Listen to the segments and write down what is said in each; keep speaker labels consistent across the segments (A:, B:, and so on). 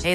A: Hey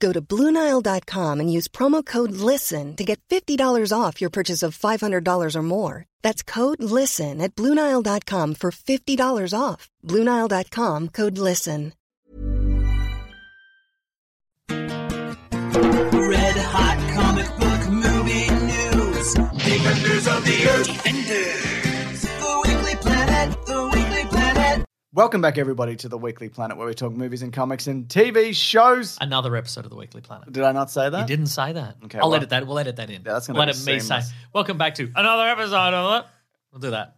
B: Go to BlueNile.com and use promo code LISTEN to get $50 off your purchase of $500 or more. That's code LISTEN at BlueNile.com for $50 off. BlueNile.com code LISTEN.
C: Red hot comic book movie news. Defenders of the Earth. Defenders. The Weekly Planet. The Weekly Planet.
D: Welcome back, everybody, to the Weekly Planet, where we talk movies and comics and TV shows.
E: another episode of the Weekly Planet.
D: Did I not say that?
E: You didn't say that.
D: Okay,
E: I'll
D: well-
E: edit that. We'll edit that in.
D: Yeah, that's gonna
E: Let
D: be
E: it me say.
D: seamless.
E: Welcome back to another episode of it. We'll do that.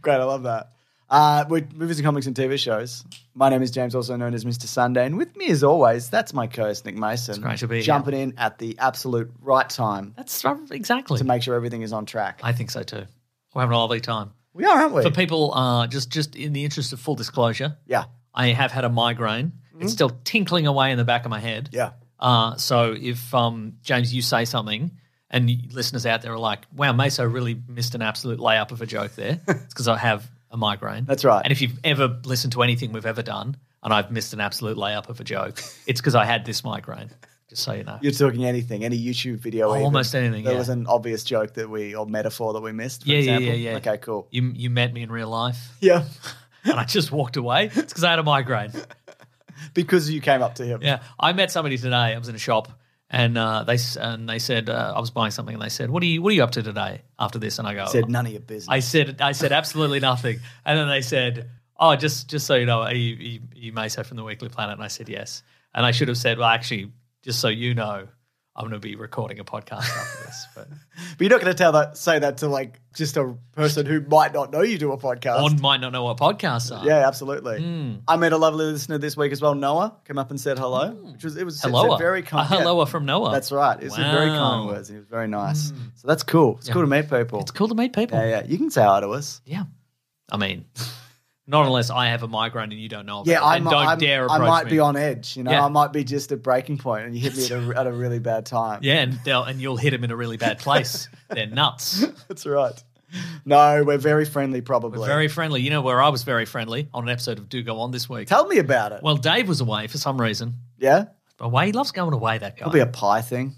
D: Great, I love that. Uh, with movies and comics and TV shows. My name is James, also known as Mr. Sunday, and with me, as always, that's my co-host Nick Mason. It's
E: great to be here.
D: jumping in at the absolute right time
E: That's right, exactly.
D: to make sure everything is on track.
E: I think so too. We're having a lovely time.
D: we are, aren't we?
E: For people, uh, just just in the interest of full disclosure,
D: yeah,
E: I have had a migraine.
D: Mm-hmm.
E: It's still tinkling away in the back of my head.
D: yeah.
E: Uh, so if um, James, you say something, and you- listeners out there are like, "Wow, Meso really missed an absolute layup of a joke there," it's because I have a migraine.
D: That's right.
E: And if you've ever listened to anything we've ever done, and I've missed an absolute layup of a joke, it's because I had this migraine. Just so you know.
D: You're talking anything, any YouTube video, even.
E: Oh, Almost anything,
D: There
E: yeah.
D: was an obvious joke that we or metaphor that we missed. For
E: Yeah, yeah,
D: example.
E: yeah, yeah.
D: Okay, cool.
E: you you met me in real life,
D: Yeah,
E: and I just walked away. It's because I had a migraine.
D: because you came up to him.
E: Yeah, I met somebody today. I was in a shop, and uh, they s- and they said uh, I was buying something, and they said, "What are you What are you up to today?" After this, and I go,
D: Said none of your business.
E: I said, I said absolutely nothing, and then they said, "Oh, just just so you know, are you, you, you may say from the Weekly Planet," and I said yes, and I should have said, "Well, actually, just so you know, I'm going to be recording a podcast after this." But
D: But you're not going to tell that, say that to like just a person who might not know you do a podcast.
E: one might not know what podcasts are.
D: yeah, absolutely.
E: Hmm.
D: I met a lovely listener this week as well. Noah came up and said hello, which was it was it's a
E: Hmm. helloa,
D: very kind.
E: uh, a
D: yeah,
E: helloa from Noah.
D: that's right. It's a very kind
E: Wow. Hmm.
D: words. and He was very nice. So that's cool. It's cool to meet people.
E: It's cool to meet people.
D: Yeah,
E: Yeah,
D: yeah. You can say hi to us.
E: I mean, not unless I have a migraine and you don't know. About
D: Yeah,
E: it,
D: I
E: and
D: might,
E: don't
D: I'm-
E: dare
D: I
E: approach
D: might
E: me.
D: be on edge. You know,
E: Yeah.
D: I might be just at breaking point, and you hit me at a, at a really bad time.
E: Yeah, and they'll and you'll hit them in a really bad place. They're nuts.
D: that's right. No, we're very friendly. Probably.
E: We're very friendly. You know where I was very friendly on an episode of Do Go On this week.
D: Tell me about it.
E: Well, Dave was away for some reason.
D: yeah,
E: Away, he loves going away. That guy.
D: probably a pie thing.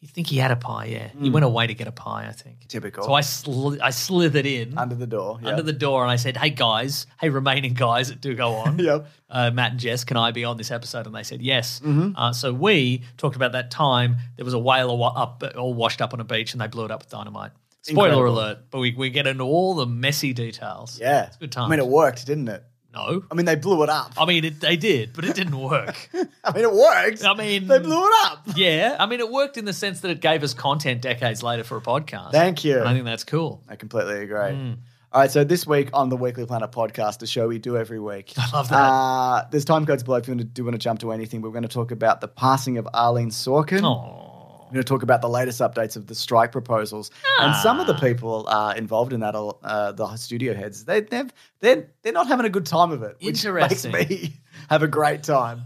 E: you think he had a pie? Yeah,
D: Mm.
E: he went away to get a pie. I think.
D: Typical.
E: So I sli- I slithered in under,
D: under the door. Yeah.
E: the door and I said, "Hey guys, hey remaining guys that do go on,
D: Yep.
E: uh, Matt and Jess, can I be on this episode?" And they said yes.
D: Mm-hmm.
E: Uh, so we talked about that time there was a whale awa- up all washed up on a beach and they blew it up with dynamite. Spoiler
D: Incredible.
E: alert! But we, we get into all the messy details.
D: Yeah.
E: it's good
D: I
E: Um, time.
D: mean, it worked, didn't it?
E: No,
D: I mean, they blew it up.
E: I mean it, they did, but it didn't work.
D: I mean, it worked.
E: I mean,
D: they blew it up.
E: Yeah, I mean, it worked in the sense that it gave us content decades later for a podcast.
D: Thank you.
E: And I think that's cool.
D: I completely agree.
E: Hmm.
D: All right, so this week on the Weekly Planet podcast, the show we do every week. I
E: love that.
D: Uh, there's time codes below if you want to, do want to jump to anything. We're going to talk about the passing of Arlene Sorkin.
E: Oh,
D: We're going to talk about the latest updates of the strike proposals and some of
E: Ah.
D: the people uh, involved in that. Are, uh, the studio heads they, they've they're they're not having a good time of it, which makes
E: Interesting.
D: me have a great time.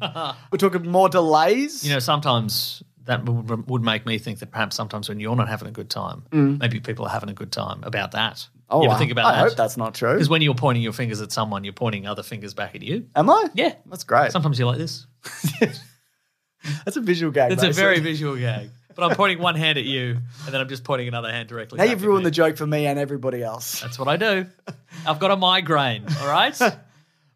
D: We're talking more delays.
E: you know, sometimes that would, would make me think that perhaps sometimes when you're not having a good time, maybe people are having a good time about that.
D: Mm. oh,
E: you ever
D: I,
E: think about
D: I
E: that?
D: hope that's not true.
E: because when you're pointing your fingers at someone, you're pointing other fingers back at you.
D: Am I?
E: Yeah,
D: That's great.
E: sometimes you're like this.
D: That's a visual gag.
E: It's a
D: Mason.
E: very visual gag. But I'm pointing one hand at you, and then I'm just pointing another hand directly.
D: Now
E: back
D: you've
E: at
D: ruined
E: me.
D: the joke for me and everybody else.
E: That's what I do. I've got a migraine. All right.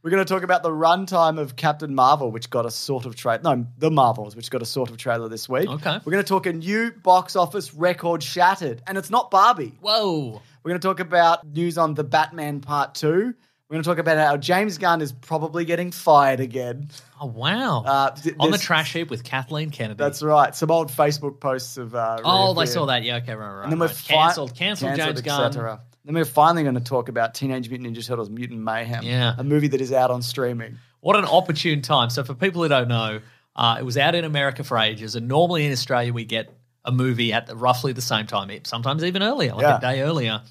D: We're going to talk about the runtime of Captain Marvel, which got a sort of trailer. No, the Marvels, which got a sort of trailer this week.
E: Okay.
D: We're going to talk a new box office record shattered, and it's not Barbie.
E: Whoa.
D: We're going to talk about news on the Batman Part Two. We're going to talk about how James Gunn is probably getting fired again.
E: Oh, wow.
D: Uh, th-
E: On the
D: there's-
E: trash heap with Kathleen Kennedy.
D: That's right. Some old Facebook posts of. Uh,
E: Oh, I
D: reappeared.
E: saw that. Yeah, okay, right, right.
D: And then we're
E: right.
D: fi-
E: cancelled, cancelled, James
D: et
E: Gunn.
D: cetera. Then we're finally going to talk about Teenage Mutant Ninja Turtles: Mutant Mayhem,
E: Yeah.
D: a movie that is out on streaming.
E: What an opportune time. So, for people who don't know, uh, it was out in America for ages. And normally in Australia, we get a movie at the, roughly the same time, e- sometimes even earlier, like
D: Yeah.
E: a day earlier.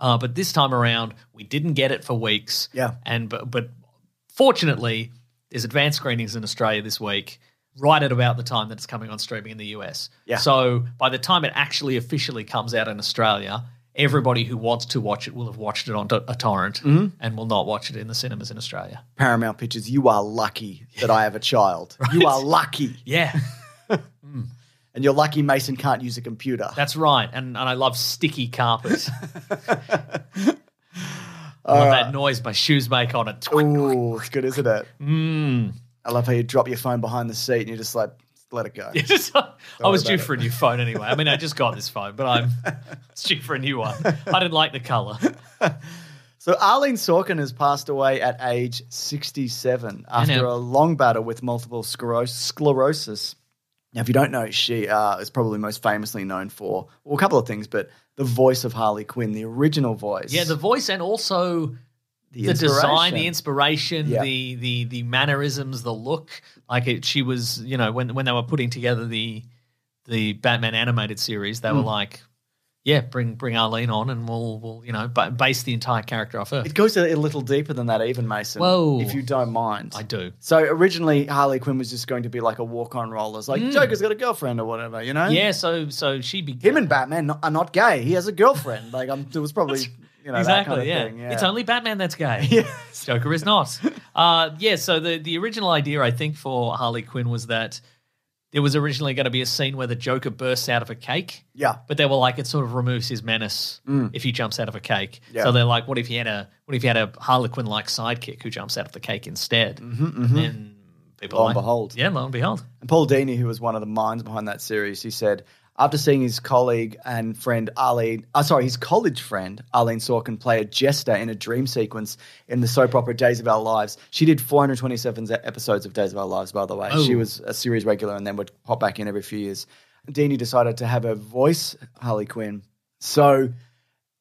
E: Uh, but this time around, we didn't get it for weeks.
D: Yeah.
E: And but, but fortunately, there's advanced screenings in Australia this week, right at about the time that it's coming on streaming in the US.
D: Yeah.
E: So by the time it actually officially comes out in Australia, everybody who wants to watch it will have watched it on to- a torrent
D: Mm-hmm.
E: and will not watch it in the cinemas in Australia.
D: Paramount Pictures, you are lucky that I have a child. You are lucky,
E: Yeah.
D: and you're lucky Mason can't use a computer.
E: That's right. And, and I love sticky carpet. I love that noise my shoes make on it.
D: Ooh, it's good, isn't it?
E: Mm.
D: I love how you drop your phone behind the seat and you're just like, let it go.
E: I was
D: worry
E: due
D: about
E: for a new phone anyway. I mean, I just got this phone, but I'm it's due for a new one. I didn't like the color.
D: So Arlene Sorkin has passed away at age 67 after
E: know.
D: a long battle with multiple scleros- sclerosis. Now, if you don't know, she uh, is probably most famously known for well, a couple of things, but the voice of Harley Quinn, the original voice.
E: Yeah, the voice and also the, design,
D: inspiration.
E: the inspiration,
D: Yeah.
E: the the the mannerisms, the look. Like it, she was, you know, when when they were putting together the the Batman animated series,
D: Hmm.
E: they were like, "Yeah, bring bring Arlene on, and we'll we'll you know ba- base the entire character off her."
D: It goes a, a little deeper than that, even Mason.
E: Whoa.
D: If you don't mind.
E: I do.
D: so originally, Harley Quinn was just going to be like a walk on rollers, like Joker's got a girlfriend or whatever, you know?
E: Hmm. Yeah, so so she be
D: Him and Batman no- are not gay. He has a girlfriend. Like, I'm, it was probably, you know, that kind of
E: exactly. yeah.
D: thing. Yeah.
E: it's only Batman that's gay. Joker is not. Uh, yeah, so the the original idea I think for Harley Quinn was that there was originally going to be a scene where the Joker bursts out of a cake.
D: yeah. Mm.
E: But they were like, it sort of removes his menace if he jumps out of a cake.
D: Yeah.
E: So they're like, what if he had a what if he had a Harlequin like sidekick who jumps out of the cake instead? Mm-hmm, And then people
D: Lo
E: are
D: and
E: like,
D: behold.
E: yeah, lo and behold,
D: And Paul Dini, who was one of the minds behind that series, he said after seeing his colleague and friend Arlene, uh, sorry, his college friend Arlene Sorkin play a jester in a dream sequence in the soap opera Days of Our Lives. She did 427 ze- episodes of Days of Our Lives, by the way. She was a series regular and then would pop back in every few years. Dini decided to have her voice Harley Quinn. So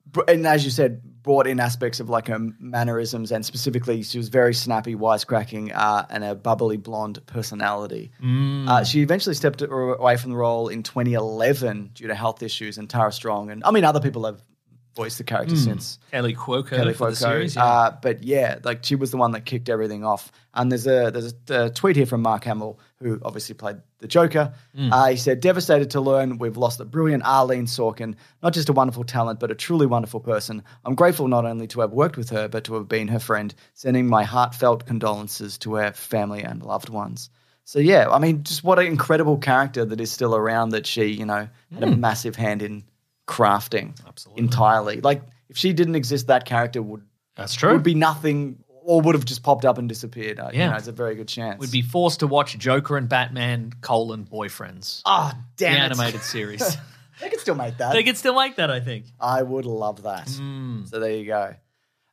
D: br- and as you said, brought in aspects of like her mannerisms and specifically she was very snappy, wisecracking, uh, and a bubbly blonde personality.
E: Mm.
D: Uh, she eventually stepped a- away from the role in 2011 due to health issues. And Tara Strong and I mean other people have voiced the character since.
E: Kelly Cuoco
D: Kelly
E: Mm. for the
D: Cuoco.
E: series. yeah.
D: Uh, but yeah, like she was the one that kicked everything off. And there's a there's a, a tweet here from Mark Hamill, who obviously played the Joker. Uh, he said, "Devastated to learn we've lost the brilliant Arlene Sorkin. Not just a wonderful talent, but a truly wonderful person. I'm grateful not only to have worked with her, but to have been her friend. Sending my heartfelt condolences to her family and loved ones." So yeah, I mean, just what an incredible character that is still around. That she, you know, had a massive hand in crafting
E: Absolutely.
D: entirely. Like if she didn't exist, that character would
E: That's true.
D: would be nothing or would have just popped up and disappeared. Yeah.
E: Yeah.
D: You know, it's a very good chance.
E: We'd be forced to watch Joker and Batman colon boyfriends.
D: Oh,
E: the
D: damn it.
E: animated series.
D: They could still make
E: they
D: that.
E: could still make that, I think.
D: I would love that. So there you go.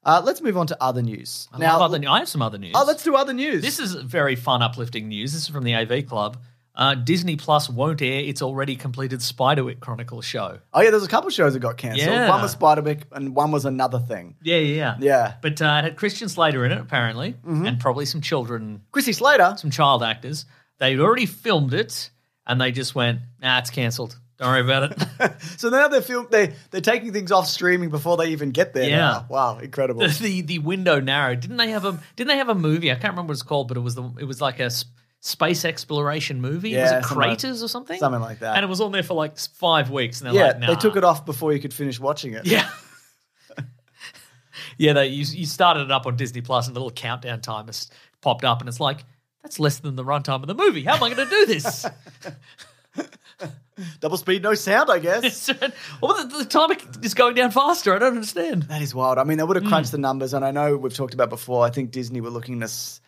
D: Uh, let's move on to other news.
E: I love other new- I have some other news.
D: Oh, let's do other news.
E: This is very fun, uplifting news. This is from the AV Club. Uh, Disney Plus won't air its already completed Spiderwick Chronicles show.
D: oh, yeah, there's a couple shows that got cancelled.
E: Yeah.
D: One was Spider-Man and one was another thing.
E: Yeah, yeah,
D: Yeah. Mm-hmm.
E: But uh, it had Christian Slater in it, apparently, and probably some children,
D: Chrissy Slater.
E: some child actors. They'd already filmed it, and they just went, "Nah, it's cancelled. Don't worry about it."
D: So now they're film they they're taking things off streaming before they even get there.
E: Yeah.
D: now. Wow, incredible.
E: the, the the window narrowed. Didn't they have a Didn't they have a movie? I can't remember what it's called, but it was the it was like a s- space exploration movie. was
D: Yeah,
E: it
D: something like-
E: Craters or something?
D: something like that.
E: And it was on there for like s- five weeks, and they're
D: yeah,
E: like, nah.
D: they took it off before you could finish watching it.
E: Yeah. yeah, they, you you started it up on Disney Plus, and the little countdown timer s- popped up, and it's like that's less than the runtime of the movie. How am I going to do this?
D: Double speed, no sound, I guess.
E: well, the, the time is going down faster. I don't understand.
D: That is wild. I mean, they would have crunched
E: Mm.
D: the numbers, and I know we've talked about before. I think Disney were looking to, s-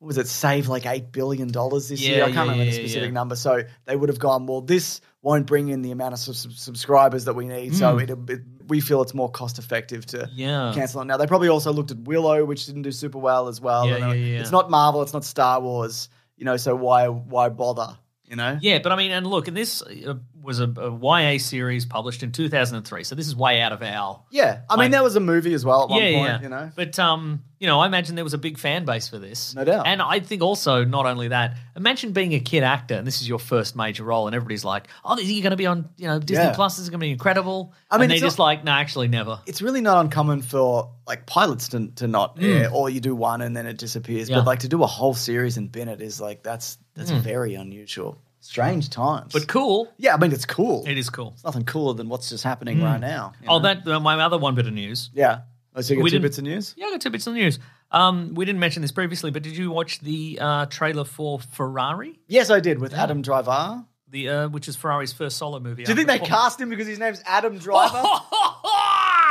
D: what was it, save like eight billion dollars this
E: Yeah,
D: year. I can't
E: yeah,
D: remember the
E: yeah,
D: specific
E: yeah.
D: number. So they would have gone, well, this won't bring in the amount of sub- sub- subscribers that we need. So it, it, we feel it's more cost effective to
E: Mm. Yeah.
D: cancel it now. They probably also looked at Willow, which didn't do super well as well.
E: Yeah,
D: And, uh,
E: yeah, yeah.
D: It's not Marvel, it's not Star Wars, you know. So why why bother? You know.
E: Yeah, but I mean, and look, and this uh, was a, a YA series published in 2003, so this is way out of our.
D: Yeah, I mean,
E: Like-
D: there was a movie as well at one
E: yeah,
D: point,
E: yeah.
D: you know.
E: But um, you know, I imagine there was a big fan base for this,
D: No doubt.
E: And I think also not only that, imagine being a kid actor and this is your first major role, and everybody's like, "Oh, you're going to be on, you know, Disney
D: Yeah.
E: Plus. This is going to be incredible."
D: I
E: I
D: mean,
E: mean, and they're
D: it's not-
E: just like, "No, actually, never."
D: It's really not uncommon for like pilots to, to not air, or you do one and then it disappears.
E: Hmm. Yeah. Hmm.
D: But like to do a whole series and bin it is like that's that's very unusual. Strange times.
E: But cool,
D: yeah, I mean, it's cool.
E: it is cool.
D: It's nothing cooler than what's just happening right now. you
E: Oh,
D: know?
E: that uh, my other one bit of news.
D: yeah. Oh, so you got
E: We
D: two
E: didn't-
D: bits of news.
E: Yeah, I got two bits of news. Um, we didn't mention this previously, but did you watch the uh, trailer for Ferrari?
D: Yes, I did with Adam Driver.
E: the uh, which is Ferrari's first solo movie.
D: Do you think they cast him because his name's Adam Driver?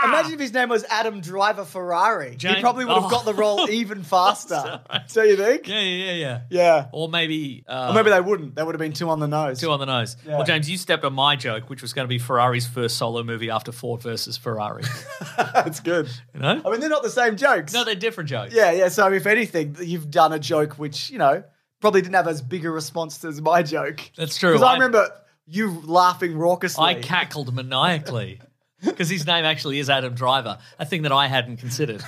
D: Imagine if his name was Adam Driver Ferrari.
E: Jane-
D: He probably would have
E: Oh.
D: got the role even faster. so you think?
E: Yeah, yeah, yeah, yeah.
D: Yeah.
E: Or maybe, uh,
D: Or maybe they wouldn't. That would have been two on the nose.
E: two on the nose.
D: Yeah.
E: Well, James, you stepped on my joke, which was going to be Ferrari's first solo movie after Ford versus Ferrari.
D: That's good.
E: You know?
D: I mean, they're not the same jokes.
E: No, they're different jokes.
D: yeah, yeah. So if anything, you've done a joke which you know probably didn't have as big a response as my joke.
E: that's true.
D: Because I, remember you laughing raucously.
E: I cackled maniacally because his name actually is Adam Driver, a thing that I hadn't considered.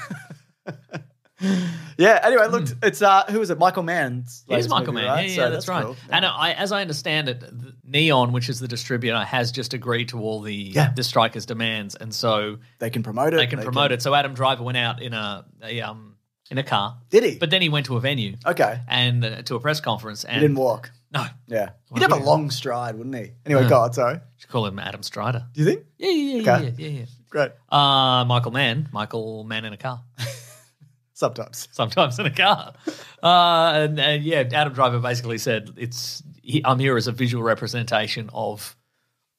D: Yeah. Anyway, look, it's uh, who is it? Michael Mann.
E: It Hmm. is Michael Mann. Yeah, yeah, that's, right. And
D: And
E: I, as I understand it, the Neon, which is the distributor, has just agreed to all the
D: Yeah.
E: the strikers' demands, and so
D: they can promote it.
E: they can promote it. So Adam Driver went out in a, a um in a car,
D: Did he?
E: but then he went to a venue
D: okay.
E: and uh, to a press conference and
D: He didn't walk.
E: No,
D: Yeah.
E: Well,
D: He'd have a
E: yeah.
D: long stride, wouldn't he?
E: Hmm.
D: Anyway, God, sorry.
E: should call him Adam Strider.
D: Do you think?
E: Yeah, yeah, yeah,
D: Okay.
E: yeah, yeah, yeah.
D: Great.
E: Uh, Michael Mann, Michael Mann in a car,
D: Sometimes.
E: sometimes in a car. Uh, and, and yeah, Adam Driver basically said, "It's he, I'm here as a visual representation of."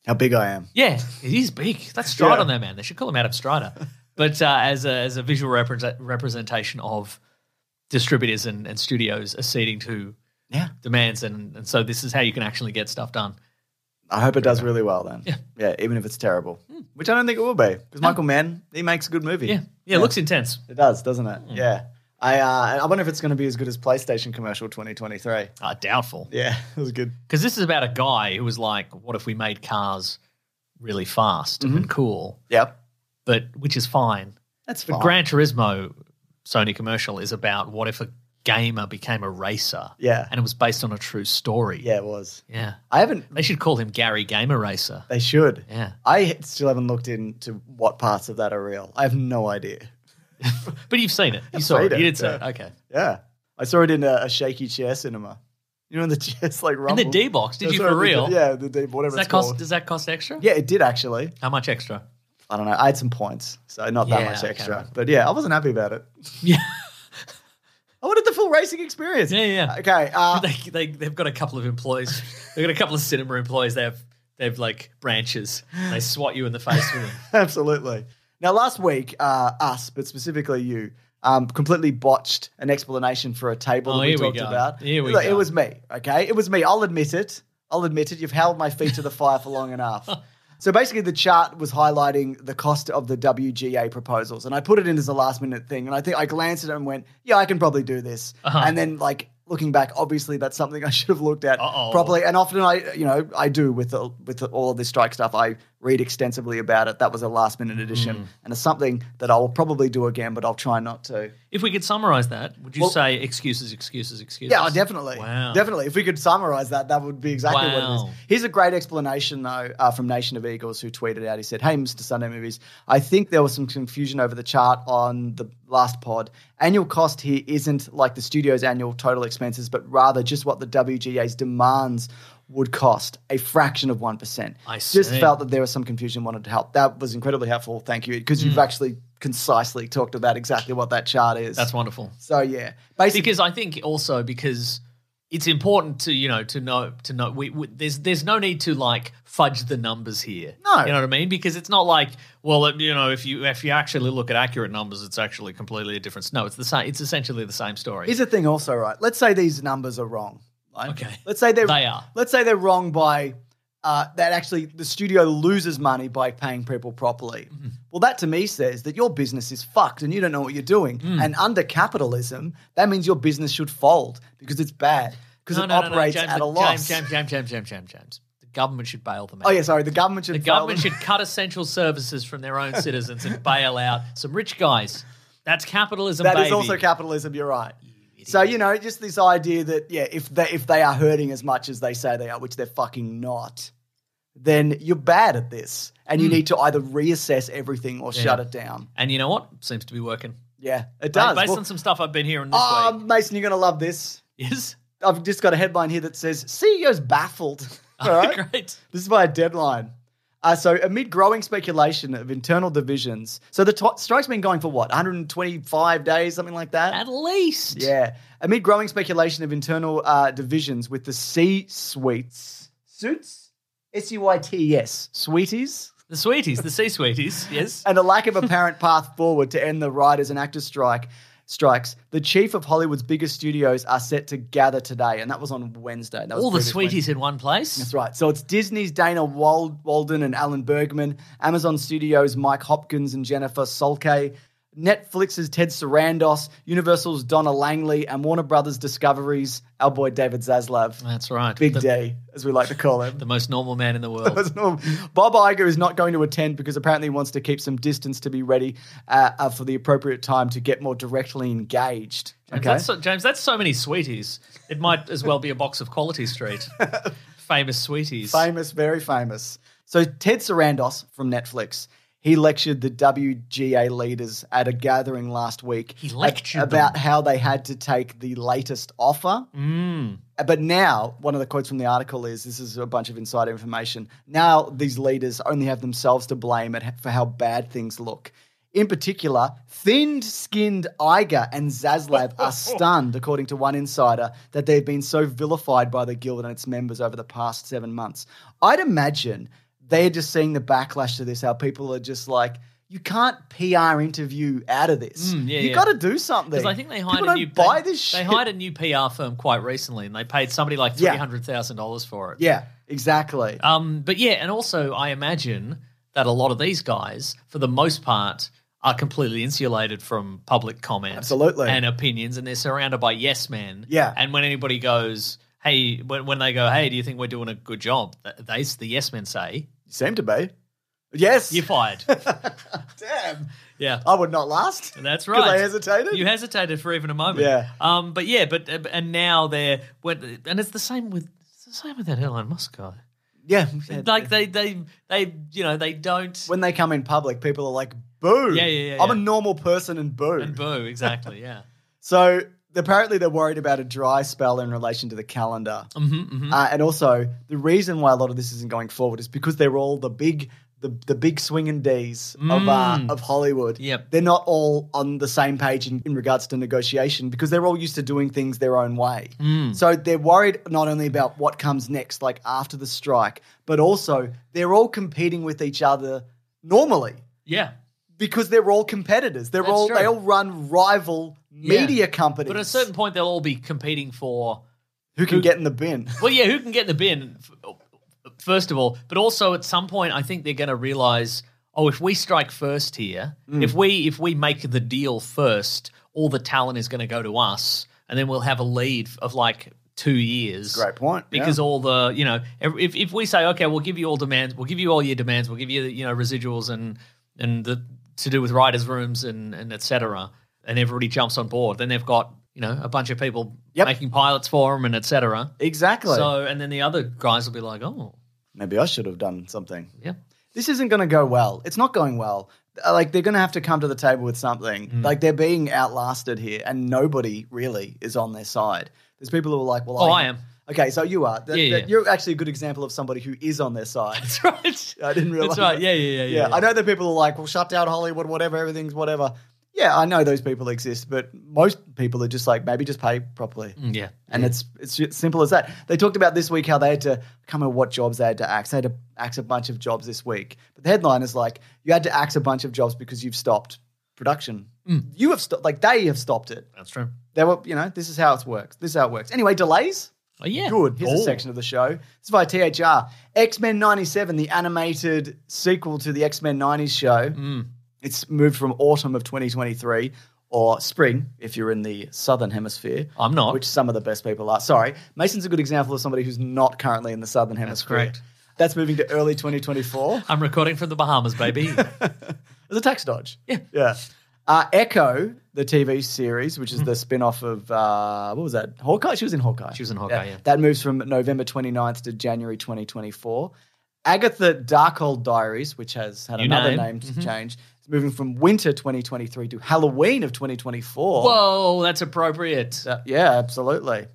D: How big I am.
E: Yeah, he's big. That's Strider
D: Yeah.
E: on there, man. They should call him Adam Strider. but uh, as a as a visual represent, representation of distributors and, and studios acceding to
D: Yeah.
E: demands, and, and so this is how you can actually get stuff done.
D: I hope it does really well then.
E: Yeah.
D: even if it's terrible, which I don't think it will be because Michael Mann, he makes a good movie.
E: Yeah, yeah, it looks Hmm. intense.
D: It does, doesn't it? Yeah. I uh, I wonder if it's going to be as good as PlayStation commercial 2023.
E: Uh, doubtful
D: Yeah, it was good.
E: because this is about a guy who was like, "What if we made cars really fast
D: Mm-hmm.
E: and cool?"
D: Yep.
E: But which is fine.
D: That's fine.
E: But Gran Turismo Sony commercial is about what if a gamer became a racer?
D: Yeah.
E: and it was based on a true story.
D: yeah, it was.
E: yeah.
D: I haven't.
E: They should call him Gary Gamer Racer.
D: They should.
E: Yeah.
D: I still haven't looked into what parts of that are real. I have no idea.
E: But you've seen it. You saw
D: seen
E: it. You
D: it,
E: did see it.
D: yeah.
E: Okay.
D: Yeah, I saw it in a, a shaky chair cinema. You know, in the chairs like
E: And
D: rumble.
E: the D box, did
D: I
E: you
D: saw it
E: for
D: in the-
E: real?
D: yeah, the D, whatever
E: Does that
D: it's
E: cost
D: called.
E: does that cost extra?
D: yeah, it did actually.
E: How much extra?
D: I don't know. I had some points, so not that
E: Yeah,
D: much
E: okay,
D: extra.
E: right.
D: But yeah, I wasn't happy about it.
E: Yeah.
D: I wanted the full racing experience.
E: Yeah, yeah.
D: Okay. Uh,
E: they, they they've got a couple of employees. They've got a couple of cinema employees. They have they've like branches. They swat you in the face with them.
D: absolutely. Now, last week, uh, us, but specifically you, um, completely botched an explanation for a table
E: Oh,
D: that we
E: here we
D: talked
E: go.
D: about.
E: Here we
D: Look,
E: go.
D: It was me. Okay, it was me. I'll admit it. I'll admit it. You've held my feet to the fire for long enough. So basically, the chart was highlighting the cost of the WGA proposals, and I put it in as a last minute thing. And I think I glanced at it and went, "Yeah, I can probably do this." And then, like looking back, obviously that's something I should have looked at
E: Uh-oh.
D: properly. And often I, you know, I do with the, with all of this strike stuff. I read extensively about it. That was a last minute edition, and it's something that I will probably do again, but I'll try not to.
E: If we could summarize that, would you
D: Well-
E: say excuses, excuses, excuses?
D: Yeah, oh, definitely.
E: Wow.
D: Definitely. If we could summarize that, that would be exactly what it
E: Wow.
D: is. Here's a great explanation, though, uh, from Nation of Eagles, who tweeted out. He said, Hey, Mr. Sunday Movies, I think there was some confusion over the chart on the last pod. Annual cost here isn't like the studio's annual total expenses, but rather just what the WGA's demands would cost, a fraction of 1%.
E: I
D: Just
E: see.
D: felt that there was some confusion, wanted to help. That was incredibly helpful. Thank you, because
E: Hmm.
D: you've actually concisely talked about exactly what that chart is.
E: That's wonderful.
D: So, yeah. Basically,
E: Because I think also because it's important to you know to know to know we, we there's there's no need to like fudge the numbers here.
D: No.
E: you know what I mean because it's not like well it, you know if you if you actually look at accurate numbers it's actually completely a difference. No, it's the same. It's essentially the same story.
D: Here's the thing, also, right? Let's say these numbers are wrong. Right?
E: Okay.
D: Let's say they're
E: They are.
D: Let's say they're wrong by uh, that. Actually, the studio loses money by paying people properly.
E: Mm-hmm.
D: Well, that to me says that your business is fucked and you don't know what you're doing.
E: Mm.
D: And under capitalism, that means your business should fold because it's bad because it operates
E: James,
D: at a
E: James,
D: loss.
E: James, James, James, James, James, James. The government should bail them out.
D: Oh yeah, sorry. The government should.
E: The
D: fail
E: government
D: them.
E: should cut essential services from their own citizens and bail out some rich guys. That's capitalism,
D: That is
E: baby.
D: also capitalism. You're right. So you know, just this idea that yeah, if they if they are hurting as much as they say they are, which they're fucking not, then you're bad at this, and
E: Hmm.
D: you need to either reassess everything or shut it down.
E: and you know what? Seems to be working.
D: Yeah, it does.
E: Based
D: Well-
E: on some stuff I've been hearing this
D: Ah,
E: week.
D: Mason, you're gonna love this.
E: Yes.
D: I've just got a headline here that says CEO's baffled. All right.
E: Great.
D: This is by a deadline. Uh, so, amid growing speculation of internal divisions, so the t- strike's been going for what, 125 days, something like that?
E: At least.
D: Yeah. Amid growing speculation of internal uh, divisions with the C suites. Suits? S U Y T E S. Sweeties?
E: The sweeties, the sea sweeties. Yes.
D: And a lack of apparent path forward to end the writers and actors strike. Strikes. The chief of Hollywood's biggest studios are set to gather today, and that was on Wednesday. That was
E: All the
D: previous Wednesday.
E: sweeties in one place.
D: That's right. So it's Disney's Dana Wald- Walden and Alan Bergman, Amazon Studios' Mike Hopkins and Jennifer Solke, Netflix's Ted Sarandos, Universal's Donna Langley, and Warner Brothers' Discoveries, our boy David Zaslav.
E: That's right.
D: Big
E: the,
D: D, as we like to call him.
E: the most normal man in the world.
D: Bob Iger is not going to attend because apparently he wants to keep some distance to be ready uh, uh, for the appropriate time to get more directly engaged.
E: James, that's so, James, that's so many sweeties. It might as well be a box of Quality Street. Famous sweeties.
D: Famous, very famous. So Ted Sarandos from Netflix, he lectured the WGA leaders at a gathering last week.
E: He lectured
D: ab- about how they had to take the latest offer. Uh, But now, one of the quotes from the article is this is a bunch of insider information. Now these leaders only have themselves to blame at, for how bad things look. In particular, thinned skinned Iger and Zaslav are stunned, according to one insider, that they've been so vilified by the guild and its members over the past seven months. I'd imagine they're just seeing the backlash to this, how people are just like, you can't PR interview out of this.
E: Mm, yeah,
D: you
E: yeah.
D: got to do something.
E: Because I think they hired
D: People
E: a
D: don't
E: new
D: buy
E: they,
D: this shit.
E: They hired a new PR firm quite recently, and they paid somebody like
D: Yeah.
E: three hundred thousand dollars for it.
D: Yeah, exactly.
E: Um, but yeah, and also I imagine that a lot of these guys, for the most part, are completely insulated from public comment,
D: Absolutely.
E: and opinions, and they're surrounded by yes men.
D: Yeah.
E: and when anybody goes, hey, when, when they go, hey, do you think we're doing a good job? Th- They, the yes men say,
D: Seem to be. Yes.
E: you're fired.
D: Damn.
E: yeah.
D: I would not last.
E: That's
D: 'Cause
E: right.
D: I hesitated.
E: You hesitated for even a moment.
D: Yeah.
E: Um. But yeah. But uh, and now they're when, and it's the same with it's the same with that Elon Musk guy.
D: yeah.
E: Like they they they you know they don't
D: when they come in public, people are like, boo.
E: Yeah, yeah, yeah,
D: I'm a
E: yeah.
D: normal person and boo.
E: and boo exactly. Yeah.
D: So apparently they're worried about a dry spell in relation to the calendar.
E: hmm hmm
D: Uh, and also, the reason why a lot of this isn't going forward is because they're all the big, the, the big swinging D's of uh, of Hollywood.
E: Yep.
D: they're not all on the same page in, in regards to negotiation because they're all used to doing things their own way. So they're worried not only about what comes next, like after the strike, but also they're all competing with each other normally
E: Yeah.
D: because they're all competitors. They're
E: That's
D: all
E: true.
D: they all run rival media companies.
E: But at a certain point they'll all be competing for
D: who can get in the bin?
E: well yeah who can get in the bin f- first of all, but also at some point I think they're going to realize oh if we strike first here
D: Mm.
E: if we if we make the deal first all the talent is going to go to us and then we'll have a lead of like two years.
D: Great point. yeah.
E: because all the you know if if we say okay we'll give you all demands we'll give you all your demands we'll give you the, you know residuals and and the to do with writers rooms and and etc and everybody jumps on board then they've got you know a bunch of people
D: Yep.
E: making pilots for them and etc
D: exactly.
E: so and then the other guys will be like oh
D: Maybe I should have done something.
E: yeah
D: this isn't going to go well. It's not going well. Uh, Like they're going to have to come to the table with something.
E: Hmm.
D: Like they're being outlasted here, and nobody really is on their side. There's people who are like, "Well,
E: Oh, I am.
D: Okay, so you are. That-
E: Yeah,
D: that-
E: yeah.
D: You're actually a good example of somebody who is on their side.
E: that's right
D: I didn't realize.
E: that's right
D: that.
E: yeah yeah yeah yeah,
D: I know that people are like, "Well, shut down Hollywood, whatever. Everything's whatever." yeah, I know those people exist, but most people are just like, maybe just pay properly.
E: Mm, Yeah.
D: And it's it's just simple as that. They talked about this week how they had to I can't remember what jobs they had to axe. They had to axe a bunch of jobs this week. But the headline is like, you had to axe a bunch of jobs because you've stopped production.
E: Mm.
D: You have stopped like they have stopped it.
E: That's true.
D: They were you know, this is how it works. This is how it works. Anyway, delays.
E: Oh, yeah.
D: Good. Here's a
E: Oh.
D: section of the show. It's by THR. X Men 97, the animated sequel to the X Men 90s show.
E: Mm.
D: It's moved from autumn of 2023 or spring if you're in the southern hemisphere.
E: I'm not.
D: Which some of the best people are. Sorry. Mason's a good example of somebody who's not currently in the southern hemisphere.
E: correct.
D: That's moving to early 2024.
E: I'm recording from the Bahamas, baby.
D: It's a tax dodge. Yeah. Yeah. Uh, Echo, the TV series, which is the spin off of, uh, what was that? Hawkeye? She was in Hawkeye.
E: Mm-hmm. She was in Hawkeye, yeah.
D: That moves from November 29th to January 2024. Agatha Darkhold Diaries, which has had
E: New
D: another
E: name. Mm-hmm.
D: name, to change, it's moving from winter 2023 to Halloween of 2024.
E: Whoa, that's appropriate.
D: Uh, Oh. yeah, absolutely.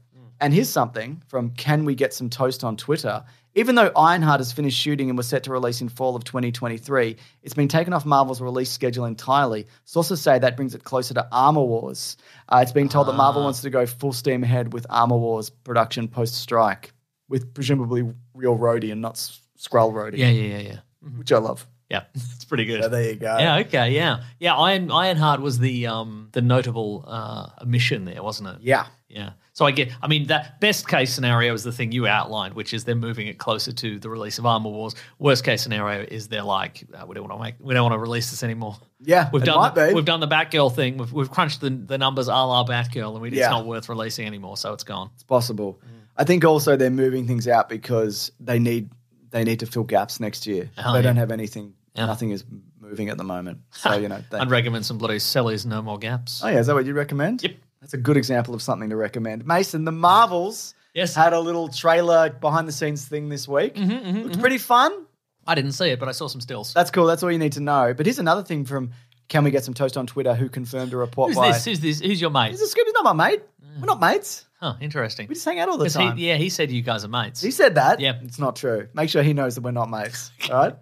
D: And here's something from Can We Get Some Toast on Twitter. Even though Ironheart has finished shooting and was set to release in fall of 2023, it's been taken off Marvel's release schedule entirely. Sources say that brings it closer to Armor Wars. Uh, it's been told that Marvel wants to go full steam ahead with Armor Wars production post strike, with presumably real Rhodey and not s- Skrull Rhodey,
E: yeah, yeah, yeah, yeah.
D: which I love.
E: Yeah, it's pretty good.
D: So there you go.
E: yeah, okay, yeah. Yeah, Iron Ironheart was the um the notable uh omission there, wasn't it?
D: Yeah.
E: Yeah. So I get I mean that best case scenario is the thing you outlined, which is they're moving it closer to the release of Armor Wars. Worst case scenario is they're like uh, we don't want to make we don't want to release this anymore.
D: Yeah,
E: We've
D: it
E: done
D: might
E: the,
D: be.
E: we've done the Batgirl thing. We've, we've crunched the, the numbers a la Batgirl and we,
D: Yeah.
E: it's not worth releasing anymore, so it's gone.
D: possible.
E: Mm.
D: I think also they're moving things out because they need they need to fill gaps next year.
E: Oh,
D: they
E: yeah.
D: don't have anything.
E: Yeah.
D: Nothing is moving at the moment. So you know. They,
E: I'd recommend some bloody sellies, no more gaps.
D: oh yeah, is that what you recommend?
E: Yep.
D: That's a good example of something to recommend. Mason, the Marvels
E: Yes. Mm-hmm,
D: had a little trailer behind the scenes thing this week. Looked pretty fun.
E: I didn't see it, but I saw some stills.
D: That's cool. That's all you need to know. But here's another thing from Can We Get Some Toast on Twitter who confirmed a report
E: Who's
D: by
E: this? Who's this? Who's your mate?
D: Is this Scooby's not my mate. We're not mates.
E: Huh, interesting.
D: We just hang out all the
E: 'Cause
D: time.
E: He, yeah, he said you guys are mates.
D: He said that.
E: Yep.
D: It's not true. Make sure he knows that we're not mates. All right.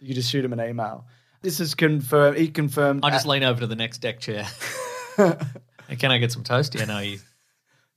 D: You can just shoot him an email. This is confirmed. He confirmed.
E: I just lean over to the next deck chair. Hey, Can I get some toast? Yeah, no, you.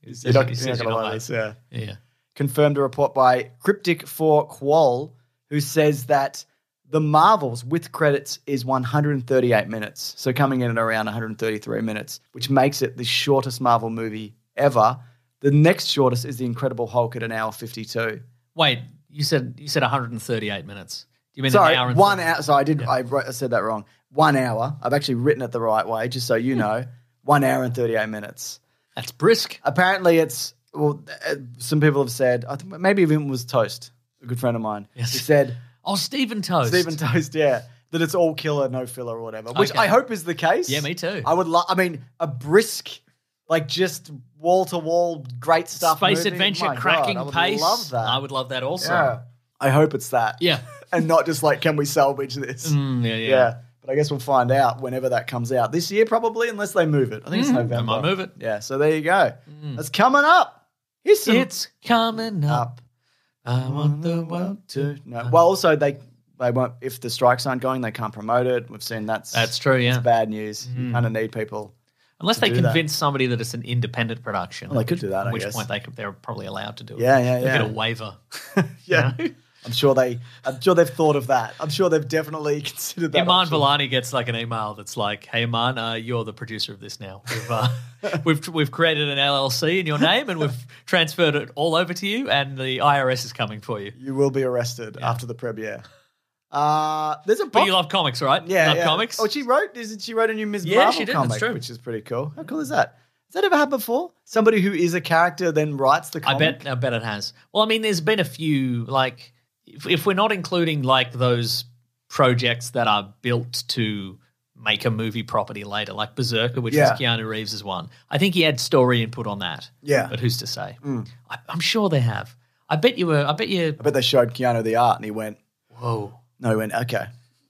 E: He
D: You're
E: says-
D: not,
E: he
D: you're
E: says
D: not
E: you're
D: gonna
E: not
D: like
E: mates.
D: this, yeah.
E: Yeah.
D: Confirmed a report by Cryptic for Qual, who says that the Marvels with credits is 138 minutes. So coming in at around 133 minutes, which makes it the shortest Marvel movie ever. The next shortest is The Incredible Hulk at an hour 52.
E: Wait, you said you said 138 minutes. Do you mean
D: Sorry,
E: an hour? And
D: one
E: thirty-
D: hour. So I did. I, wrote, I said that wrong. One hour. I've actually written it the right way, just so you
E: Hmm.
D: know. One hour and thirty-eight minutes.
E: That's brisk.
D: Apparently, it's well. uh, Some people have said. I think maybe even it was Toast, a good friend of mine.
E: Yes.
D: He said
E: Oh, Stephen Toast.
D: Stephen Toast. Yeah, that it's all killer, no filler, or whatever. Which
E: Okay.
D: I hope is the case.
E: Yeah, me too.
D: I would. Lo- I mean, a brisk, like just wall to wall, great stuff.
E: Space
D: movie.
E: adventure,
D: My God,
E: cracking
D: I would
E: pace.
D: Love that.
E: I would love that also.
D: Yeah. I hope it's that.
E: Yeah.
D: and not just like, can we salvage this?
E: Mm, yeah, yeah.
D: Yeah. But I guess we'll find out whenever that comes out this year, probably, unless they move it. I think it's November.
E: Mm. They might move it. Mm.
D: Yeah. So there you go. That's coming up. Here's some
E: It's coming up. Mm.
D: up.
E: I want the world to.
D: No. Well, also they they won't if the strikes aren't going, they can't promote it. We've seen that's
E: That's true, yeah. Mm.
D: It's bad news. You kind of need people.
E: Unless they
D: do that.
E: convince somebody that it's an independent production.
D: Well, they could do that,
E: At
D: I
E: which
D: guess.
E: point they could, they're probably allowed to do it.
D: Yeah, yeah,
E: They
D: yeah.
E: get a waiver.
D: Yeah.
E: You know?
D: I'm sure they. I'm sure they've thought of that. I'm sure they've definitely considered that.
E: Iman
D: option.
E: Vellani gets like an email that's like, "Hey Iman, uh, you're the producer of this now. We've, uh, we've we've created an LLC in your name, and we've transferred it all over to you. And the IRS is coming for you.
D: You will be arrested after the premiere. Uh, there's a
E: But
D: box
E: you love comics, right? You
D: Yeah,
E: love
D: yeah.
E: comics.
D: Oh, she wrote. Isn't she wrote a new Ms.
E: Yeah,
D: Marvel
E: she did, that's
D: comic,
E: true.
D: which is pretty cool. How cool is that? Has that ever happened before? Somebody who is a character then writes the
E: I
D: comic.
E: bet I bet it has. Well, I mean, there's been a few like if, if we're not including like those projects that are built to make a movie property later, like Berserker, which
D: Yeah.
E: was Keanu Reeves' one. I think he had story input on that.
D: Yeah. Mm.
E: but who's to say? I, I'm sure they have. I bet you were. I bet you.
D: I bet they showed Keanu the art, and he went,
E: Whoa,
D: "No, he went okay."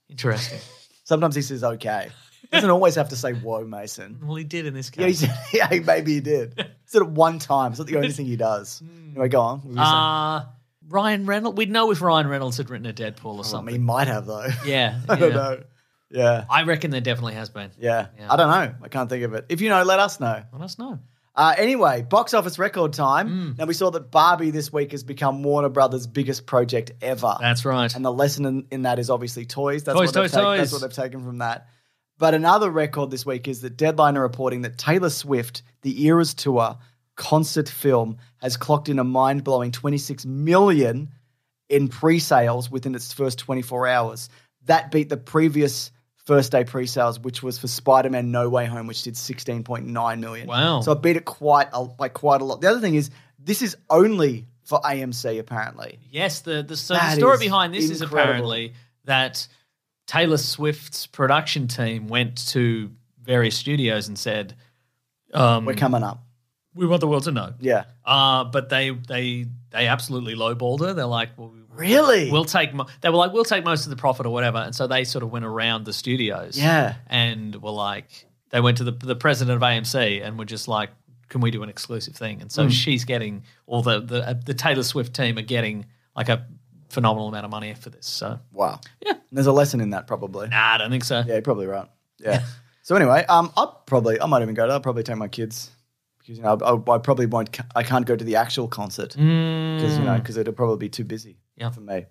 E: interesting.
D: Sometimes he says "okay." He doesn't always have to say "whoa, Mason."
E: well, he did in this
D: Yeah, he
E: case.
D: said, yeah, maybe he did. He said it one time. It's not the only thing he does.
E: Hmm.
D: Anyway, go on. What were you saying?
E: uh, Ryan Reynolds. We'd know if Ryan Reynolds had written a Deadpool or
D: Well, he
E: something.
D: might have though.
E: Yeah,
D: Oh, I don't
E: yeah.
D: know. Yeah.
E: I reckon there definitely has been.
D: Yeah.
E: Yeah.
D: I don't know. I can't think of it. If you know, let us know.
E: Let us know.
D: Uh, anyway, box office record time. Now, we saw that Barbie this week has become Warner Brothers' biggest project ever.
E: That's right.
D: and the lesson in, in that is obviously toys. That's,
E: Toys,
D: what they've
E: toys,
D: taken-
E: toys.
D: that's what they've taken from that. But another record this week is that Deadline are reporting that Taylor Swift, the Eras Tour concert film, has clocked in a mind blowing 26 million in pre sales within its first 24 hours. That beat the previous first day pre sales, which was for Spider Man No Way Home, which did 16.9 million.
E: Wow.
D: So it beat it quite a, by quite a lot. The other thing is, this is only for AMC, apparently.
E: Yes, the the, so the
D: That
E: story
D: is
E: behind this is
D: incredible.
E: apparently that Taylor Swift's production team went to various studios and said, um,
D: We're coming up.
E: "We want the world to know."
D: Yeah.
E: Uh, but they they they absolutely lowballed her. They're like, well, we-
D: Really?
E: We'll take. Mo-. They were like, "We'll take most of the profit or whatever." And so they sort of went around the studios,
D: Yeah.
E: and were like, they went to the the president of AMC and were just like, "Can we do an exclusive thing?" And so
D: Mm.
E: she's getting, or the the uh, the Taylor Swift team are getting like a phenomenal amount of money for this. So
D: Wow.
E: Yeah.
D: There's a lesson in that probably.
E: nah, I don't think so.
D: Yeah, you're probably right. Yeah. so anyway, um, I'll probably, I might even go to, I'll probably take my kids because, you know, I, I probably won't, ca- I can't go to the actual concert because,
E: Mm,
D: you know, because it'll probably be too busy
E: Yeah.
D: for me.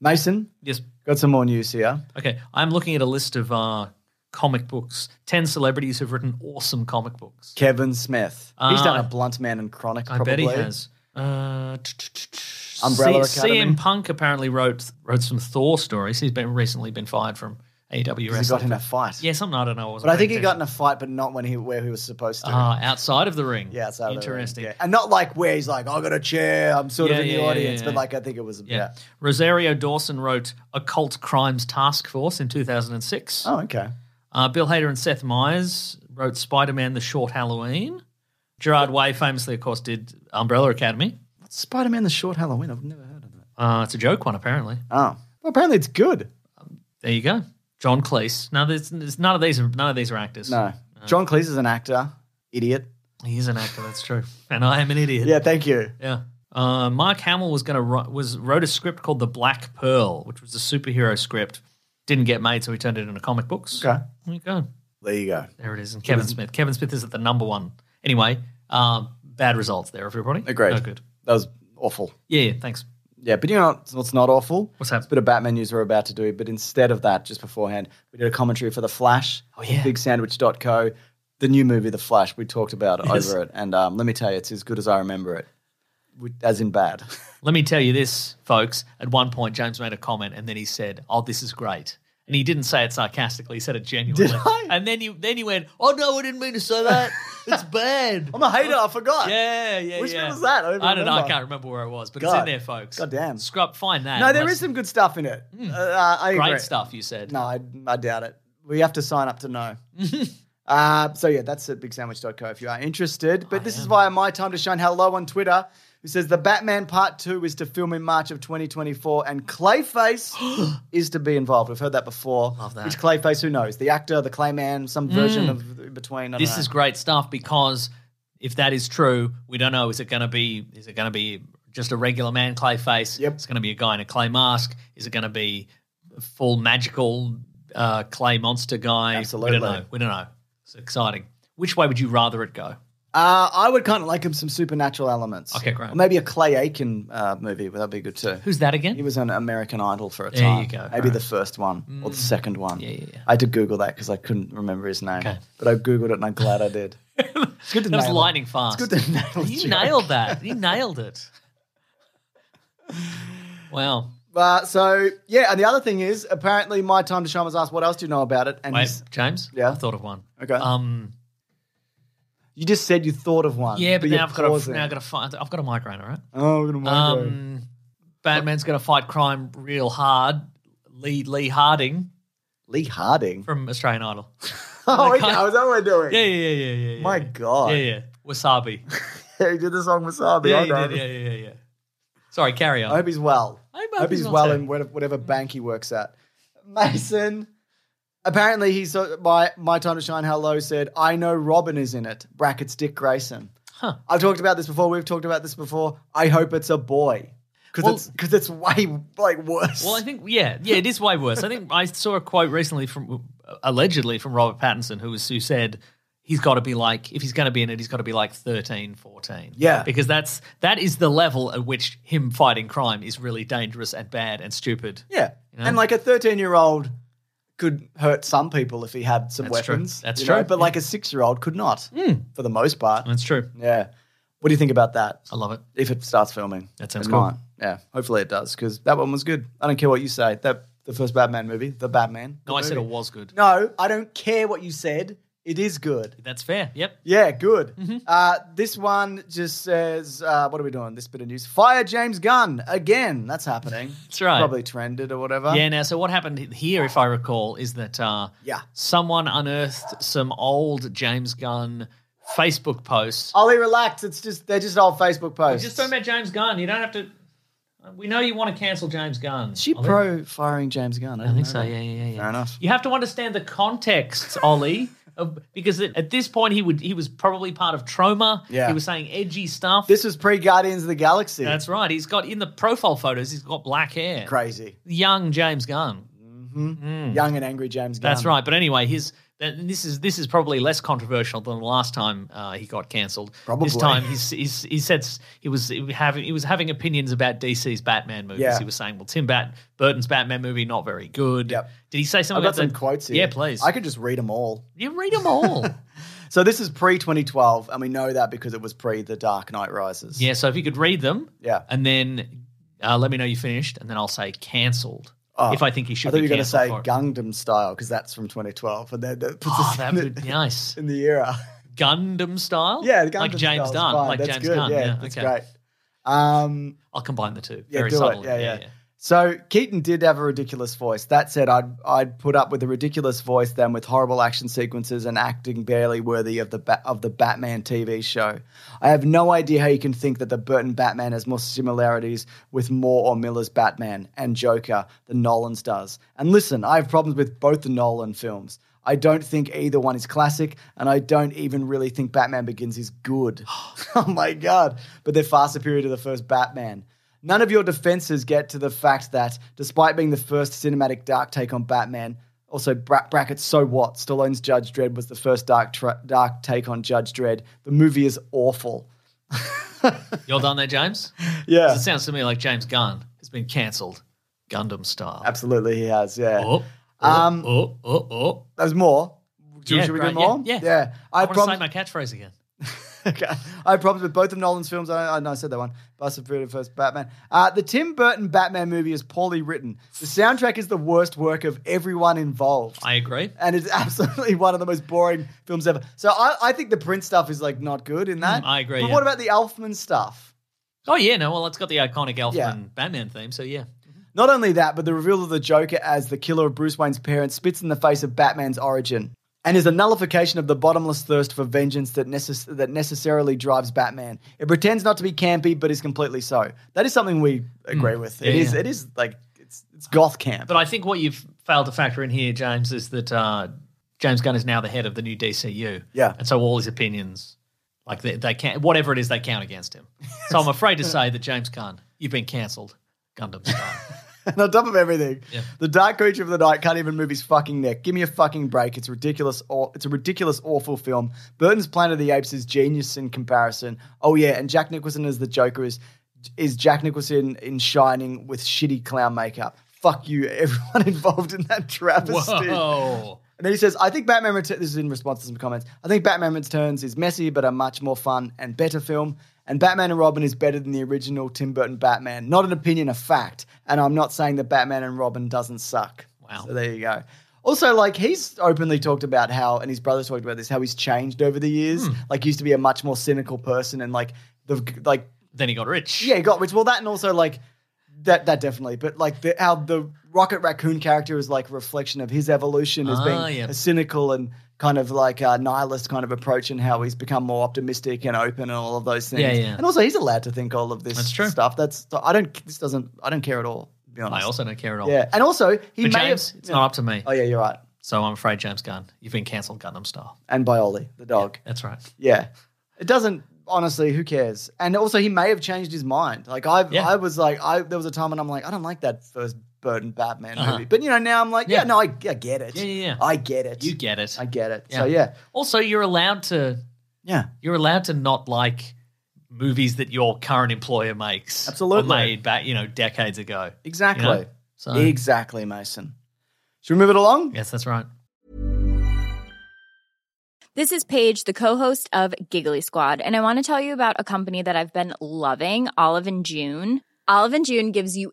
D: Mason,
E: Yes.
D: got some more news here.
E: Okay. I'm looking at a list of uh, comic books. Ten celebrities who've written awesome comic books.
D: Kevin Smith. He's
E: Uh,
D: done a
E: I-
D: Blunt Man and Chronic
E: I
D: probably.
E: bet he has. Uh, t- t- t- t-
D: Umbrella
E: C-
D: Academy.
E: CM Punk apparently wrote wrote some Thor stories. He's been recently been fired from AEW
D: Because he got
E: wrestling.
D: in a fight.
E: yeah, something I don't know. I wasn't
D: But I think he
E: paying
D: got
E: attention.
D: in a fight, but not when he where he was supposed to.
E: Ah, outside of the ring.
D: yeah, so
E: interesting.
D: And not like where he's like, I got a chair, I'm sort
E: Yeah,
D: of in
E: yeah,
D: the
E: yeah,
D: audience,
E: yeah,
D: but
E: yeah.
D: like I think it was, yeah.
E: Yeah. Rosario Dawson wrote Occult Crimes Task Force in 2006.
D: Oh, okay.
E: Uh, Bill Hader and Seth Meyers wrote Spider Man The Short Halloween. Gerard Way famously, of course, did Umbrella Academy.
D: What's Spider Man the Short Halloween? I've never heard of that.
E: Uh, it's a joke one, apparently.
D: Oh. Well, apparently it's good.
E: There you go. John Cleese. Now, there's, there's none of these. Are, none of these are actors.
D: No. Uh. John Cleese is an actor. Idiot.
E: He is an actor. That's true. And I am an idiot.
D: Yeah, thank you.
E: Yeah. Uh, Mark Hamill was going to was wrote a script called The Black Pearl, which was a superhero script. Didn't get made, so he turned it into comic books.
D: Okay.
E: There you go.
D: There you go.
E: There it is. And Kevin Smith. Kevin Smith is at the number one. Anyway, um, bad results there, everybody.
D: Agreed.
E: No Oh, good.
D: That was awful.
E: Yeah, yeah. Thanks.
D: Yeah, but you know what's- what's not awful?
E: What's
D: that?
E: that?
D: It's a bit of Batman news we're about to do, but instead of that, just beforehand, we did a commentary for The Flash. Oh,
E: yeah.
D: BigSandwich.co. The new movie, The Flash, we talked about it
E: Yes.
D: over it. And um, let me tell you, it's as good as I remember it, We- as in bad.
E: Let me tell you this, folks. At one point, James made a comment, and then he said, "Oh, this is great." And he didn't say it sarcastically; he said it genuinely.
D: Did I?
E: And then you then you went, "Oh no, I didn't mean to say that. it's bad."
D: I'm a hater, I forgot.
E: Yeah, yeah,
D: Which bit
E: yeah.
D: was that? I don't even
E: don't know. I
D: remember.
E: can't remember where it was, but it's
D: God.
E: in there, folks.
D: Goddamn.
E: Scrub, find that.
D: No, there
E: That's
D: is some good stuff in it. Uh, uh, I
E: Hmm. great
D: agree.
E: stuff you said.
D: No, I, I doubt it. We have to sign up to know. uh, so, yeah, that's at bigsandwich.co if you are interested. But this is via My Time to Shine Hello on Twitter, who says The Batman Part 2 is to film in March of 2024 and Clayface is to be involved. We've heard that before.
E: Love that. Mm.
D: Which Clayface, who knows? The actor, the Clayman, some version of in between. I
E: This is great stuff because if that is true, we don't know. Is it going to be? Is it going to be just a regular man clay face?
D: Yep.
E: It's going to be a guy in a clay mask. Is it going to be a full magical uh, clay monster guy?
D: Absolutely.
E: We don't know. We don't know. It's exciting. Which way would you rather it go?
D: Uh, I would kind of like him some supernatural elements.
E: Okay, great.
D: Or maybe a Clay Aiken uh, movie. Well, that'd be good too.
E: Who's that again?
D: He was on American Idol for a
E: There
D: time.
E: you go. Mm.
D: Maybe the first one or the second one.
E: Yeah, yeah, yeah.
D: I had to Google that because I couldn't remember his name.
E: Okay.
D: But I Googled it and I'm glad I did. it's good to
E: that was
D: nail it.
E: lightning fast.
D: It's good to nail a
E: You
D: joke.
E: nailed that. You nailed it. Wow.
D: Uh, so, yeah, and the other thing is apparently My Time to Shine was asked, what else do you know about it? And
E: Wait,
D: he's-
E: James?
D: Yeah? Uh,
E: I thought of one.
D: Okay.
E: Um,
D: you just said you thought of one.
E: yeah, but,
D: uh, you're
E: now I've got to,
D: pausing.
E: now I've got to find, I've got a migraine, all right?
D: Oh, I'm gonna migraine.
E: Um, Batman's going to fight crime real hard. Lee Lee Harding
D: Lee Harding.
E: from Australian Idol.
D: Oh,
E: that
D: okay.
E: guy-
D: Is that what we're doing?
E: Yeah, yeah, yeah, yeah, yeah.
D: My
E: yeah.
D: God.
E: Yeah, yeah. Wasabi.
D: Yeah, he did the song Wasabi.
E: yeah,
D: I know.
E: yeah, yeah, yeah, yeah. Sorry, carry on.
D: I hope he's well.
E: I hope
D: I hope
E: he's
D: he's
E: not
D: well
E: sick.
D: in whatever, whatever bank he works at. Mason. Apparently, he's uh, my my time to shine. Hello said, I know Robin is in it. Brackets Dick Grayson.
E: Huh.
D: I've talked about this before. We've talked about this before. I hope it's a boy because
E: Well-
D: it's because it's way like worse.
E: Well, I think yeah, yeah, it is way worse. I think I saw a quote recently from allegedly from Robert Pattinson, who was who said he's got to be like if he's going to be in it, he's got to be like 13, 14.
D: Yeah.
E: because that's that is the level at which him fighting crime is really dangerous and bad and stupid.
D: Yeah.
E: You know?
D: And like a 13 year old could hurt some people if he had some
E: That's true.
D: weapons.
E: That's
D: you know,
E: true. Hmm.
D: But like a six year old could not, for the most part.
E: That's true.
D: Yeah. What do you think about that?
E: I love it.
D: If it starts filming,
E: That sounds
D: It
E: cool.
D: might. Yeah, hopefully it does because that one was good. I don't care what you say. That the first Batman movie, the Batman.
E: No, I said it
D: movie.
E: was good.
D: No, I don't care what you said. It is good.
E: That's fair. Yep.
D: Yeah, good.
E: Mm-hmm.
D: Uh, this one just says, uh, what are we doing? This bit of news. Fire James Gunn again. That's happening.
E: That's right.
D: Probably trended or whatever.
E: Yeah. Now, so what happened here, if I recall, is that uh,
D: Yeah.
E: someone unearthed some old James Gunn Facebook posts.
D: Ollie, relax. It's just they're just old Facebook posts.
E: Just talking about James Gunn. You don't have to. We know you want to cancel James Gunn.
D: Is she pro firing James Gunn?
E: I think so. Yeah, yeah, yeah. yeah.
D: Fair enough.
E: You have to understand the context, Ollie, of, because at at this point he would he was probably part of trauma.
D: Yeah.
E: he was saying edgy stuff.
D: This was pre Guardians of the Galaxy.
E: That's right. He's got in the profile photos. He's got black hair.
D: crazy.
E: Young James Gunn.
D: Young and angry James Gunn.
E: Hmm. That's right. But anyway, his th- this is this is probably less controversial than the last time uh, he got cancelled.
D: Probably.
E: this time he's, he's, he said s- he was he was having he was having opinions about DC's Batman movies.
D: Yeah.
E: He was saying, well, Tim Bat- Burton's Batman movie not very good.
D: Yep.
E: Did he say something?
D: I've got
E: about
D: some
E: the-
D: quotes here.
E: Yeah, please.
D: I could just read them all.
E: you read them all.
D: So this is pre 2012, and we know that because it was pre The Dark Knight Rises.
E: yeah. So if you could read them,
D: Yeah.
E: and then uh, let me know you finished, and then I'll say cancelled
D: Oh.
E: if I think he should.
D: I thought
E: be
D: you were going to say
E: cancelled for it.
D: Gundam style because that's from 2012, and that, that puts
E: Oh,
D: us
E: that
D: in,
E: would
D: the,
E: be nice.
D: in the era.
E: Gundam style?
D: Yeah, the Gundam
E: like James
D: style's
E: Dunn.
D: fine.
E: Like
D: that's
E: James
D: good.
E: Gunn.
D: Yeah,
E: Yeah,
D: that's
E: okay.
D: great. Um,
E: I'll combine the two.
D: Yeah,
E: very
D: do it.
E: subtly.
D: Yeah, yeah. So Keaton did have a ridiculous voice. That said, I'd I'd put up with a ridiculous voice than with horrible action sequences and acting barely worthy of the ba- of the Batman TV show. I have no idea how you can think that the Burton Batman has more similarities with Moore or Miller's Batman and Joker than Nolan's does. And listen, I have problems with both the Nolan films. I don't think either one is classic, and I don't even really think Batman Begins is good. oh my god! But they're far superior to the first Batman. None of your defenses get to the fact that, despite being the first cinematic dark take on Batman, also bra- brackets so what? Stallone's Judge Dredd was the first dark tra- dark take on Judge Dredd. The movie is awful.
E: You're done there, James? 'Cause
D: Yeah,
E: It sounds to me like James Gunn has been cancelled. Gundam style.
D: absolutely, he has. Yeah,
E: Oh, oh,
D: Um,
E: oh, oh, oh.
D: there's more. Do-
E: Yeah,
D: Should we
E: great.
D: do more?
E: Yeah, yeah.
D: I,
E: I
D: have
E: want
D: problems.
E: to say my catchphrase again.
D: okay. I have problems with both of Nolan's films. I, I know I said that one. Bust of Freedom First Batman. Uh, the Tim Burton Batman movie is poorly written. The soundtrack is the worst work of everyone involved.
E: I agree.
D: and it's absolutely one of the most boring films ever. So I, I think the Prince stuff is like not good in that.
E: Mm, I agree,
D: But
E: yeah.
D: what about the Elfman stuff?
E: Oh, yeah, no, well, it's got the iconic Elfman
D: Yeah.
E: Batman theme, so yeah.
D: Not only that, but the reveal of the Joker as the killer of Bruce Wayne's parents spits in the face of Batman's origin and is a nullification of the bottomless thirst for vengeance that, necess- that necessarily drives Batman. It pretends not to be campy, but is completely so. That is something we agree with. It
E: Mm, Yeah,
D: is.
E: yeah.
D: It is like it's it's goth camp.
E: But I think what you've failed to factor in here, James, is that uh, James Gunn is now the head of the new DCU.
D: Yeah.
E: And so all his opinions, like they, they can't, whatever it is, they count against him. So I'm afraid to say that James Gunn, you've been cancelled. Gundam style.
D: And on top of everything,
E: Yeah.
D: the dark creature of the night can't even move his fucking neck. Give me a fucking break. It's ridiculous. Aw- It's a ridiculous, awful film. Burton's Planet of the Apes is genius in comparison. Oh yeah, and Jack Nicholson as the Joker is is Jack Nicholson in Shining with shitty clown makeup. Fuck you, everyone involved in that travesty.
E: Whoa.
D: And then he says, I think Batman Returns, this is in response to some comments, I think Batman Returns is messy, but a much more fun and better film. And Batman and Robin is better than the original Tim Burton Batman. Not an opinion, a fact. And I'm not saying that Batman and Robin doesn't suck.
E: Wow.
D: So there you go. Also, like, he's openly talked about how, and his brother's talked about this, how he's changed over the years. Like, he used to be a much more cynical person and, like, the, like,
E: Then he got rich.
D: yeah, he got rich. Well, that and also like that that definitely, but like the, how the Rocket Raccoon character is like a reflection of his evolution as
E: Ah,
D: being
E: yeah.
D: a cynical and kind of like a nihilist kind of approach and how he's become more optimistic and open and all of those things.
E: Yeah, yeah.
D: And also he's allowed to think all of this
E: That's true.
D: stuff. That's so I don't this doesn't I don't care at all, to be honest.
E: I also don't care at all.
D: yeah. And also he
E: But
D: may
E: James,
D: have
E: it's not up to me.
D: Oh yeah, you're right.
E: So I'm afraid, James Gunn, you've been cancelled Gundam style.
D: And by Ollie, the dog.
E: That's right.
D: Yeah. It doesn't honestly, who cares? And also he may have changed his mind. Like I
E: Yeah.
D: I was like I there was a time when I'm like, I don't like that first Burton Batman movie. But you know, now I'm like, yeah,
E: Uh-huh. Yeah.
D: no, I, I get it.
E: Yeah, yeah, yeah.
D: I get it.
E: You get it.
D: I get it.
E: Yeah.
D: So yeah,
E: also, you're allowed to
D: yeah.
E: you're allowed to not like movies that your current employer makes.
D: Absolutely.
E: Or made back, you know, decades ago.
D: Exactly.
E: You know? So
D: Exactly, Mason. Should we move it along?
E: yes, that's right.
F: This is Paige, the co-host of Giggly Squad, and I want to tell you about a company that I've been loving, Olive and June. Olive and June gives you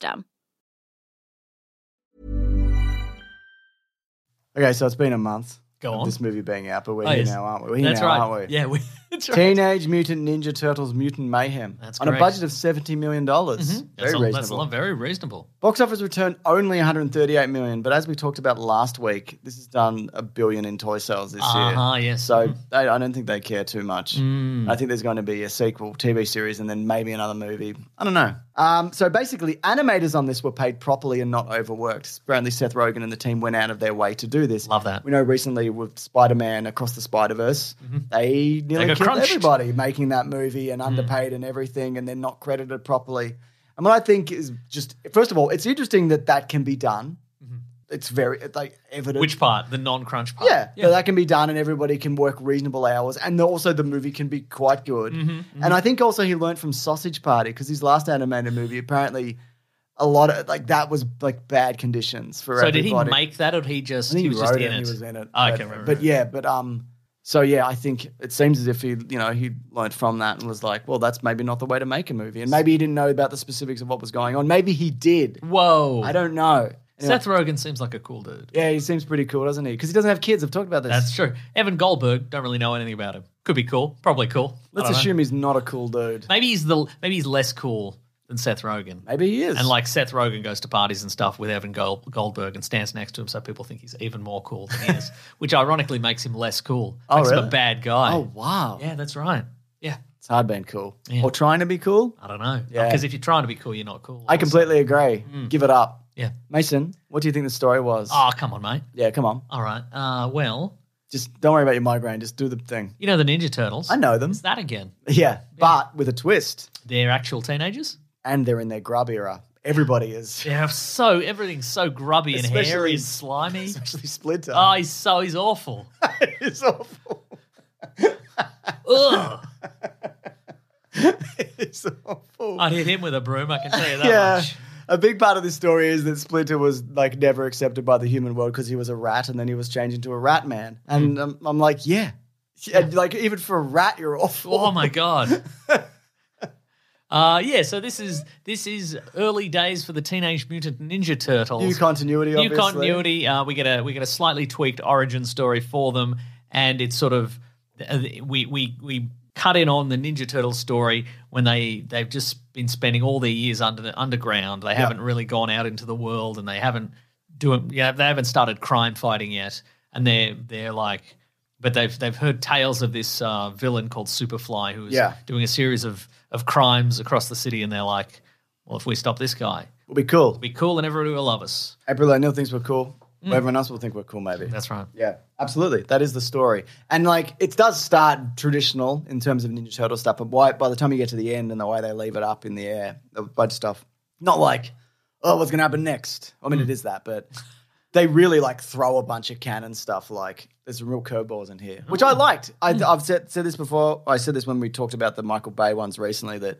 D: Okay, so it's been a month.
E: Go
D: of
E: on.
D: This movie being out, but we're
E: Oh,
D: here
E: yes.
D: now, aren't we? We're here
E: That's
D: now,
E: right.
D: aren't we?
E: Yeah, we, that's right.
D: Teenage Mutant Ninja Turtles: Mutant Mayhem.
E: That's
D: on a
E: correct. Mm-hmm.
D: budget of seventy million dollars. Very
E: That's a,
D: reasonable.
E: That's a lot, very reasonable.
D: Box office return only 138 million, but as we talked about last week, this has done a billion in toy sales this
E: Uh-huh,
D: year.
E: yes. Mm.
D: So they, I don't think they care too much. I think there's going to be a sequel, TV series, and then maybe another movie. I don't know. Um, so basically, animators on this were paid properly and not overworked. Apparently, Seth Rogen and the team went out of their way to do this.
E: Love that. Mm-hmm.
D: We know recently with Spider Man Across the Spider Verse, they nearly killed
E: got crunched. Hmm.
D: everybody making that movie and underpaid and everything, and they're not credited properly. And what I think is just, first of all, it's interesting that that can be done. It's very it's like evident.
E: Mm-hmm. Which part? The non-crunch part.
D: Yeah, so that can be done, and everybody can work reasonable hours, and the- also the movie can be quite good.
E: Mm-hmm,
D: And I think also he learned from Sausage Party because his last animated movie apparently a lot of like that was like bad conditions for
E: so did
D: everybody.
E: he make that, or he just
D: I think
E: he was just
D: wrote
E: in it?
D: and He was in it.
E: Oh,
D: but,
E: okay, right, right,
D: but
E: right.
D: yeah, but um, so yeah, I think it seems as if he, you know, he learned from that and was like, well, that's maybe not the way to make a movie, and maybe he didn't know about the specifics of what was going on. Maybe he did.
E: Whoa.
D: I don't know. Anyway,
E: Seth Rogen seems like a cool dude.
D: yeah, he seems pretty cool, doesn't he? Because he doesn't have kids. I've talked about this.
E: That's true. Evan Goldberg, don't really know anything about him. Could be cool. Probably cool. I
D: Let's
E: don't know.
D: assume he's not a cool dude.
E: Maybe he's the maybe he's less cool than Seth Rogen.
D: Maybe he is.
E: And like Seth Rogen goes to parties and stuff with Evan Gold, Goldberg and stands next to him, so people think he's even more cool than he is, which ironically makes him less cool.
D: Oh,
E: makes him
D: really?
E: a bad guy.
D: oh wow,
E: Yeah, that's right. Yeah,
D: it's hard being cool
E: Yeah.
D: or trying to be cool.
E: I don't know.
D: Yeah.
E: Because if you're trying to be cool, you're not cool.
D: I completely agree.
E: Mm.
D: Give it up,
E: Yeah.
D: Mason. What do you think the story was?
E: Oh, come on, mate.
D: Yeah, come on.
E: All right. Uh, well,
D: Just don't worry about your migraine. Just do the thing.
E: You know the Ninja Turtles.
D: I know them.
E: It's that again.
D: Yeah, but with a twist.
E: They're actual teenagers.
D: And they're in their grub era. Everybody is.
E: They're so everything's so grubby and hairy
D: Especially-
E: and slimy.
D: Especially Splinter.
E: Oh, he's so he's awful.
D: it's awful.
E: Ugh.
D: It's awful.
E: I'd hit him with a broom. I can tell you that
D: yeah.
E: much.
D: A big part of this story is that Splinter was like never accepted by the human world because he was a rat, and then he was changed into a rat man.
E: Hmm.
D: And um, I'm like, yeah, Yeah, like even for a rat, you're awful.
E: Oh my god. Uh, yeah, so this is this is early days for the Teenage Mutant Ninja Turtles.
D: New continuity,
E: New
D: obviously.
E: continuity. Uh, we get a we get a slightly tweaked origin story for them, and it's sort of uh, we we we cut in on the Ninja Turtle story when they they've just been spending all their years under the underground. They haven't really gone out into the world, and they haven't doing yeah they haven't started crime fighting yet, and they're they're like. But they've they've heard tales of this uh, villain called Superfly who's
D: Yeah.
E: doing a series of, of crimes across the city, and they're like, "Well, if we stop this guy,
D: Will be cool.
E: it'll be cool, and everybody will love us."
D: April O'Neil thinks we're cool. Well, everyone else will think we're cool, maybe.
E: Hmm. That's right.
D: Yeah, absolutely. That is the story. And like it does start traditional in terms of Ninja Turtle stuff, but why, by the time you get to the end and the way they leave it up in the air, a bunch of stuff, not like, oh, what's going to happen next? I mean, it is that, but they really like throw a bunch of cannon stuff. Like there's some real curveballs in here, which I liked. I, I've said, said this before. I said this when we talked about the Michael Bay ones recently that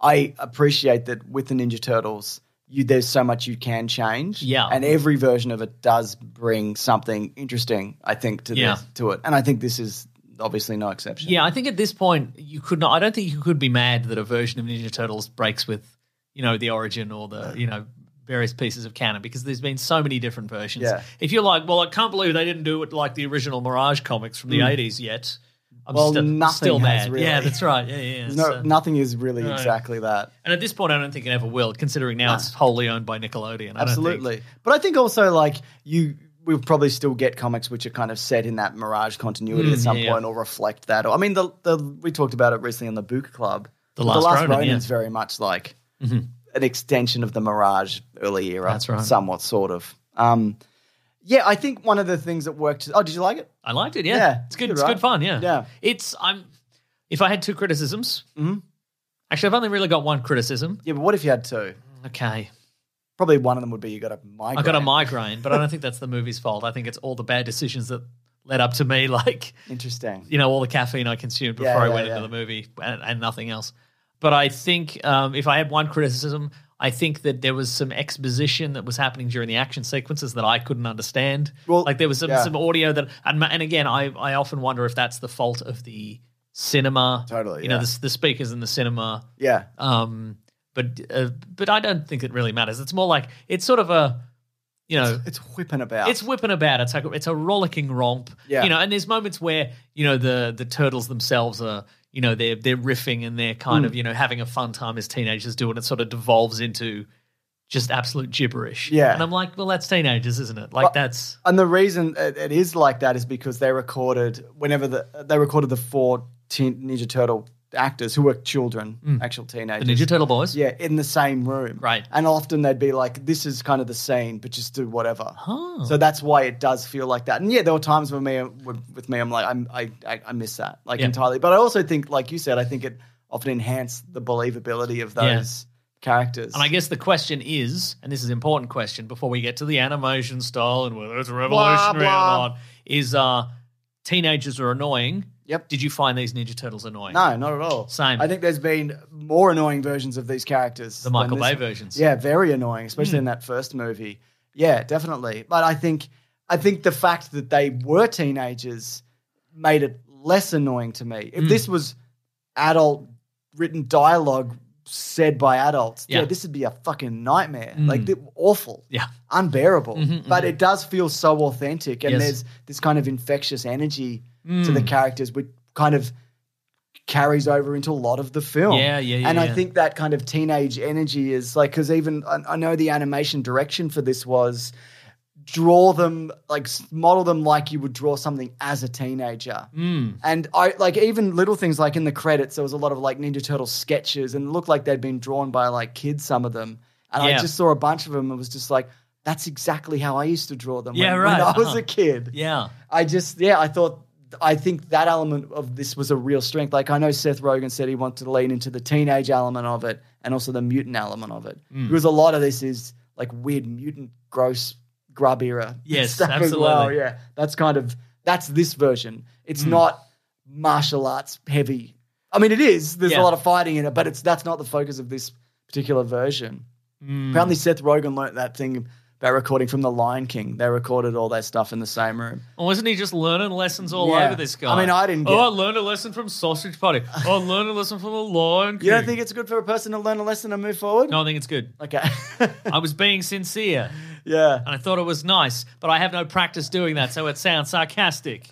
D: I appreciate that with the Ninja Turtles, you there's so much you can change.
E: Yeah.
D: And every version of it does bring something interesting, I think, to
E: Yeah.
D: this, to it. And I think this is obviously no exception.
E: Yeah, I think at this point you could not. I don't think you could be mad that a version of Ninja Turtles breaks with, you know, the origin or the you know various pieces of canon because there's been so many different versions.
D: Yeah.
E: If you're like, well, I can't believe they didn't do it like the original Mirage comics from the '80s yet. I'm
D: Mm. Well,
E: still,
D: nothing
E: still
D: has
E: mad.
D: really.
E: Yeah, that's right. Yeah, yeah. yeah.
D: There's no,
E: So-
D: nothing is really exactly that.
E: and at this point, I don't think it ever will, considering now it's wholly owned by Nickelodeon. I don't think-
D: Absolutely. but I think also like you we'll probably still get comics which are kind of set in that Mirage continuity at some
E: Mm, yeah, yeah.
D: point or reflect that. Or I mean the, the we talked about it recently on the book club.
E: The Last Ronin,
D: Ronin's
E: yeah. Mm-hmm.
D: very much like an extension of the Mirage early era.
E: That's right.
D: Somewhat sort of. Um yeah, I think one of the things that worked. Oh, did you like it?
E: I liked it. Yeah,
D: Yeah,
E: it's good.
D: good,
E: It's
D: right?
E: good fun. Yeah,
D: Yeah. Mm-hmm.
E: It's I'm. If I had two criticisms, actually, I've only really got one criticism.
D: Yeah, but what if you had two?
E: Okay.
D: Probably one of them would be you got a migraine.
E: I got a migraine, but I don't think that's the movie's fault. I think it's all the bad decisions that led up to me, like
D: Interesting.
E: you know, all the caffeine I consumed before
D: Yeah,
E: I
D: yeah,
E: went
D: yeah.
E: into the movie and, and nothing else. But I think um, if I had one criticism, I think that there was some exposition that was happening during the action sequences that I couldn't understand.
D: Well,
E: like there was some,
D: yeah.
E: some audio that, and, ma- and again, I, I often wonder if that's the fault of the cinema.
D: Totally,
E: You know,
D: yeah.
E: the, the speakers in the cinema.
D: Yeah.
E: Um, but uh, but I don't think it really matters. It's more like it's sort of a, you know,
D: It's whipping about.
E: it's whipping about. It's like it's a rollicking romp.
D: Yeah.
E: You know, and there's moments where you know the the turtles themselves are you know they're they're riffing and they're kind
D: Mm.
E: of you know having a fun time as teenagers do, and it sort of devolves into just absolute gibberish.
D: Yeah.
E: And I'm like, well, that's teenagers, isn't it? Like
D: Well-
E: that's
D: And the reason it, it is like that is because they recorded whenever the they recorded the four teen, Ninja Turtle actors who were children, actual
E: Mm. the
D: teenagers.
E: Ninja Turtle boys.
D: yeah, in the same room.
E: Right.
D: And often they'd be like, this is kind of the scene, but just do whatever.
E: Oh.
D: So that's why it does feel like that. And yeah, there were times with me, with with me, I'm like, I'm, I, I, I miss that like
E: Yeah.
D: entirely. But I also think, like you said, I think it often enhanced the believability of
E: Yeah.
D: those characters.
E: And I guess the question is, and this is an important question before we get to the animation style and whether it's
D: Blah,
E: revolutionary
D: blah.
E: or not, is uh teenagers are annoying.
D: Yep.
E: Did you find these Ninja Turtles annoying?
D: no, not at all.
E: Same.
D: I think there's been more annoying versions of these characters.
E: The Michael Bay
D: version.
E: versions. Hmm.
D: Yeah, very annoying, especially in that first movie. Yeah, definitely. But I think I think the fact that they were teenagers made it less annoying to me.
E: Hmm.
D: If this was adult written dialogue said by adults, yeah,
E: Yeah. Hmm.
D: this would be a fucking nightmare. Like th- awful.
E: Yeah. Mm-hmm,
D: Unbearable. But it does feel so authentic and
E: Yes. Hmm.
D: there's this kind of infectious energy to the characters which kind of carries over into a lot of the film.
E: Yeah, yeah, yeah,
D: And I
E: yeah.
D: think that kind of teenage energy is like because even I, I know the animation direction for this was draw them like s- model them like you would draw something as a teenager.
E: Hmm.
D: And I like even little things like in the credits there was a lot of like Ninja Turtle sketches and it looked like they'd been drawn by like kids some of them. And I
E: Yeah.
D: just saw a bunch of them and was just like that's exactly how I used to draw them
E: Yeah,
D: when,
E: right,
D: when I was
E: uh-huh.
D: a kid.
E: Yeah.
D: I just, yeah, I thought, I think that element of this was a real strength. Like, I know Seth Rogen said he wanted to lean into the teenage element of it and also the mutant element of it.
E: Mm.
D: Because a lot of this is like weird mutant, gross, grub era.
E: Yes,
D: stuff as well.
E: absolutely. Mm.
D: Yeah, that's kind of, that's this version. It's not martial arts heavy. I mean, it is. There's a
E: Yeah.
D: lot of fighting in it, but it's that's not the focus of this particular version.
E: Mm.
D: Apparently, Seth Rogen learnt that thing about recording from The Lion King. They recorded all their stuff in the same room.
E: Or wasn't he just learning lessons all
D: Yeah.
E: over this guy?
D: I mean, I didn't
E: Oh,
D: get-
E: I learned a lesson from Sausage Party. Oh, I learned a lesson from the Lion King.
D: You don't think it's good for a person to learn a lesson and move forward?
E: Hmm. No, I think it's good.
D: Okay.
E: I was being sincere,
D: yeah.
E: and I thought it was nice, but I have no practice doing that, so it sounds sarcastic.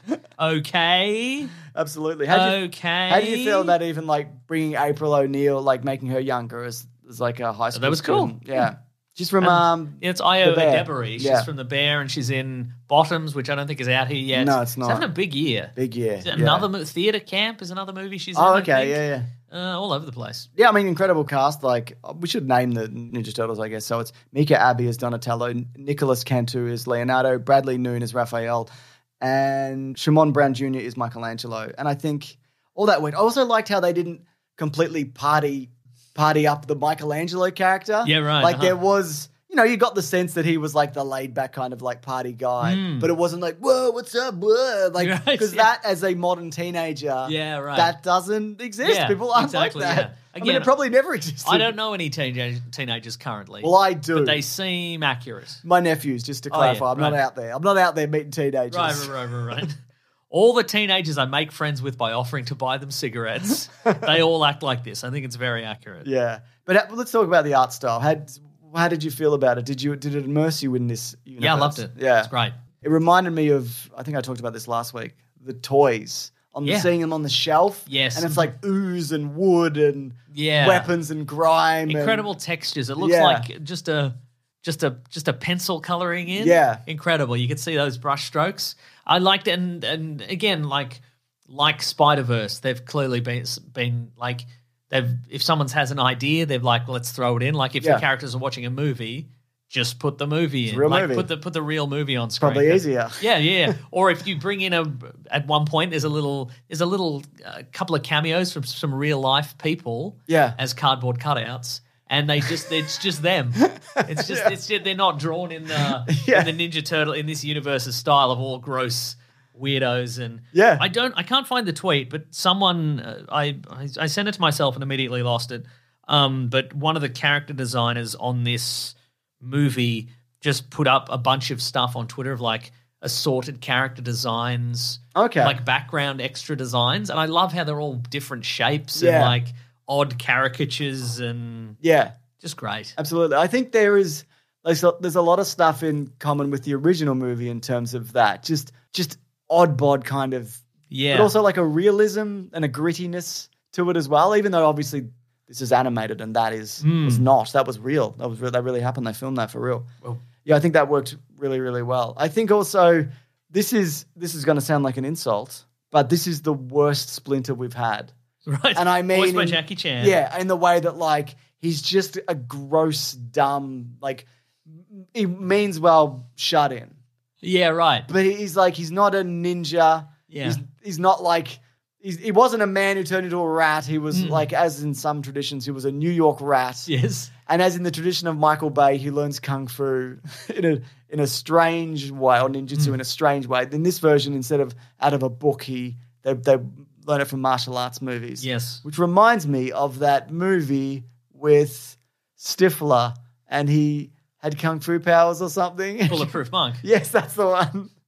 E: Okay.
D: Absolutely. How do you,
E: Okay.
D: How do you feel about even like bringing April O'Neil, like making her younger as, as like a high school?
E: Oh, was cool. Hmm.
D: student? Yeah. She's from um.
E: It's Io
D: The Bear.
E: Adebary. She's
D: Yeah.
E: from The Bear, and she's in Bottoms, which I don't think is out here yet.
D: No, it's
E: She's
D: not.
E: having a big year.
D: Big year.
E: Is
D: yeah.
E: it Another mo- theater camp is another movie she's in.
D: Oh,
E: I
D: okay.
E: think.
D: Yeah, yeah.
E: Uh, all over the place.
D: Yeah, I mean, incredible cast. Like, we should name the Ninja Turtles, I guess. So it's Mika Abbey as Donatello, Nicholas Cantu is Leonardo, Bradley Noon is Raphael, and Shimon Brown Jr. is Michelangelo. And I think all that went. I also liked how they didn't completely party party up the Michelangelo character.
E: Yeah, right,
D: Like
E: uh-huh.
D: there was. You know, you got the sense that he was like the laid back kind of like party guy, but it wasn't like, whoa, what's up? Whoa. Like,
E: Hmm. Right,
D: because
E: yeah.
D: that as a modern teenager,
E: Yeah, right.
D: that doesn't exist.
E: Yeah,
D: People aren't
E: exactly,
D: like that.
E: yeah.
D: I mean,
E: Again,
D: it probably never existed.
E: I don't know any teenage, teenagers currently.
D: Well, I do.
E: but they seem accurate.
D: My nephews, just to
E: Oh,
D: clarify,
E: yeah,
D: I'm not
E: right.
D: out there. I'm not out there meeting teenagers.
E: Right, right, right, right, right. All the teenagers I make friends with by offering to buy them cigarettes, they all act like this. I think it's very accurate.
D: Yeah, but uh, let's talk about the art style. How how did you feel about it? Did you did it immerse you in this? Universe?
E: Yeah, I loved it.
D: Yeah,
E: It's great.
D: It reminded me of I think I talked about this last week. The toys. I'm
E: Yeah.
D: seeing them on the shelf.
E: Yes.
D: and it's like ooze and wood and
E: Yeah.
D: weapons and grime. and-
E: Incredible textures. It looks
D: Yeah.
E: like just a just a just a pencil coloring in.
D: Yeah.
E: Incredible. You can see those brush strokes. I liked it and and again like like Spider-Verse, they've clearly been been like they've if someone's has an idea, they've like let's throw it in like if
D: Yeah.
E: the characters are watching a movie, just put the movie in.
D: real
E: like
D: movie.
E: put the put the real movie on screen.
D: probably
E: That-
D: easier.
E: Yeah, yeah. or if you bring in a at one point there's a little there's a little uh, couple of cameos from some real life people.
D: Yeah.
E: as cardboard cutouts. And they just it's just them. It's just it's just, they're not drawn in the
D: Yeah.
E: in the Ninja Turtle in this universe's style of all gross weirdos and
D: Yeah.
E: I don't I can't find the tweet, but someone uh, I, I I sent it to myself and immediately lost it. Um, but one of the character designers on this movie just put up a bunch of stuff on Twitter of like assorted character designs,
D: Okay.
E: like background extra designs, and I love how they're all different shapes and
D: Yeah.
E: like odd caricatures and
D: Yeah.
E: just great.
D: Absolutely. I think there is there's a, there's a lot of stuff in common with the original movie in terms of that. Just just odd bod kind of
E: Yeah,
D: but also like a realism and a grittiness to it as well, even though obviously this is animated and that is was not. That was real. That was real. That really happened. They filmed that for real. Yeah, I think that worked really, really well. I think also this is this is gonna sound like an insult, but this is the worst splinter we've had.
E: right.
D: And I mean,
E: voiced by
D: in-
E: Jackie Chan.
D: Yeah, in the way that like he's just a gross, dumb, like he means well shut in,
E: yeah, right.
D: but he's like he's not a ninja.
E: Yeah.
D: he's, he's not like. He's, he wasn't a man who turned into a rat. He
E: Mm.
D: was like, as in some traditions, he was a New York rat.
E: Yes.
D: And as in the tradition of Michael Bay, he learns kung fu in a in a strange way, or ninjutsu
E: Hmm.
D: in a strange way. In this version, instead of out of a book, he they, they learn it from martial arts movies.
E: Yes.
D: Which reminds me of that movie with Stifler, and he had kung fu powers or something.
E: Bulletproof monk.
D: yes, that's the one.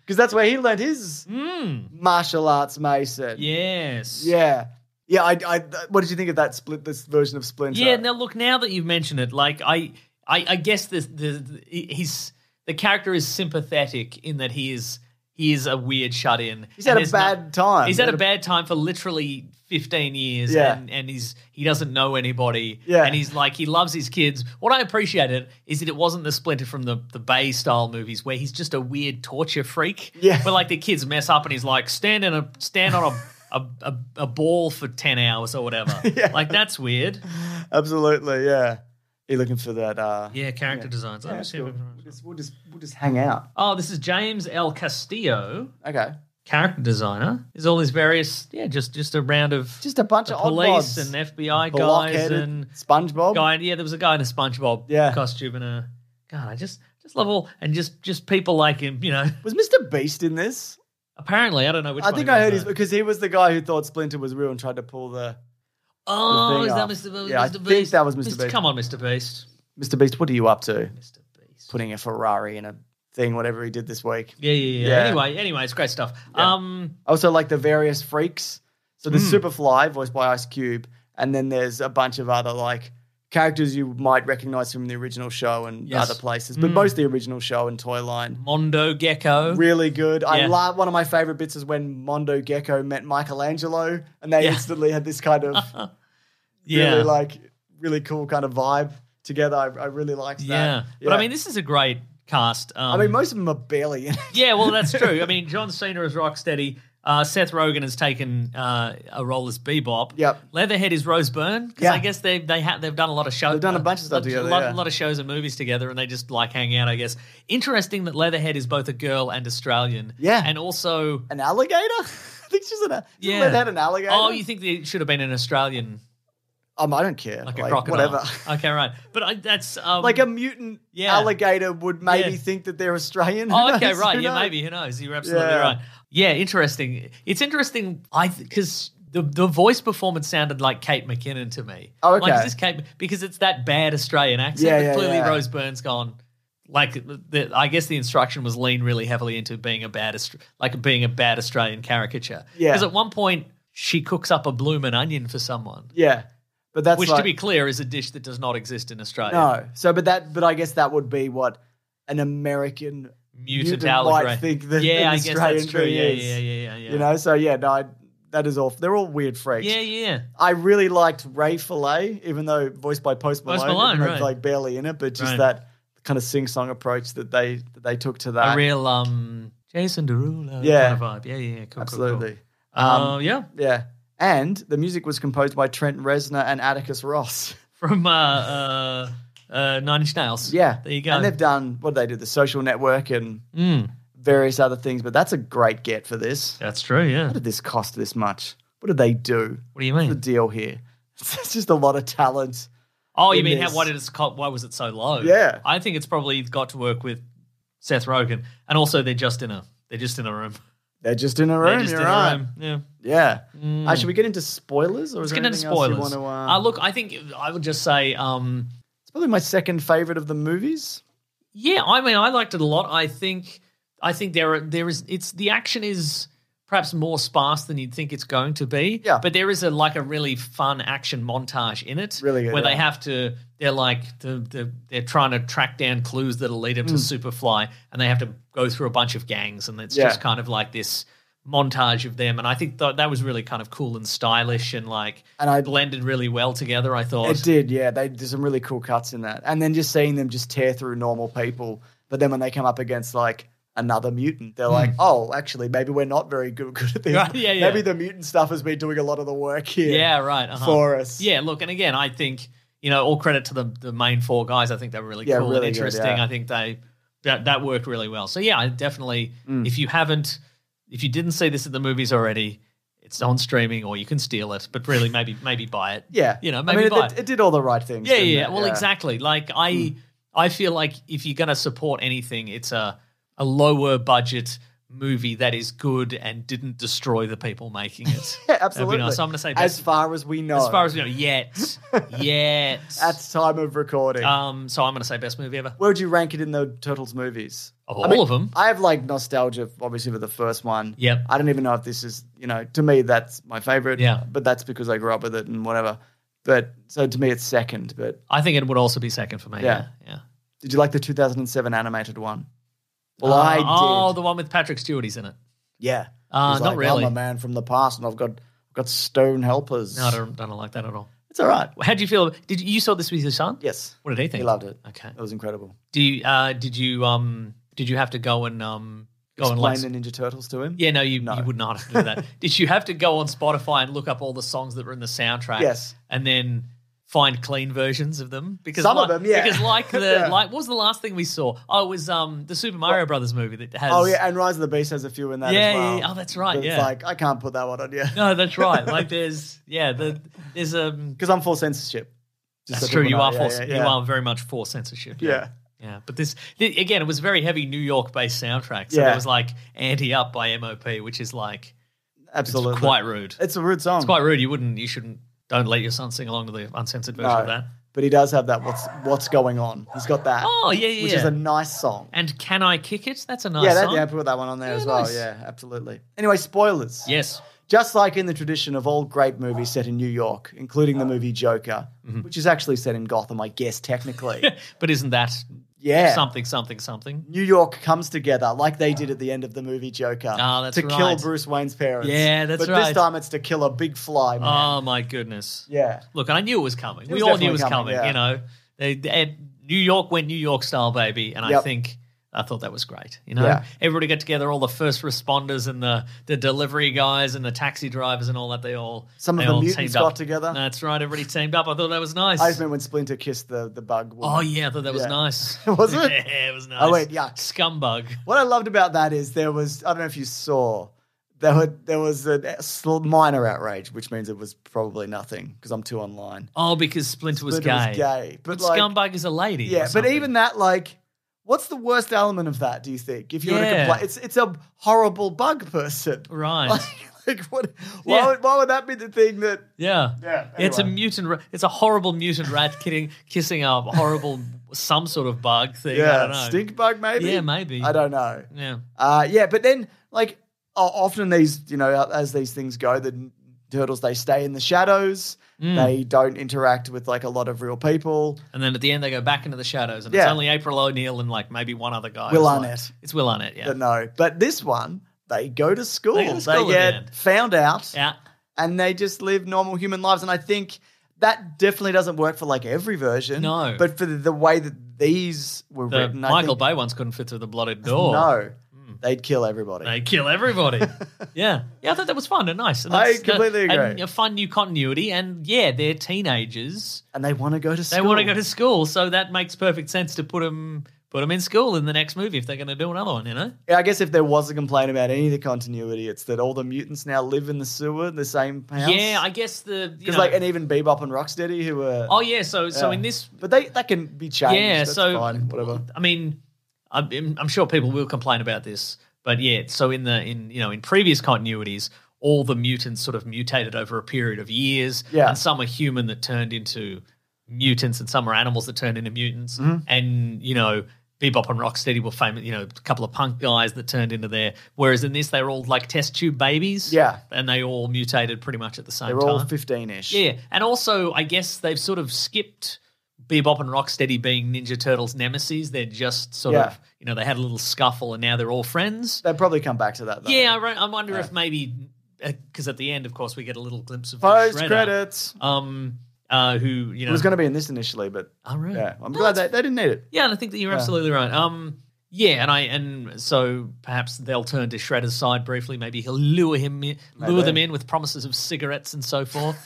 D: Because that's where he learned his martial arts mason.
E: Hmm. Yes.
D: Yeah. Yeah, I, I, what did you think of that split? This version of Splinter?
E: Yeah. Now look, now that you've mentioned it, like I, I, I guess the, the the he's the character is sympathetic in that he is he is a weird shut in.
D: He's had a bad time.
E: He's had a bad time for literally fifteen years.
D: Yeah.
E: And, and he's he doesn't know anybody.
D: Yeah.
E: And he's like he loves his kids. What I appreciated is that it wasn't the Splinter from the the Bay style movies where he's just a weird torture freak.
D: Yeah.
E: Where like the kids mess up and he's like stand in a stand on a. A, a, a ball for 10 hours or whatever. Like, that's weird.
D: Absolutely, yeah. you looking for that? Uh,
E: Yeah, character designs. Let
D: yeah,
E: me see
D: cool.
E: if I can-
D: we'll, just, we'll just we'll just hang out.
E: Oh, this is James L. Castillo,
D: Okay,
E: character designer. There's all these various, yeah, just just a round of
D: just a bunch
E: the
D: of odd
E: police
D: mods.
E: and FBI guys
D: Blockheaded
E: and
D: SpongeBob.
E: guy. Yeah, there was a guy in a SpongeBob
D: Yeah.
E: costume and a God. I just just love all and just just people like him. You know,
D: Was Mr. Beast in this?
E: apparently I don't know which.
D: I
E: one
D: think
E: he
D: I
E: was,
D: heard his
E: though.
D: because he was the guy who thought Splinter was real and tried to pull the
E: Oh,
D: thing
E: is that
D: off.
E: Mr. Beast?
D: Yeah, I
E: Mr.
D: think
E: Beast?
D: that was Mr. Beast.
E: Come on, Mr. Beast.
D: Mr. Beast. What are you up to?
E: Mr. Beast.
D: Putting a Ferrari in a thing, whatever he did this week.
E: Yeah, yeah, yeah.
D: Yeah.
E: Anyway, anyway, it's great stuff. Um,
D: I also like the various freaks. So
E: Hmm.
D: there's Superfly, voiced by Ice Cube, and then there's a bunch of other like characters you might recognize from the original show and
E: Yes. Hmm.
D: other places, but most the original show and toy line.
E: Mondo Gecko.
D: Really good. I
E: Yeah.
D: love one of my favorite bits is when Mondo Gecko met Michelangelo, and they
E: Yeah.
D: instantly had this kind of
E: yeah.
D: really like really cool kind of vibe together. I, I really liked that.
E: yeah. But I mean, this is a great cast. Um,
D: I mean, most of them are barely in. it.
E: Yeah, well, that's true. I mean, John Cena is Rocksteady. Uh, Seth Rogen has taken uh, a role as Bebop.
D: Yep.
E: Leatherhead is Rose Byrne because
D: Yeah.
E: I guess they they ha- they've done a lot of shows.
D: They've done a bunch of stuff
E: lot-
D: together,
E: A lot,
D: yeah.
E: lot of shows and movies together, and they just like hang out. I guess interesting that Leatherhead is both a girl and Australian.
D: Yeah.
E: and also
D: an alligator? I think she's an. a-
E: yeah,
D: They had an alligator.
E: Oh, you think they should have been an Australian,
D: Um, I don't care.
E: like a crocodile?
D: Whatever.
E: Okay, right. But I, that's um,
D: like a mutant
E: Yeah.
D: alligator would maybe
E: Yeah.
D: think that they're Australian. Who
E: Oh, okay,
D: knows?
E: right.
D: Who
E: Yeah,
D: knows?
E: maybe. Who knows? You're absolutely
D: Yeah.
E: right. Yeah, interesting. It's interesting. I because the the voice performance sounded like Kate McKinnon to me.
D: Oh,
E: Like, is
D: okay.
E: this Kate? Because it's that bad Australian accent.
D: Yeah,
E: but
D: yeah,
E: clearly,
D: yeah.
E: Rose Byrne's gone. Like, the, I guess the instruction was lean really heavily into being a bad, Aust- like being a bad Australian caricature.
D: Yeah.
E: Because at one point she cooks up a bloomin' onion for someone,
D: Yeah, but that's
E: which,
D: like,
E: to be clear, is a dish that does not exist in Australia.
D: no. So, but that, but I guess that would be what an American
E: Mutant
D: mutant might
E: alligator.
D: think that
E: yeah,
D: an
E: I guess that's
D: Australian
E: true.
D: thing
E: Yeah,
D: is.
E: yeah, yeah, yeah, yeah.
D: You know, so yeah, no, I, that is all. They're all weird freaks.
E: Yeah, yeah.
D: I really liked Ray Fillet, even though voiced by Post Malone,
E: Post Malone,
D: even though
E: right.
D: like barely in it, but just
E: Right.
D: that kind of sing song approach that they that they took to that.
E: a real um Jason Derulo
D: Uh, Yeah.
E: kind of vibe. Yeah, yeah, yeah. Cool, cool,
D: Absolutely. Um,
E: Cool, Uh, yeah,
D: Yeah. And the music was composed by Trent Reznor and Atticus Ross.
E: from uh, uh, uh, Nine Inch Nails.
D: Yeah.
E: there you go. Mm.
D: And they've done what they did, the social network and various other things, but that's a great get for this.
E: That's true. Yeah.
D: What did this cost this much? What did they do?
E: What do you
D: What's the
E: mean?
D: deal here? It's just a lot of talent.
E: Oh, you
D: in
E: mean how,
D: this?
E: why did it? co- Why was it so low?
D: Yeah.
E: I think it's probably got to work with Seth Rogen, and also they're just in a they're just in a room.
D: They're just in a
E: They're
D: room.
E: just
D: you're
E: in
D: right.
E: a room. Yeah.
D: Yeah. Uh, should we get into spoilers or
E: Let's
D: is there
E: get into
D: anything else you
E: spoilers.
D: want to, uh,
E: uh, look, I think I would just say. um
D: it's probably my second favorite of the movies.
E: Yeah, I mean, I liked it a lot. I think, I think there are there is it's the action is perhaps more sparse than you'd think it's going to be.
D: Yeah.
E: but there is a like a really fun action montage in it.
D: Really good,
E: where they
D: yeah.
E: have to they're like the, the, they're trying to track down clues that'll lead them to
D: Mm.
E: Superfly, and they have to go through a bunch of gangs, and it's
D: Yeah.
E: just kind of like this montage of them. And I think th- that was really kind of cool and stylish, and like
D: And I-
E: blended really well together. I thought
D: It did, yeah. They did some really cool cuts in that, and then just seeing them just tear through normal people. But then when they come up against like another mutant, they're like, "Oh, actually, maybe we're not very good, good at this.
E: Hmm. Right, yeah, yeah.
D: Maybe the mutant stuff has been doing a lot of the work here."
E: Yeah, right. uh-huh.
D: for us.
E: Yeah, look, and again, I think you know, all credit to the the main four guys. I think they were really
D: Yeah,
E: cool
D: really
E: and
D: good,
E: interesting.
D: yeah.
E: I think they that that worked really well. So yeah, I definitely.
D: Mm.
E: If you haven't, if you didn't see this at the movies already, it's on streaming, or you can steal it. But really, maybe maybe buy it.
D: yeah.
E: you know,
D: I
E: maybe
D: mean, it-
E: buy
D: it, it did all the right things.
E: yeah,
D: didn't
E: yeah.
D: it?
E: Well, exactly. Like I,
D: Mm.
E: I feel like if you're going to support anything, it's a a lower budget movie that is good and didn't destroy the people making it.
D: Yeah,
E: That'd be
D: absolutely.
E: nice. So I'm going to say
D: as
E: best-
D: far as we know,
E: as far as we know, yet, yet.
D: at the time of recording,
E: um, so I'm going to say best movie ever.
D: where would you rank it in the Turtles movies?
E: Of
D: I
E: all of them?
D: I have like nostalgia, obviously, for the first one.
E: Yep.
D: I don't even know if this is, you know, to me, that's my favorite.
E: Yeah.
D: But that's because I grew up with it and whatever. But so to me, it's second. But
E: I think it would also be second for me. Yeah,
D: Yeah.
E: yeah.
D: did you like the 2007 animated one? Well,
E: Uh,
D: I did.
E: Oh, the one with Patrick Stewart is in it.
D: yeah.
E: Uh,
D: He's
E: not really.
D: I'm a man from the past and I've got got stone helpers.
E: No, I don't, I don't like that at all.
D: It's all right.
E: How do you feel? Did you, you saw this with your son?
D: Yes.
E: What did he think?
D: He loved it.
E: Okay.
D: It was incredible.
E: Do you, uh, did you um did you have to go and um go and like
D: Explain the Ninja Turtles to him.
E: yeah no you,
D: No.
E: you would not have to do that. did you have to go on Spotify and look up all the songs that were in the soundtrack?
D: Yes.
E: And then find clean versions of them because
D: Some
E: like,
D: of them, yeah.
E: because like the
D: Yeah.
E: like what was the last thing we saw? Oh, it was um the Super Mario Brothers movie that has
D: Oh yeah, and Rise of the Beast has a few in that.
E: Yeah,
D: as well.
E: yeah, yeah. Oh, that's right,
D: But It's
E: yeah.
D: like I can't put that one on you
E: no that's right like there's yeah the, there's um
D: because I'm for censorship. Just
E: that's
D: so
E: true
D: people
E: you
D: know. Yeah,
E: are for
D: yeah,
E: you
D: yeah.
E: are very much for censorship
D: Yeah.
E: Yeah, but this th- again, it was very heavy New York based soundtrack. So
D: Yeah.
E: there was like Anti Up by MOP, which is like
D: absolutely
E: it's quite rude.
D: It's a rude song.
E: It's quite rude. You wouldn't, you shouldn't, don't let your son sing along to the uncensored version of that.
D: But he does have that. What's what's going on? He's got that.
E: Oh, yeah, yeah,
D: which
E: yeah.
D: is a nice song.
E: And Can I Kick It? That's a nice
D: yeah, that,
E: song.
D: yeah, I put that one on there
E: Yeah,
D: as well.
E: nice.
D: Yeah, absolutely. Anyway, spoilers.
E: Yes.
D: Just like in the tradition of all great movies set in New York, including the movie Joker,
E: Mm-hmm.
D: which is actually set in Gotham, I guess technically.
E: But isn't that
D: yeah.
E: something, something, something?
D: New York comes together like they did at the end of the movie Joker
E: Ah, that's
D: to kill
E: right.
D: Bruce Wayne's parents.
E: Yeah, that's
D: but
E: right.
D: this time it's to kill a big fly man.
E: Oh, my goodness.
D: yeah.
E: Look, I knew it was coming. we
D: was
E: all
D: definitely
E: knew it was
D: coming,
E: coming,
D: yeah.
E: you know. They, they- New York went New York style, baby. And I
D: Yep.
E: think. I thought that was great. You know,
D: Yeah.
E: everybody got together, all the first responders and the, the delivery guys and the taxi drivers and all that. They all
D: Some of
E: they
D: the
E: all
D: mutants
E: teamed
D: got
E: up.
D: together.
E: That's right. Everybody teamed up. I thought that was nice.
D: I just meant when Splinter kissed the, the bug woman.
E: Oh yeah, I thought that was
D: Yeah.
E: nice.
D: Was it?
E: Yeah, it was nice.
D: Oh, wait, yuck.
E: Scumbag.
D: What I loved about that is there was I don't know if you saw there were, there was a sl- minor outrage, which means it was probably nothing because I'm too online.
E: Oh, because Splinter was
D: Splinter
E: gay.
D: was gay, but like-
E: Scumbag is a lady. or
D: Yeah, but
E: something.
D: even that, like, what's the worst element of that? Do you think if you were to
E: Yeah.
D: complain, it's it's a horrible bug person,
E: Right.
D: Like, like what? Why,
E: Yeah.
D: would, why would that be the thing that?
E: yeah,
D: Yeah,
E: it's a
D: anyway.
E: mutant. Ra- it's a horrible mutant rat kidding, kissing a horrible some sort of bug thing. I don't know.
D: Yeah, stink bug maybe.
E: Yeah, maybe.
D: I don't know.
E: Yeah,
D: Uh, yeah, but then like o- often these, you know, as these things go, the n- turtles they stay in the shadows.
E: Mm.
D: They don't interact with like a lot of real people.
E: and then at the end they go back into the shadows, and it's
D: Yeah.
E: only April O'Neil and like maybe one other guy.
D: Will
E: It's like-
D: Arnett.
E: it's Will Arnett. Yeah.
D: But no, but this one they go to school.
E: They
D: They,
E: go to school at the
D: get
E: end.
D: found out,
E: yeah.
D: and they just live normal human lives. And I think that definitely doesn't work for like every version.
E: No.
D: but for the, the way that these were
E: The
D: written,
E: Michael
D: I
E: Bay ones couldn't fit through the blooded
D: think,
E: door.
D: no, they'd kill everybody.
E: They kill everybody. yeah. Yeah, I thought that was fun and nice. And
D: I
E: that's-
D: completely
E: that-
D: agree.
E: And a fun new continuity. And yeah, they're teenagers.
D: and they want to go to
E: They
D: school.
E: want to go to school. So that makes perfect sense to put them, in school in the next movie if they're going to do another one, you know?
D: Yeah, I guess if there was a complaint about any of the continuity, it's that all the mutants now live in the sewer, the same house.
E: Yeah, I guess the. you
D: because
E: know,
D: like, and even Bebop and Rocksteady, who were, uh,
E: Oh, yeah. So, so in this.
D: but they that can be changed.
E: Yeah,
D: That's
E: so-
D: fine, whatever.
E: I mean, I'm, I'm sure people will complain about this, but yeah. So in the in you know in previous continuities, all the mutants sort of mutated over a period of years.
D: Yeah.
E: and some are human that turned into mutants, and some are animals that turned into mutants.
D: Mm-hmm.
E: And you know, Bebop and Rocksteady were famous. You know, a couple of punk guys that turned into there. Whereas in this, they were all like test tube babies.
D: Yeah.
E: and they all mutated pretty much at the same
D: They're
E: time.
D: all fifteen-ish.
E: Yeah, yeah. and also I guess they've sort of skipped Bebop and Rocksteady being Ninja Turtles nemesis. They're just sort
D: Yeah.
E: of you know they had a little scuffle and now they're all friends.
D: they'd probably come back to that. though.
E: yeah, I, re- I wonder if maybe because at the end, of course, we get a little glimpse of the
D: post
E: Shredder,
D: credits.
E: Um, uh, who you
D: It
E: know
D: was going to be in this initially, but
E: Oh, really?
D: yeah, I'm
E: No,
D: glad they,
E: that's-
D: they didn't need it.
E: Yeah, and I think that you're absolutely right. Um, yeah, and I and so perhaps they'll turn to Shredder's side briefly. Maybe he'll lure him, in, lure them in with promises of cigarettes and so forth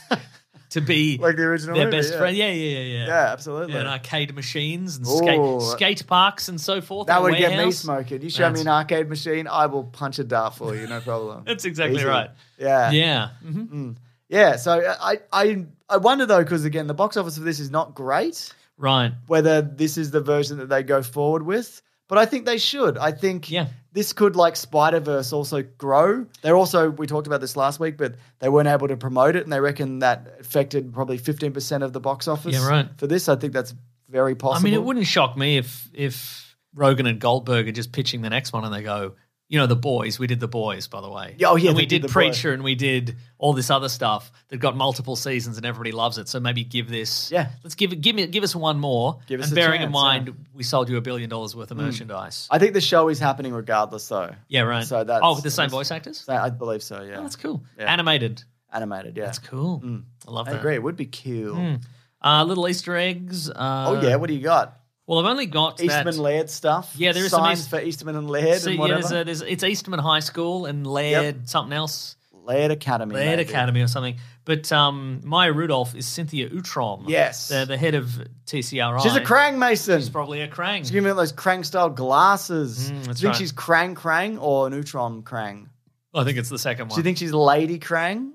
E: to be
D: Like the original
E: their
D: movie,
E: best
D: yeah.
E: friend. Yeah, yeah, yeah, yeah.
D: Yeah, absolutely.
E: and arcade machines and
D: Ooh.
E: skate skate parks and so forth.
D: that
E: and a
D: would get me
E: warehouse.
D: smoking. You show me
E: That's-
D: an arcade machine, I will punch a dart for you, no problem.
E: That's exactly
D: Easy.
E: right.
D: Yeah,
E: Yeah. Mhm.
D: yeah. So I, I, I wonder though, because again, the box office of this is not great.
E: Right.
D: whether this is the version that they go forward with. But I think they should. I think
E: Yeah.
D: this could, like Spider Verse, also grow. They're also, we talked about this last week, but they weren't able to promote it. And they reckon that affected probably 15% of the box office
E: Yeah, right.
D: for this. I think that's very
E: I
D: possible.
E: mean, it wouldn't shock me if if Rogan and Goldberg are just pitching the next one and they go, you know, the boys. We did the boys, by the way.
D: Yeah, oh, yeah,
E: And
D: they
E: we
D: did
E: did,
D: The Boys.
E: Preacher and we did all this other stuff that got multiple seasons and everybody loves it. So maybe give this.
D: Yeah.
E: Let's give it. Give me. Give us one more.
D: Give us
E: and
D: a
E: bearing in
D: chance, Hmm.
E: mind, we sold you a billion dollars worth of merchandise.
D: I think the show is happening regardless, though.
E: yeah. Right.
D: So that's.
E: oh, with the same
D: that's-
E: voice actors.
D: so I believe so, yeah.
E: Oh, that's cool.
D: Yeah.
E: Animated.
D: Animated, yeah.
E: That's cool. I love
D: I
E: that.
D: agree. It would be cool.
E: Uh, little Easter eggs. Uh,
D: oh, yeah. What do you got?
E: Well, I've only got
D: Eastman
E: that.
D: Laird stuff.
E: Yeah, there is some
D: signs
E: East-
D: for Eastman and Laird
E: So,
D: and
E: yeah,
D: whatever.
E: there's a, there's, it's Eastman High School and Laird something else.
D: Laird Academy.
E: Laird
D: maybe.
E: Academy or something. But um, Maya Rudolph is Cynthia Utrom.
D: Yes.
E: The, the head of TCRI.
D: She's a Krang Mason.
E: She's probably a Krang.
D: She's giving me those Krang style glasses.
E: Mm,
D: Do you
E: that's
D: think
E: right.
D: she's Krang Krang or an Utrom Krang?
E: I think it's the second one.
D: Do you think she's Lady Krang?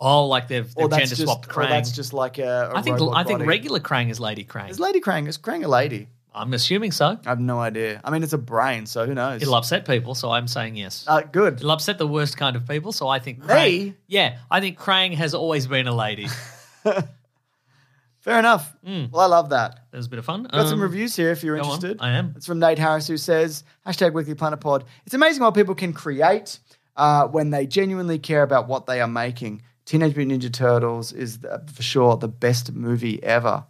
E: oh, like they've,
D: Or
E: they've
D: that's
E: gender
D: just
E: swapped
D: or
E: Krang.
D: that's just like a. a
E: I think
D: robot
E: I think
D: body?
E: regular Krang is Lady Krang.
D: Is Lady Krang is Krang a lady?
E: I'm assuming so.
D: I have no idea. I mean, it's a brain, so who knows?
E: It'll upset people, so I'm saying yes.
D: uh, good.
E: It'll upset the worst kind of people, so I think
D: Me?
E: Krang. Yeah, I think Krang has always been a lady.
D: Fair enough.
E: Mm.
D: Well, I love that.
E: That was a bit of fun.
D: Got some
E: Um,
D: reviews here if you're
E: go on.
D: interested.
E: I am.
D: It's from Nate Harris who says hashtag Weekly Planet Pod. It's amazing what people can create uh, when they genuinely care about what they are making. Teenage Mutant Ninja Turtles is the, for sure the best movie ever.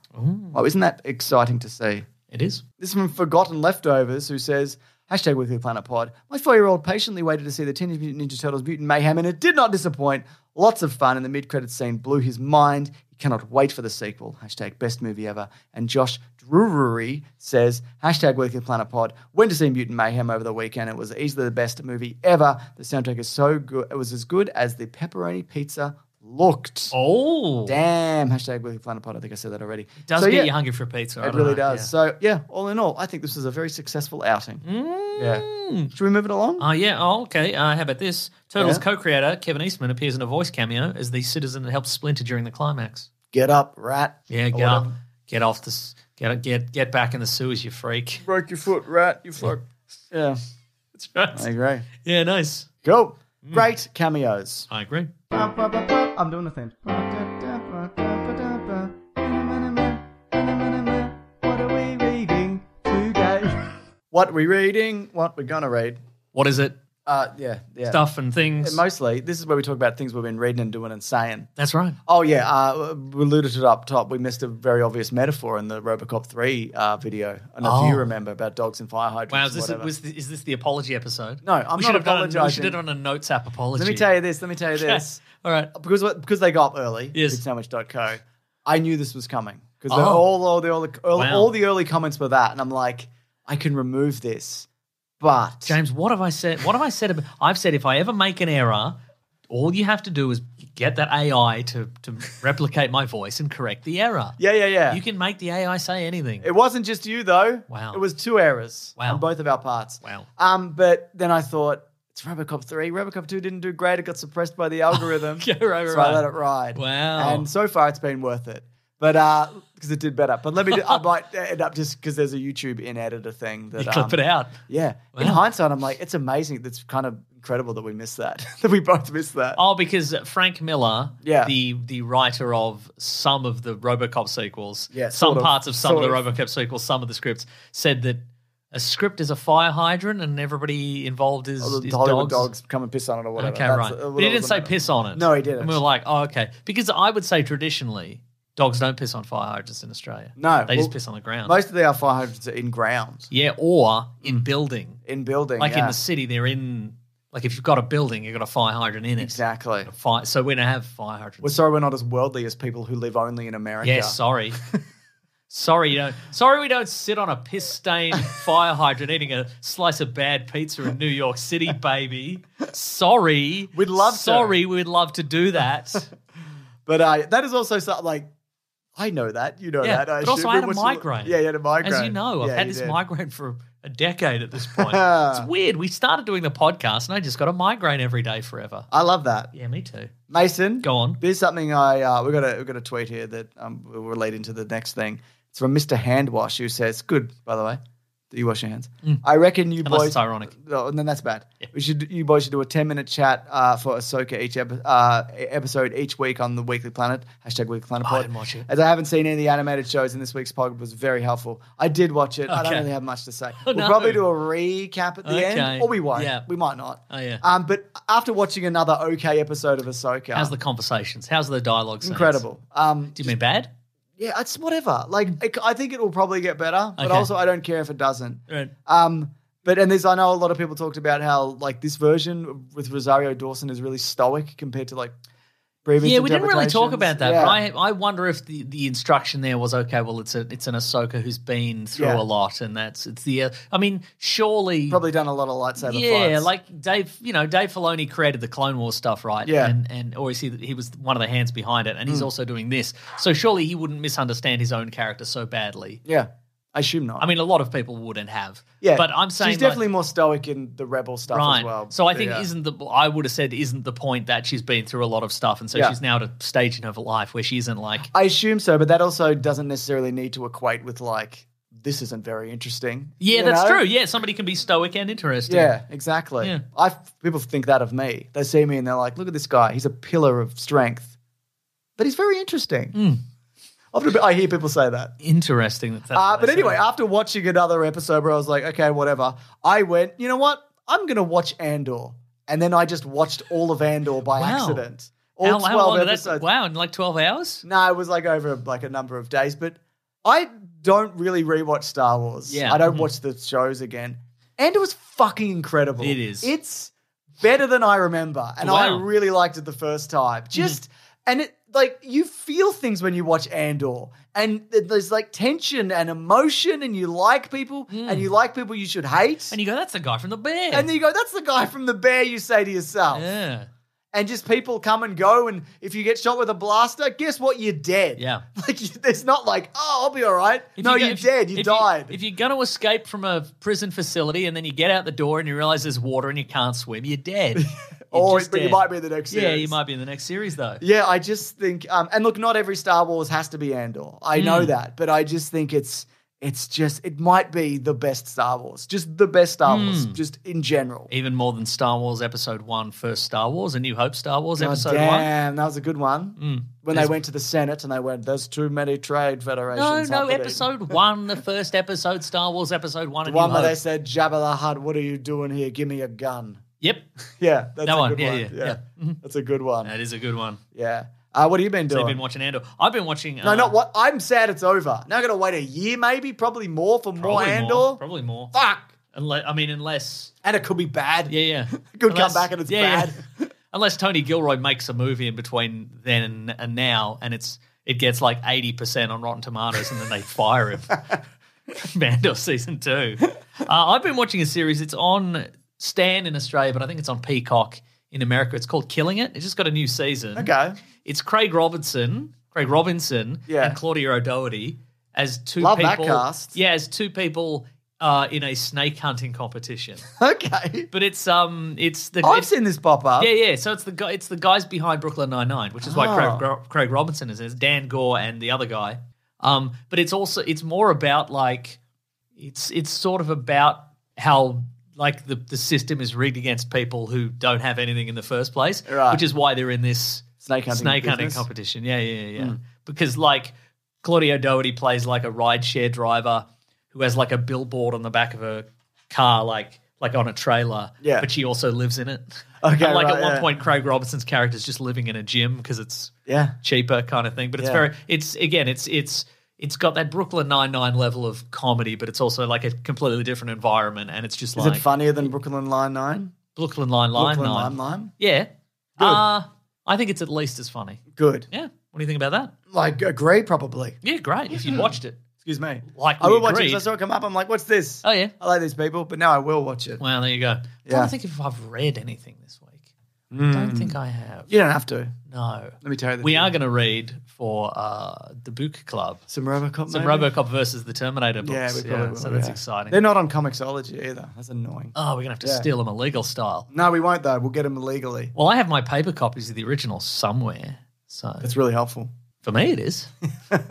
D: Oh, isn't that exciting to see?
E: It is.
D: This is from Forgotten Leftovers who says hashtag Weekly Planet Pod. My four year old patiently waited to see the Teenage Mutant Ninja Turtles Mutant Mayhem and it did not disappoint. Lots of fun and the mid credits scene blew his mind. He cannot wait for the sequel. Hashtag best movie ever. And Josh Drury says hashtag Weekly Planet Pod. Went to see Mutant Mayhem over the weekend. It was easily the best movie ever. The soundtrack is so good. It was as good as the pepperoni pizza looked.
E: Oh,
D: Damn. Hashtag Weekly Planet Pod. I think I said that already. It
E: does get you hungry for a pizza. I
D: it
E: don't
D: really
E: know.
D: does.
E: Yeah.
D: So yeah, all in all, I think this is a very successful outing. Mm. Yeah. Should we move it along?
E: Oh, yeah. Oh, okay. Uh, how about this? Turtles
D: Yeah.
E: co creator Kevin Eastman appears in a voice cameo as the citizen that helps Splinter during the climax.
D: get up, rat. Or
E: Yeah, get
D: whatever.
E: up. Get off this. Get, get, get back in the sewers, you freak.
D: Broke your foot, rat. You fuck. yeah,
E: That's right.
D: I agree.
E: Yeah, nice.
D: Cool.
E: Mm.
D: Great cameos.
E: I agree.
D: I'm doing the same. What are we reading today? What we reading? What we're gonna read?
E: What is it?
D: Uh, yeah, yeah.
E: Stuff and things.
D: Mostly, this is where we talk about things we've been reading and doing and saying.
E: That's right.
D: Oh yeah, uh, we alluded to it up top. We missed a very obvious metaphor in the RoboCop three uh, video. I don't know if
E: Oh.
D: you remember about dogs and fire hydrants.
E: Wow,
D: or
E: is this,
D: whatever.
E: was, th- is this the apology episode?
D: No, I'm not
E: we should have done a, We
D: apologizing.
E: should have done a notes app apology.
D: Let me tell you this. Let me tell you
E: Yeah.
D: this.
E: All right.
D: because what- because they got up early.
E: Yes.
D: BigSandwich.co. I knew this was coming because
E: Oh.
D: all all the early, all,
E: Wow.
D: all the early comments were that, and I'm like, I can remove this, but
E: James, what have I said? What have I said? About, I've said if I ever make an error, all you have to do is get that AI to, to replicate my voice and correct the error.
D: yeah, yeah, yeah.
E: You can make the AI say anything.
D: It wasn't just you though.
E: Wow.
D: It was two errors
E: Wow.
D: on both of our parts.
E: Wow.
D: Um, but then I thought it's RoboCop three. RoboCop two didn't do great. It got suppressed by the algorithm.
E: Yeah, right,
D: so
E: right.
D: I let it ride.
E: Wow.
D: And so far, it's been worth it. But uh, because it did better. But let me. I might end up just because there's a YouTube in editor thing that
E: you clip
D: um,
E: it out.
D: Yeah. In
E: Wow.
D: hindsight, I'm like, it's amazing. That's kind of incredible that we missed that. that we both missed that.
E: Oh, because Frank Miller,
D: Yeah.
E: the the writer of some of the RoboCop sequels,
D: Yeah,
E: some
D: sort of,
E: parts of some of the
D: sort
E: RoboCop sequels, some of the scripts, said that a script is a fire hydrant and everybody involved is,
D: All Oh, the
E: is
D: Hollywood
E: dogs.
D: dogs. come and piss on it or whatever.
E: Okay,
D: That's,
E: right.
D: uh,
E: But
D: what
E: he
D: was
E: didn't
D: the
E: say
D: matter.
E: piss on it.
D: No, he didn't.
E: And we were like, oh, okay. Because I would say traditionally, dogs don't piss on fire hydrants in Australia.
D: No,
E: They
D: well,
E: just piss on the ground.
D: Most of the R five hundreds are in ground,
E: yeah, or in building.
D: in building,
E: Like in
D: yeah.
E: the city, they're in, like if you've got a building, you've got a fire hydrant in it.
D: Exactly.
E: Fire, so we don't have fire hydrants.
D: We're sorry we're not as worldly as people who live only in America.
E: Yeah, sorry. sorry, you don't. Sorry, we don't sit on a piss-stained fire hydrant eating a slice of bad pizza in New York City, baby. Sorry,
D: We'd love to.
E: Sorry, we'd love to do that.
D: But uh, that is also something like I know that you know
E: yeah,
D: that. I
E: but also
D: assume.
E: I had a
D: What's the-
E: migraine.
D: Yeah, you had a migraine.
E: As you know, I've
D: Yeah,
E: had
D: you
E: this
D: did.
E: migraine for a decade at this point. it's weird. We started doing the podcast, and I just got a migraine every day forever.
D: I love that,
E: Yeah, me too.
D: Mason.
E: Go on.
D: There's something I uh, we got a we got a tweet here that um will relate into the next thing. It's from Mr. Handwash who says, "Good by the way, that you wash your hands. I reckon you
E: Mm. Unless
D: boys.
E: it's ironic.
D: No, and then that's bad. We should you boys should do a ten minute chat uh, for Ahsoka each epi- uh, episode each week on the Weekly Planet hashtag Weekly Planet.
E: I
D: Pod.
E: didn't watch it.
D: As I haven't seen any of the animated shows in this week's pod, was very helpful. I did watch it. I don't
E: Okay. Oh,
D: really have much to say. we'll
E: no.
D: probably do a recap at the
E: Okay.
D: end, or we won't.
E: Yeah.
D: We might not.
E: Oh, yeah.
D: Um, but after watching another okay episode of Ahsoka,
E: How's the conversations? How's the dialogue? scenes?
D: incredible. Um,
E: Do you mean bad?
D: yeah, it's whatever. Like, it, I think it will probably get better, but
E: Okay.
D: also I don't care if it doesn't.
E: Right.
D: Um, but and there's I know a lot of people talked about how like this version with Rosario Dawson is really stoic compared to like previous
E: Yeah, we didn't really talk
D: interpretations.
E: about that.
D: Yeah.
E: But I, I wonder if the, the instruction there was okay. Well, it's a it's an Ahsoka who's been through
D: Yeah.
E: a lot, and that's it's the. uh, I mean, surely
D: Probably done a lot of lightsaber
E: yeah,
D: fights.
E: like Dave, you know, Dave Filoni created the Clone Wars stuff, right?
D: Yeah. Hmm.
E: and and or is he he was one of the hands behind it, and he's also doing this. So surely he wouldn't misunderstand his own character so badly.
D: yeah, I assume not.
E: I mean, a lot of people would and have.
D: yeah,
E: but I'm saying
D: she's
E: like-
D: definitely more stoic in the rebel stuff as
E: Right.
D: well.
E: So I think
D: Yeah.
E: isn't the I would have said isn't the point that she's been through a lot of stuff, and so
D: Yeah.
E: she's now at a stage in her life where she isn't like
D: I assume so, but that also doesn't necessarily need to equate with like this isn't very interesting.
E: Yeah,
D: you
E: that's
D: know?
E: true. Yeah, somebody can be stoic and interesting.
D: Yeah, exactly.
E: Yeah.
D: I people think that of me. They see me and they're like, "Look at this guy. He's a pillar of strength, but he's very interesting."
E: Hmm.
D: Often I hear people say that.
E: Interesting. That that's
D: Uh,
E: what
D: but
E: they
D: anyway,
E: say.
D: after watching another episode where I was like, "Okay, whatever," I went, "You know what? I'm gonna watch Andor," and then I just watched all of Andor by
E: Wow.
D: accident. All
E: how, how long did that?
D: episodes.
E: Wow, in like twelve hours.
D: No, it was like over like a number of days, but I don't really rewatch Star Wars.
E: Yeah.
D: I don't
E: Mhm.
D: watch the shows again. And it was fucking incredible.
E: It is.
D: It's better than I remember. And
E: Wow. Mm-hmm.
D: I really liked it the first time. Just and it like you feel things when you watch Andor. And th- there's like tension and emotion and you like people and you like people you should hate.
E: Mm. And you go, that's the guy from the bear.
D: And then you go, that's the guy from the bear you say to yourself.
E: yeah,
D: And just people come and go. And if you get shot with a blaster, guess what? You're dead.
E: yeah.
D: Like you- it's not like, oh, I'll be all right.
E: If
D: no,
E: go-
D: you are
E: if-
D: dead. You
E: if
D: died.
E: if you're going to escape from a prison facility and then you get out the door and you realize there's water and you can't swim, you're dead. You're
D: or
E: just
D: but you
E: dead.
D: might be in the next series.
E: Yeah, you might be in the next series though.
D: Yeah, I just think, um, and look, not every Star Wars has to be Andor. I
E: Mm.
D: know that, but I just think it's it's just it might be the best Star Wars, just the best Star
E: Mm.
D: Wars, just in general.
E: Even more than Star Wars Episode One, first Star Wars, A New Hope Star Wars
D: Oh,
E: Episode One. Mm.
D: damn, that was a good one. When they went to the Senate and they went, "There's too many trade
E: No,
D: federations."
E: no,
D: happening."
E: episode one, the first episode, Star Wars episode one.
D: The
E: and
D: one where
E: New
D: they
E: Hope.
D: said, "Jabba the Hutt, what are you doing here? Give me a gun."
E: Yep,
D: Yeah, that's
E: That
D: a
E: one,
D: good
E: yeah,
D: one.
E: yeah, yeah. Mm-hmm.
D: that's a good one.
E: that is a good one.
D: Yeah. Uh, what have you been
E: So
D: doing?
E: you've been watching Andor. I've been watching.
D: no,
E: uh,
D: not what. I'm sad it's over. Now I got to wait a year, maybe, probably more for more
E: Probably
D: Andor.
E: more, probably more.
D: Fuck.
E: Unless, I mean, unless
D: And it could be bad.
E: yeah, yeah,
D: Good
E: Unless-
D: comeback and it's
E: yeah,
D: bad.
E: yeah. unless Tony Gilroy makes a movie in between then and, and now, and it's it gets like eighty percent on Rotten Tomatoes, and then they fire him. Mando season two. Uh, I've been watching a series. It's on Stan in Australia, but I think it's on Peacock in America. It's called Killing It. It just got a new season.
D: Okay.
E: It's Craig Robinson, Craig Robinson,
D: Yeah.
E: and Claudia O'Doherty as two
D: Love that
E: people.
D: cast.
E: Yeah, as two people uh, in a snake hunting competition.
D: Okay.
E: but it's um, it's the
D: I've
E: it's-
D: seen this pop up.
E: yeah, yeah. So it's the guy, it's the guys behind Brooklyn Nine Nine, which is why
D: Oh.
E: Craig, Gro- Craig Robinson is in it. Dan Gore and the other guy. Um, but it's also it's more about like it's it's sort of about how like the the system is rigged against people who don't have anything in the first place,
D: Right.
E: which is why they're in this
D: Snake hunting
E: snake hunting
D: business. Hmm.
E: competition. Yeah, yeah, yeah. Because like Claudio Doherty plays like a rideshare driver who has like a billboard on the back of her car, like like on a trailer.
D: Yeah.
E: But she also lives in it.
D: Okay,
E: And, like
D: right,
E: at one
D: yeah.
E: point, Craig Robinson's character's just living in a gym because it's
D: Yeah.
E: cheaper kind of thing. But it's
D: Yeah.
E: very it's again it's it's it's got that Brooklyn Nine Nine level of comedy, but it's also like a completely different environment, and it's just
D: Is
E: like
D: it funnier than Brooklyn Line Nine?
E: Brooklyn Nine Line
D: Brooklyn
E: Nine.
D: Line Line.
E: Yeah, uh, I think it's at least as funny.
D: Good.
E: Yeah, what do you think about that?
D: Like agree probably.
E: Yeah, great. If you watched it,
D: Excuse me.
E: Like
D: I
E: we
D: will watch it
E: agreed.
D: 'cause I saw it come up. I'm like, what's this?
E: oh yeah.
D: I like these people, but now I will watch it.
E: Well, there you go. I'm trying
D: Yeah.
E: to think if I've read anything this week. Don't think I have.
D: You don't have to.
E: No.
D: Let me tell you. The
E: We
D: truth.
E: are going to read for uh, the book club
D: some Robocop.
E: some
D: maybe?
E: RoboCop versus the Terminator books.
D: Yeah, we probably will,
E: so that's
D: yeah.
E: exciting.
D: They're not on Comixology either. That's annoying.
E: oh, we're going to have to
D: Yeah.
E: steal them illegal style.
D: No, we won't though. We'll get them illegally.
E: Well, I have my paper copies of the original somewhere. So
D: That's really helpful.
E: for me, it is.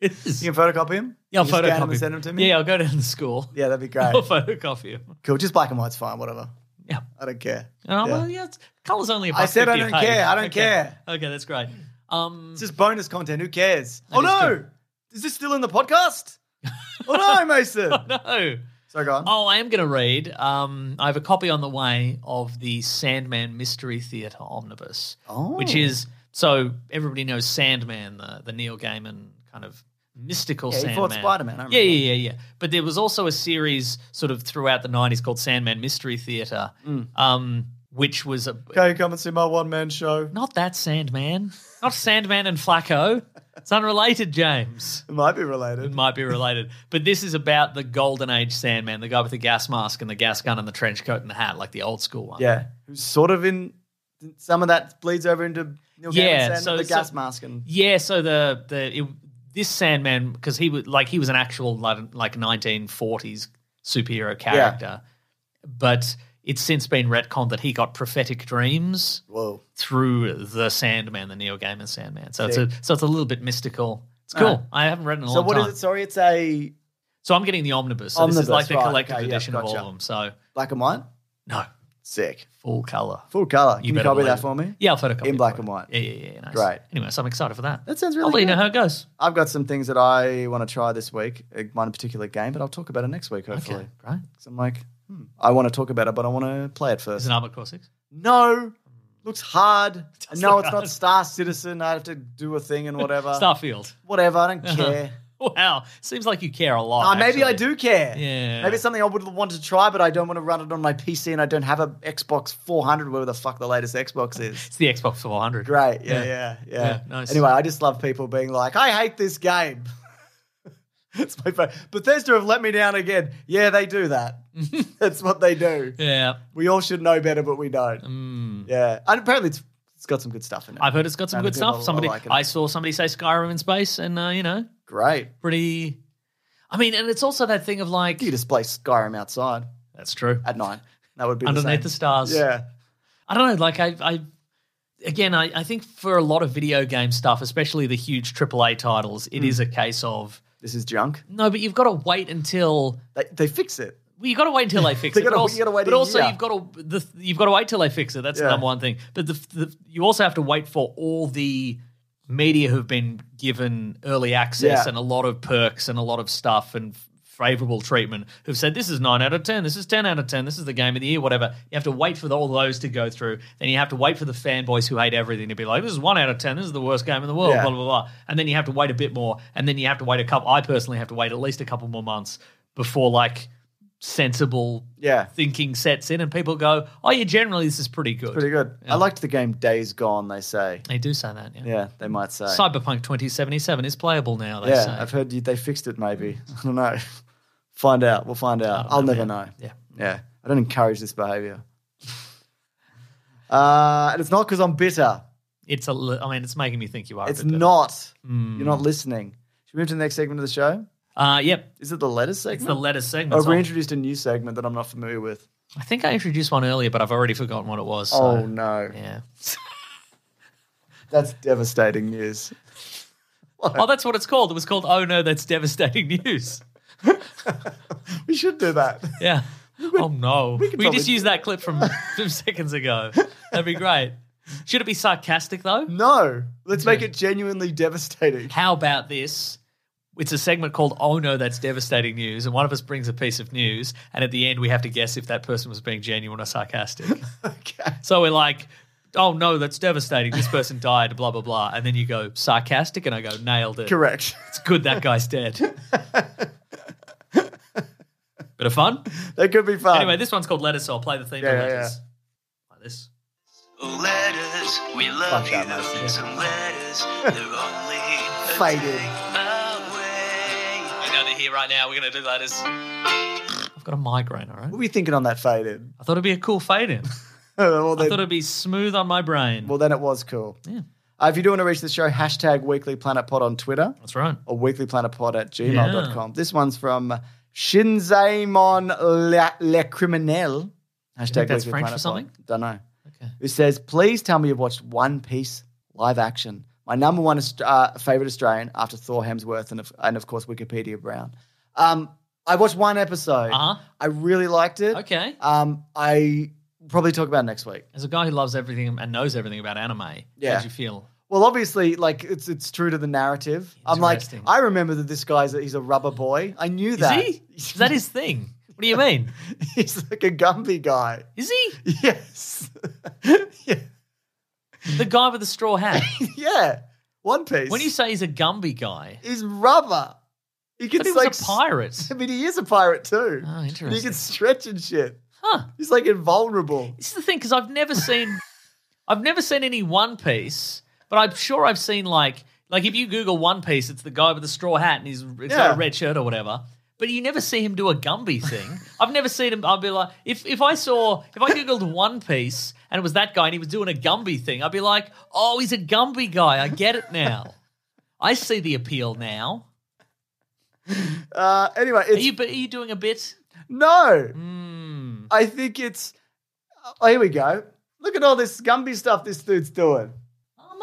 E: it is.
D: You can photocopy them.
E: Yeah, I'll
D: You can scan 'em
E: photocopy.
D: and send them to me.
E: Yeah, I'll go down to school.
D: Yeah, that'd be great.
E: I'll photocopy 'em.
D: Cool. Just black and white's fine. Whatever.
E: Yeah.
D: I don't care.
E: And I'm
D: Yeah.
E: like, yeah, it's, color's only a
D: I
E: buck
D: said I
E: 50 a
D: don't
E: page.
D: care. I don't
E: Okay.
D: care.
E: Okay, that's great. Um,
D: It's just bonus content. Who cares? oh
E: is
D: no!
E: true.
D: Is this still in the podcast? oh no, Mason.
E: no.
D: So go on.
E: Oh, I am going to read. Um, I have a copy on the way of the Sandman Mystery Theater Omnibus,
D: Oh.
E: which is so everybody knows Sandman, the the Neil Gaiman kind of mystical
D: Yeah, he
E: Sandman.
D: fought Spider-Man, I
E: yeah,
D: remember.
E: yeah, yeah, yeah. But
D: Mm.
E: there was also a series sort of throughout the '90s called Sandman Mystery Theater. Um, which was a,
D: Okay, come and see my one man show.
E: not that Sandman, not Sandman and Flacco. It's unrelated, James.
D: It might be
E: It
D: related.
E: might be related, but this is about the Golden Age Sandman, the guy with the gas mask and the gas gun and the trench coat and the hat, like the old school one.
D: Yeah, who's sort of in some of that bleeds over into Neil
E: Yeah,
D: Gaiman's and
E: so-
D: the
E: so-
D: gas mask and
E: Yeah, so the the it, this Sandman because he was like he was an actual like like 1940s superhero character, but it's since been retconned that he got prophetic dreams
D: whoa.
E: through the Sandman, the Neil Gaiman Sandman. So it's a so it's a little bit mystical. It's cool.
D: Alright.
E: I haven't read it in a
D: So
E: long
D: what is
E: time.
D: it? Sorry, it's a
E: So I'm getting the omnibus. So this
D: Omnibus,
E: is like the
D: right,
E: collected
D: okay, yeah,
E: edition of all
D: gotcha.
E: of them. So
D: black and white.
E: no,
D: Sick,
E: full color.
D: full color. Can you,
E: better
D: copy
E: believe
D: that
E: it.
D: for me?
E: Yeah, I've heard a couple
D: In black and white.
E: Yeah, yeah, yeah. Nice.
D: Great.
E: Anyway, so I'm excited for that.
D: That sounds really
E: I'll let you know
D: good.
E: how it goes.
D: I've got some things that I want to try this week. uh, One particular game, but I'll talk about it next week, hopefully.
E: Okay, right.
D: 'Cause I'm like, hmm, I want to talk about it, but I want to play it
E: Is
D: first.
E: it Armored Core Six?
D: no, looks hard.
E: does
D: No,
E: look
D: it's
E: hard.
D: not Star Citizen. I have to do a thing and whatever.
E: Starfield.
D: Whatever. I don't care.
E: Wow, seems like you care a lot.
D: Ah, maybe I
E: actually.
D: do care.
E: Yeah.
D: Maybe it's something I would want to try, but I don't want to run it on my PC and I don't have a Xbox 400, where the fuck the latest Xbox is.
E: It's the Xbox 400.
D: Great. Yeah,
E: Yeah.
D: yeah, yeah.
E: Yeah, nice.
D: Anyway, I just love people being like, I hate this game. it's my favorite. Bethesda have let me down again. Yeah, they do that. That's what they do.
E: Yeah, Mm.
D: We all should know better, but we don't. Yeah. And apparently it's, it's got some good stuff in it.
E: I've heard it's got some
D: No,
E: good
D: good.
E: stuff.
D: I- I
E: Somebody, I,
D: like it.
E: saw somebody say Skyrim in space, and uh, you know,
D: Great.
E: pretty. I mean, and it's also that thing of like
D: You display Skyrim outside
E: that's true.
D: at night. That would be
E: Underneath the
D: the, same.
E: stars.
D: Yeah.
E: I don't know. Like I, I again, I, I think for a lot of video game stuff, especially the huge AAA titles,
D: Hmm.
E: it is a case of
D: This is junk.
E: no, but you've got to wait until
D: They, they fix it.
E: Well, you got to wait until they fix
D: They
E: it.
D: gotta-
E: but
D: you
E: also,
D: gotta wait
E: but
D: a
E: also
D: year.
E: you've got to the, you've got to wait till they fix it. That's the
D: Yeah.
E: number one thing. But the, the you also have to wait for all the media who've been given early access
D: Yeah.
E: and a lot of perks and a lot of stuff and favorable treatment who've said this is 9 out of 10 this is 10 out of 10 this is the game of the year whatever you have to wait for all those to go through then you have to wait for the fanboys who hate everything to be like this is 1 out of 10 this is the worst game in the world
D: Yeah.
E: blah blah blah and then you have to wait a bit more and then you have to wait a couple I personally have to wait at least a couple more months before like sensible
D: Yeah.
E: thinking sets in and people go, oh, yeah, generally this is pretty good.
D: Pretty good. I liked the game Days Gone, they say.
E: They do say that, yeah.
D: Yeah, they might say.
E: Cyberpunk 2077 is playable now, they
D: yeah,
E: say.
D: I've heard you, they fixed it maybe. I don't know. Find out. We'll find out. I'll never know.
E: yeah.
D: Yeah. I don't encourage this behavior. uh, and it's not because I'm bitter.
E: It's a, li- I mean, it's making me think you are. a
D: It's
E: bit better.
D: not.
E: Hmm.
D: You're not listening. Should we move to the next segment of the show?
E: Uh, yep.
D: Is it the letters segment?
E: It's the letter segment.
D: Oh,
E: so-
D: we introduced a new segment that I'm not familiar with.
E: I think I introduced one earlier, but I've already forgotten what it was. So,
D: oh, no.
E: yeah.
D: That's devastating news.
E: oh, that's what it's called. It was called Oh No, That's Devastating News.
D: We should do that.
E: Yeah. oh, no. We,
D: could
E: just
D: probably-
E: used that clip from from seconds ago. That'd be great. Should it be sarcastic, though?
D: no. Let's make it genuinely devastating.
E: How about this? It's a segment called Oh No, That's Devastating News, and one of us brings a piece of news, and at the end we have to guess if that person was being genuine or sarcastic.
D: Okay.
E: so we're like, Oh no, that's devastating. This person died, blah, blah, blah. And then you go sarcastic, and I go, nailed it.
D: Correct.
E: It's good that guy's dead. Bit of fun.
D: that could be fun.
E: Anyway, this one's called Letters, so I'll play the theme
D: Uh, Yeah,
E: to
D: yeah,
E: Letters. Like this.
C: Letters, we love
D: Fuck
C: you.
D: that message.
C: Some letters, they're only a
D: Faded.
C: tick away.
E: We're going to here right now. We're going to do letters. I've got a migraine, all right?
D: What were you thinking on that faded?
E: I thought it'd be a cool fade in.
D: well,
E: I
D: then,
E: thought it'd be smooth on my brain.
D: well, then it was cool.
E: Yeah.
D: Uh, if you do want to reach the show, hashtag Weekly Planet Pod on Twitter
E: That's right.
D: or weeklyplanetpod at gmail.com. This one's from Shinzaimon Le, Le Criminel. Hashtag Weekly
E: that's French for
D: Planet Pod.
E: something?
D: Don't know.
E: Okay.
D: Who says, please tell me you've watched One Piece live action. My number one Aust- uh, favorite Australian after Thor Hemsworth and, of, and of course, Wikipedia Brown. Um, I watched one episode.
E: Uh-huh.
D: I really liked it.
E: Okay.
D: Um, I probably talk about it next week.
E: As a guy who loves everything and knows everything about anime, how
D: Yeah.
E: did you feel?
D: Well, obviously, like it's it's true to the narrative. I'm like,
E: Interesting.
D: I remember that this guy's a, he's a rubber boy. I knew
E: Is
D: that.
E: he? Is that his thing? What do you mean?
D: he's like a Gumby guy.
E: Is he
D: Yes. yeah.
E: the guy with the straw hat?
D: yeah. One Piece.
E: when you say he's a Gumby guy,
D: he's rubber, he
E: but
D: can
E: he was
D: like
E: a pirate.
D: I mean, he is a pirate too.
E: Oh,
D: And He
E: interesting.
D: can stretch and shit. He's like invulnerable.
E: This is the thing because I've never seen, I've never seen any One Piece, but I'm sure I've seen like like if you Google One Piece, it's the guy with the straw hat and he's it's got
D: Yeah.
E: a red shirt or whatever. But you never see him do a Gumby thing. I've never seen him. I'd be like, if if I saw if I googled One Piece and it was that guy and he was doing a Gumby thing, I'd be like, oh, he's a Gumby guy. I get it now. I see the appeal now.
D: Uh, anyway,
E: Are
D: it's
E: you are you doing a bit?
D: no.
E: Mm.
D: I think it's. Oh, here we go. Look at all this Gumby stuff this dude's doing.
E: Oh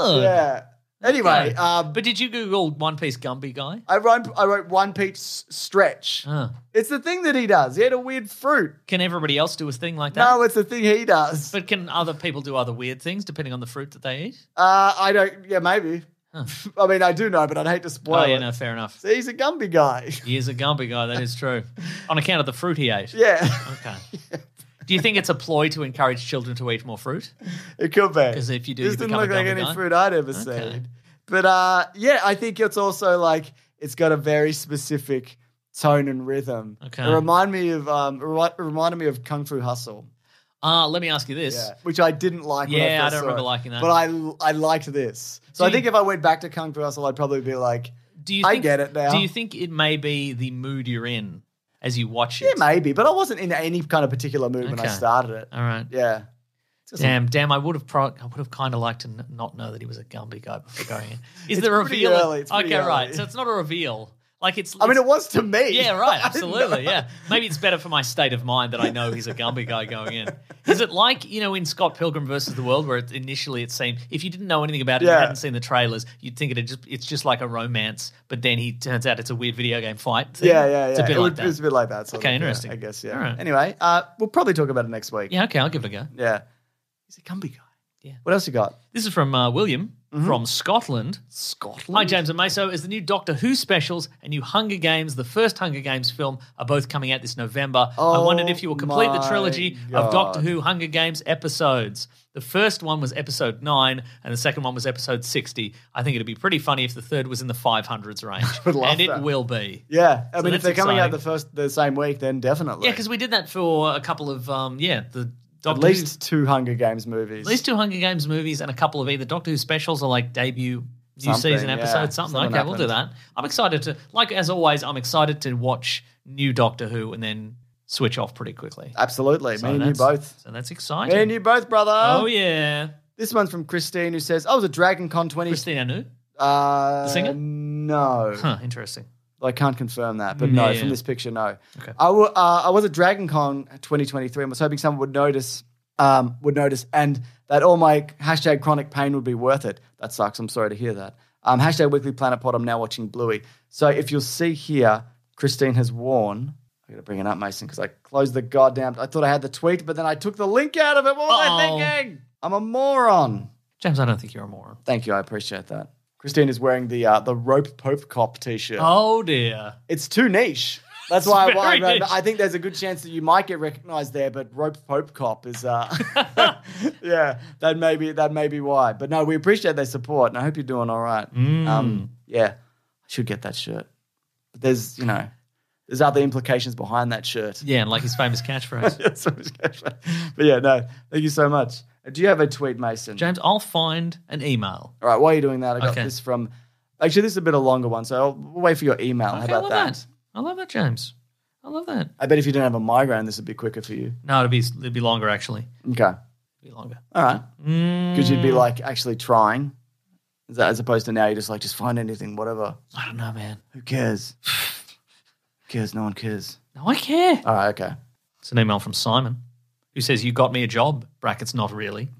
E: my god.
D: Yeah. Anyway,
E: Okay.
D: um,
E: But did you Google One Piece Gumby guy?
D: I wrote I wrote one piece stretch.
E: Huh.
D: It's the thing that he does. He had a weird fruit.
E: Can everybody else do a thing like that?
D: No, it's the thing he does.
E: But can other people do other weird things depending on the fruit that they eat?
D: uh, I don't. Yeah, maybe. I mean, I do know, but I'd hate to spoil
E: oh, yeah,
D: it.
E: no, fair enough.
D: So he's a Gumby guy.
E: He is a Gumby guy, that is true. on account of the fruit he ate.
D: yeah,
E: Okay. Do you think it's a ploy to encourage children to eat more fruit?
D: it could be.
E: 'Cause if you do,
D: this
E: you
D: didn't
E: become a
D: look like
E: Gumby
D: any
E: guy?
D: fruit I'd ever
E: Okay.
D: seen. But uh, yeah, I think it's also like it's got a very specific tone and rhythm.
E: Okay.
D: It remind me of um, it remi- it reminded me of Kung Fu Hustle.
E: Ah, let me ask you this.
D: Yeah, which I didn't like. when
E: Yeah, I
D: first
E: don't
D: saw
E: remember
D: it.
E: liking that.
D: But I I liked this. So
E: Do
D: I
E: you-
D: think if I went back to Kung Fu Hustle, I'd probably be like,
E: Do you
D: I
E: think,
D: get it now.
E: Do you think it may be the mood you're in as you watch it?
D: yeah, maybe. But I wasn't in any kind of particular mood when I
E: Okay.
D: started it.
E: All right.
D: Yeah.
E: Damn, damn! I would have, pro- I would have kind of liked to n- not know that he was a Gumby guy before going in. Is
D: It's
E: there a
D: pretty
E: reveal?
D: early, it's pretty
E: okay, right.
D: early.
E: So it's not a reveal. Like it's.
D: I mean,
E: it's-
D: it was to me.
E: Yeah,
D: I
E: right.
D: didn't
E: Absolutely.
D: know.
E: Yeah. Maybe it's better for my state of mind that I know he's a Gumby guy going in. Is it like, you know, in Scott Pilgrim versus the World where it, initially it seemed if you didn't know anything about it, you
D: Yeah.
E: hadn't seen the trailers, you'd think it had just it's just like a romance, but then he turns out it's a weird video game fight. Thing.
D: Yeah, yeah, yeah.
E: It's a bit
D: it
E: like
D: was,
E: that.
D: It was a bit like that. sort
E: Okay,
D: of, yeah,
E: interesting.
D: I guess, yeah.
E: All right.
D: Anyway, uh, we'll probably talk about it next week.
E: yeah, okay, I'll give it a go.
D: Yeah. He's a Gumby guy. Mm-hmm.
E: Yeah.
D: What else you got?
E: This is from uh, William from Scotland.
D: Scotland.
E: Hi, James and Meso. As the new Doctor Who specials and new Hunger Games, the first Hunger Games film, are both coming out this November. I
D: Oh
E: wondered if you will complete the
D: my
E: trilogy of
D: God.
E: Doctor Who Hunger Games episodes. The first one was episode 9, and the second one was episode 60. I think it'd be pretty funny if the third was in the 500s range.
D: would love
E: and it
D: that.
E: will be.
D: Yeah. I
E: So
D: mean, if
E: that's
D: they're coming out
E: exciting.
D: the first the same week, then definitely.
E: Yeah, because we did that for a couple of, um, yeah, the
D: at
E: Doctor Who
D: least two Hunger Games movies.
E: At least two Hunger Games movies and a couple of either Doctor Who specials or like debut new
D: Something,
E: season
D: yeah.
E: episode, something.
D: Something
E: okay, we'll do that. I'm excited to, like as always, I'm excited to watch new Doctor Who and then switch off pretty quickly.
D: Absolutely.
E: So
D: me and you
E: that's-
D: both.
E: So that's
D: Me
E: exciting.
D: and you both, brother.
E: oh yeah,
D: This one's from Christine who says, I was at Dragon Con 20.
E: Christina Anu.
D: uh,
E: singer?
D: No.
E: Huh, interesting.
D: I can't confirm that, but
E: Mm,
D: no,
E: yeah,
D: from
E: yeah.
D: this picture, no.
E: Okay.
D: I wa- uh, I was at Dragon Con 2023 and was hoping someone would notice, um, would notice, and that all my hashtag chronic pain would be worth it. That sucks. I'm sorry to hear that. Um, hashtag Weekly Planet Pod. I'm now watching Bluey. So if you'll see here, Christine has worn. I got to bring it up, Mason, because I closed the goddamn. I thought I had the tweet, but then I took the link out of it. What was
E: Uh-oh.
D: I thinking? I'm a moron.
E: James, I don't think you're a moron.
D: Thank you. I appreciate that. Christine is wearing the uh, the rope pope cop t-shirt
E: Oh dear.
D: it's too niche. That's why,
E: It's
D: why I,
E: very
D: ran-
E: niche.
D: I think there's a good chance that you might get recognised there, but Rope Pope Cop is, uh, yeah, that may be that may be why. But no, we appreciate their support, and I hope you're doing all right.
E: Mm.
D: Um, yeah, I should get that shirt. But there's you know, there's other implications behind that shirt.
E: Yeah, and like his famous catchphrase.
D: That's what I was gonna say. but yeah, no, thank you so much. Do you have a tweet, Mason?
E: James, I'll find an email.
D: All right, while you're doing that, I got
E: Okay.
D: this from. Actually, this is a bit of a longer one, so I'll we'll wait for your email. How
E: Okay, I
D: about
E: love
D: that?
E: that. I love that, James. I love that.
D: I bet if you didn't have a migraine, this would be quicker for you.
E: No, it'd be it'd be longer actually.
D: Okay.
E: It'd be longer.
D: All right.
E: Mm.
D: Because you'd be like actually trying, Is that- as opposed to now you're just like just find anything, whatever.
E: I don't know, man.
D: Who cares? Who cares? No one cares.
E: No, I care.
D: All right. Okay.
E: It's an email from Simon who says, You got me a job. Brackets, not really.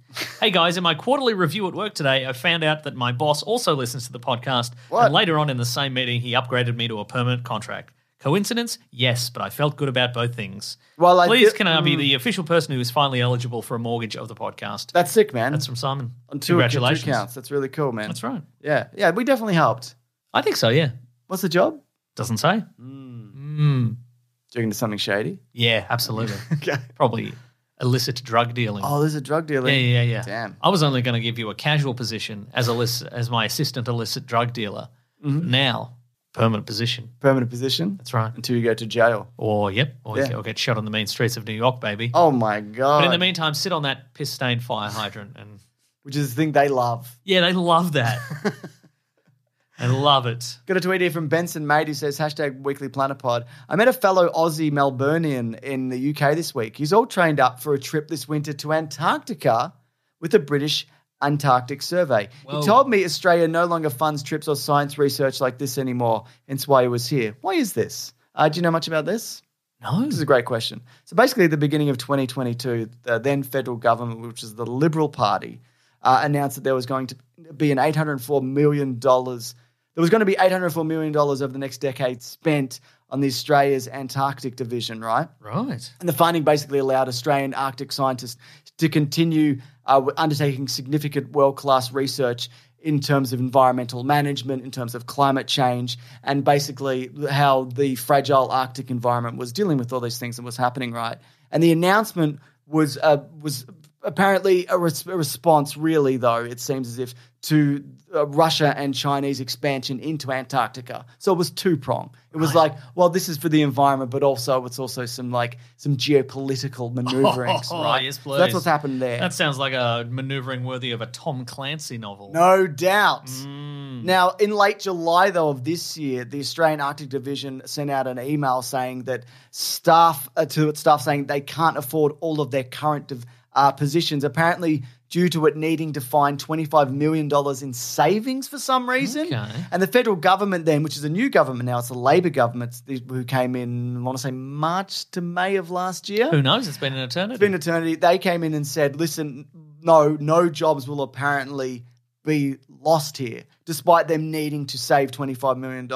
E: hey guys, in my quarterly review at work today, I found out that my boss also listens to the podcast.
D: What?
E: And later on in the same meeting, he upgraded me to a permanent contract. Coincidence? Yes, but I felt good about both things.
D: Well, I Hmm.
E: Please,
D: thi-
E: can I be the official person who is finally eligible for a mortgage of the podcast?
D: That's sick, man.
E: That's from Simon.
D: on two,
E: Congratulations.
D: two counts. That's really cool, man.
E: That's right.
D: Yeah. Yeah. We definitely helped.
E: I think so, yeah.
D: What's the job?
E: Doesn't say. Mm.
D: Doing something shady.
E: Yeah, absolutely.
D: Okay.
E: Probably illicit drug dealing.
D: Oh, there's a drug dealer.
E: Yeah, yeah, yeah.
D: Damn.
E: I was only going to
D: Mm-hmm.
E: give you a casual position as a lis- as my assistant illicit drug dealer. Now Permanent position.
D: permanent position
E: That's right.
D: until you go to jail.
E: Or, yep, or,
D: Yeah.
E: or get shot on the mean streets of New York, baby.
D: Oh my god!
E: But in the meantime, sit on that piss stained fire hydrant. And
D: Which is the thing they love.
E: yeah, they love that. I love it.
D: Got a tweet here from Benson Made who says hashtag Weekly Planet Pod. I met a fellow Aussie Melburnian in the UK this week. He's all trained up for a trip this winter to Antarctica with the British Antarctic Survey.
E: Whoa.
D: He told me Australia no longer funds trips or science research like this anymore, hence why he was here. Why is this? Uh, do you know much about this?
E: No.
D: Oh, This is a great question. So basically, at the beginning of 2022, the then federal government, which is the Liberal Party, uh, announced that there was going to be an 804 million dollars. There was going to be 804 million dollars over the next decade spent on the Australia's Antarctic division, right?
E: Right.
D: And the funding basically allowed Australian Arctic scientists to continue uh, undertaking significant world class research in terms of environmental management, in terms of climate change, and basically how the fragile Arctic environment was dealing with all these things that was happening, right? And the announcement was uh, was apparently a, res- a response, really, though, it seems as if, to uh, Russia and Chinese expansion into Antarctica. So it was two prong. It was like, well, this is for the environment, but also it's also some like some geopolitical maneuverings.
E: Oh,
D: right?
E: yes,
D: So that's
E: please.
D: what's happened there.
E: That sounds like a maneuvering worthy of a Tom Clancy novel.
D: No doubt.
E: Mm.
D: Now, in late July, though, of this year, the Australian Arctic Division sent out an email saying that staff uh, to its staff saying they can't afford all of their current div- uh, positions, apparently due to it needing to find $25 million in savings for some reason.
E: Okay.
D: And the federal government then, which is a new government now, it's a Labor government the- who came in, I want to say, March to May of last year.
E: Who knows? It's been an eternity.
D: It's been eternity. They came in and said, listen, no, no jobs will apparently be lost here, despite them needing to save $25 million.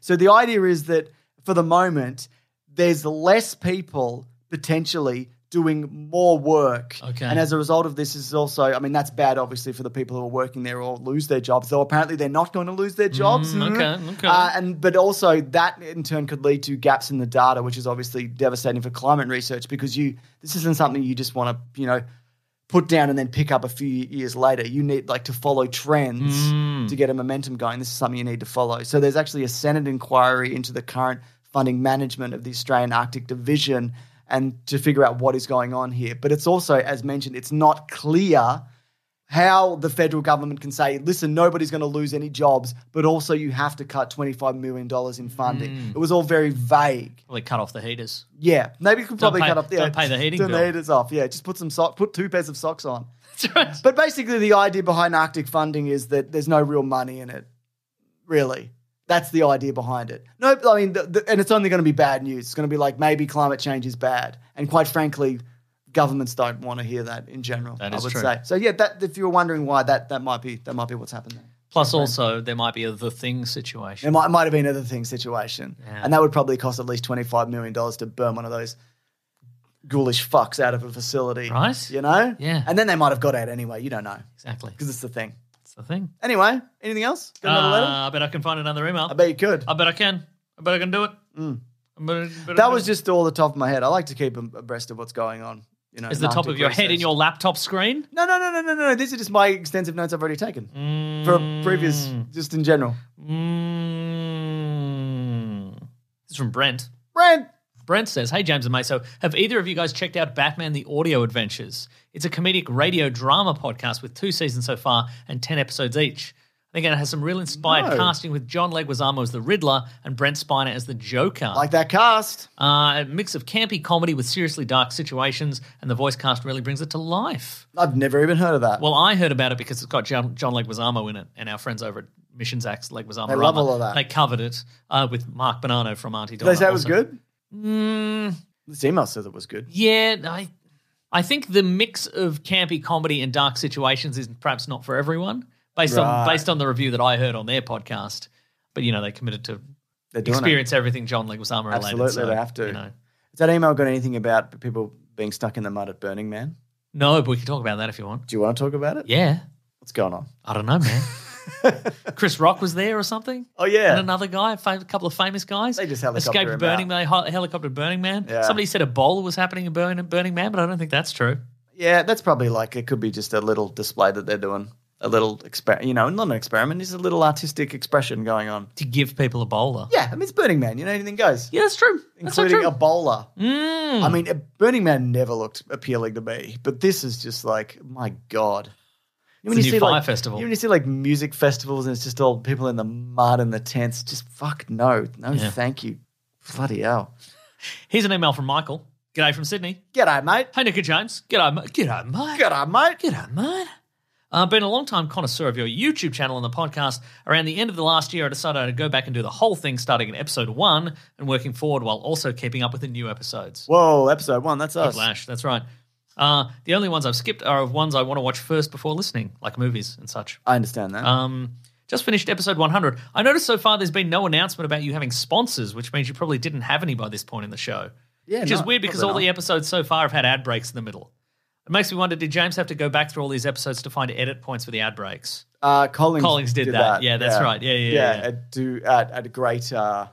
D: So the idea is that for the moment, there's less people potentially doing more work.
E: Okay.
D: And as a result of this is also, I mean, that's bad obviously for the people who are working there or lose their jobs, though apparently they're not going to lose their jobs.
E: Mm, okay, okay.
D: Uh, and but also that in turn could lead to gaps in the data, which is obviously devastating for climate research because you this isn't something you just want to you know put down and then pick up a few years later. You need like to follow trends
E: Mm.
D: to get a momentum going. This is something you need to follow. So there's actually a Senate inquiry into the current funding management of the Australian Arctic Division and to figure out what is going on here. But it's also, as mentioned, it's not clear how the federal government can say, listen, nobody's going to lose any jobs, but also you have to cut $25 million in funding. It was all very vague.
E: Probably cut off the heaters.
D: Yeah, maybe you could probably
E: pay-
D: cut up. Yeah,
E: don't pay the heating
D: Turn the
E: bill.
D: heaters off. Yeah, just put some so- put two pairs of socks on.
E: That's right.
D: But basically, the idea behind Arctic funding is that there's no real money in it. Really, that's the idea behind it. No, I mean, the, the, and it's only going to be bad news. It's going to be like maybe climate change is bad, and quite frankly, governments don't want to hear that in general.
E: That
D: I
E: is
D: would
E: true.
D: say. So yeah, that if you were wondering why that that might be that might be what's happened there.
E: Plus, also, there might be a the thing
D: It
E: situation.
D: might, it might have been other thing situation, and that would probably cost at least twenty five million dollars to burn one of those ghoulish fucks out of a facility,
E: Right.
D: You know,
E: Yeah.
D: And then they might have got out anyway. You don't know
E: Exactly.
D: because it's the thing.
E: It's the thing.
D: Anyway, anything else?
E: Uh,
D: Got another letter?
E: I bet I can find another email.
D: I bet you could.
E: I bet I can. I bet I can do it. I bet I- bet I can
D: that
E: do
D: was
E: it.
D: just all the top of my head. I like to keep ab- abreast of what's going on. You know,
E: Is
D: in
E: the top
D: Arctic
E: of your head in
D: research.
E: your laptop screen?
D: No, no, no, no, no, no. These are just my extensive notes I've already taken for previous, just in general.
E: Mm. This is from Brent.
D: Brent,
E: Brent says, Hey, James and Meso, have either of you guys checked out Batman the Audio Adventures? It's a comedic radio drama podcast with two seasons so far and 10 episodes each. I think it has some real inspired
D: No.
E: casting with John Leguizamo as the Riddler and Brent Spiner as the Joker.
D: like that cast.
E: Uh, a mix of campy comedy with seriously dark situations, and the voice cast really brings it to life.
D: I've never even heard of that.
E: Well, I heard about it because it's got John, John Leguizamo in it, and our friends over at Missions Acts Leguizamo.
D: They love all of that.
E: They covered it uh, with Mark Bonanno from Auntie
D: Did
E: Donna.
D: they say it was
E: also.
D: good?
E: Mm,
D: This email says it was good.
E: yeah, I, I think the mix of campy comedy and dark situations is perhaps not for everyone, based on
D: Right.
E: based on the review that I heard on their podcast. But you know, they committed to
D: They're doing it.
E: experience everything John Leguizamo related.
D: Absolutely,
E: so,
D: they have to.
E: you know.
D: Has that email got anything about people being stuck in the mud at Burning Man?
E: No, but we can talk about that if you want.
D: Do you want to talk about it?
E: Yeah.
D: What's going on?
E: I don't know, man. Chris Rock was there or something?
D: Oh yeah,
E: And another guy, a fam- couple of famous guys.
D: They just helicopter
E: escaped
D: him
E: Burning
D: out.
E: Man, hel- helicopter Burning Man.
D: Yeah.
E: Somebody said Ebola was happening in Burning, Burning Man, but I don't think that's true.
D: yeah. That's probably like it could be just a little display that they're doing. a little exper- you know, not an experiment, it's a little artistic expression going on.
E: to give people a bowler.
D: Yeah, I mean it's Burning Man, you know anything goes.
E: Yeah, that's true. That's so
D: Including
E: true. Mm.
D: a bowler. I mean, a- Burning Man never looked appealing to me, but this is just like, my God. You know,
E: It's a
D: you
E: new
D: see, like-
E: fire festival.
D: you know, When you see like music festivals and it's just all people in the mud and the tents, just fuck no, no, thank you. Bloody hell.
E: Here's an email from Michael. G'day from Sydney.
D: G'day, mate.
E: Hey, Nick and James. G'day, mate. G'day, mate.
D: G'day, mate.
E: G'day, mate. I've been a long time connoisseur of your YouTube channel and the podcast. Around the end of the last year, I decided I'd go back and do the whole thing starting in episode one and working forward while also keeping up with the new episodes.
D: Whoa, episode one, that's us.
E: Flash, that's right. Uh, the only ones I've skipped are of ones I want to watch first before listening, like movies and such.
D: I understand that.
E: Um, just finished episode 100. I noticed so far there's been no announcement about you having sponsors, which means you probably didn't have any by this point in the show.
D: Yeah,
E: which is
D: no,
E: weird because all
D: probably
E: the
D: not.
E: episodes so far have had ad breaks in the middle. It makes me wonder: Did James have to go back through all these episodes to find edit points for the ad breaks?
D: Uh, Collins,
E: Collins did that. Yeah, that's right. Yeah, yeah, yeah, yeah.
D: At, do, at, at a great uh,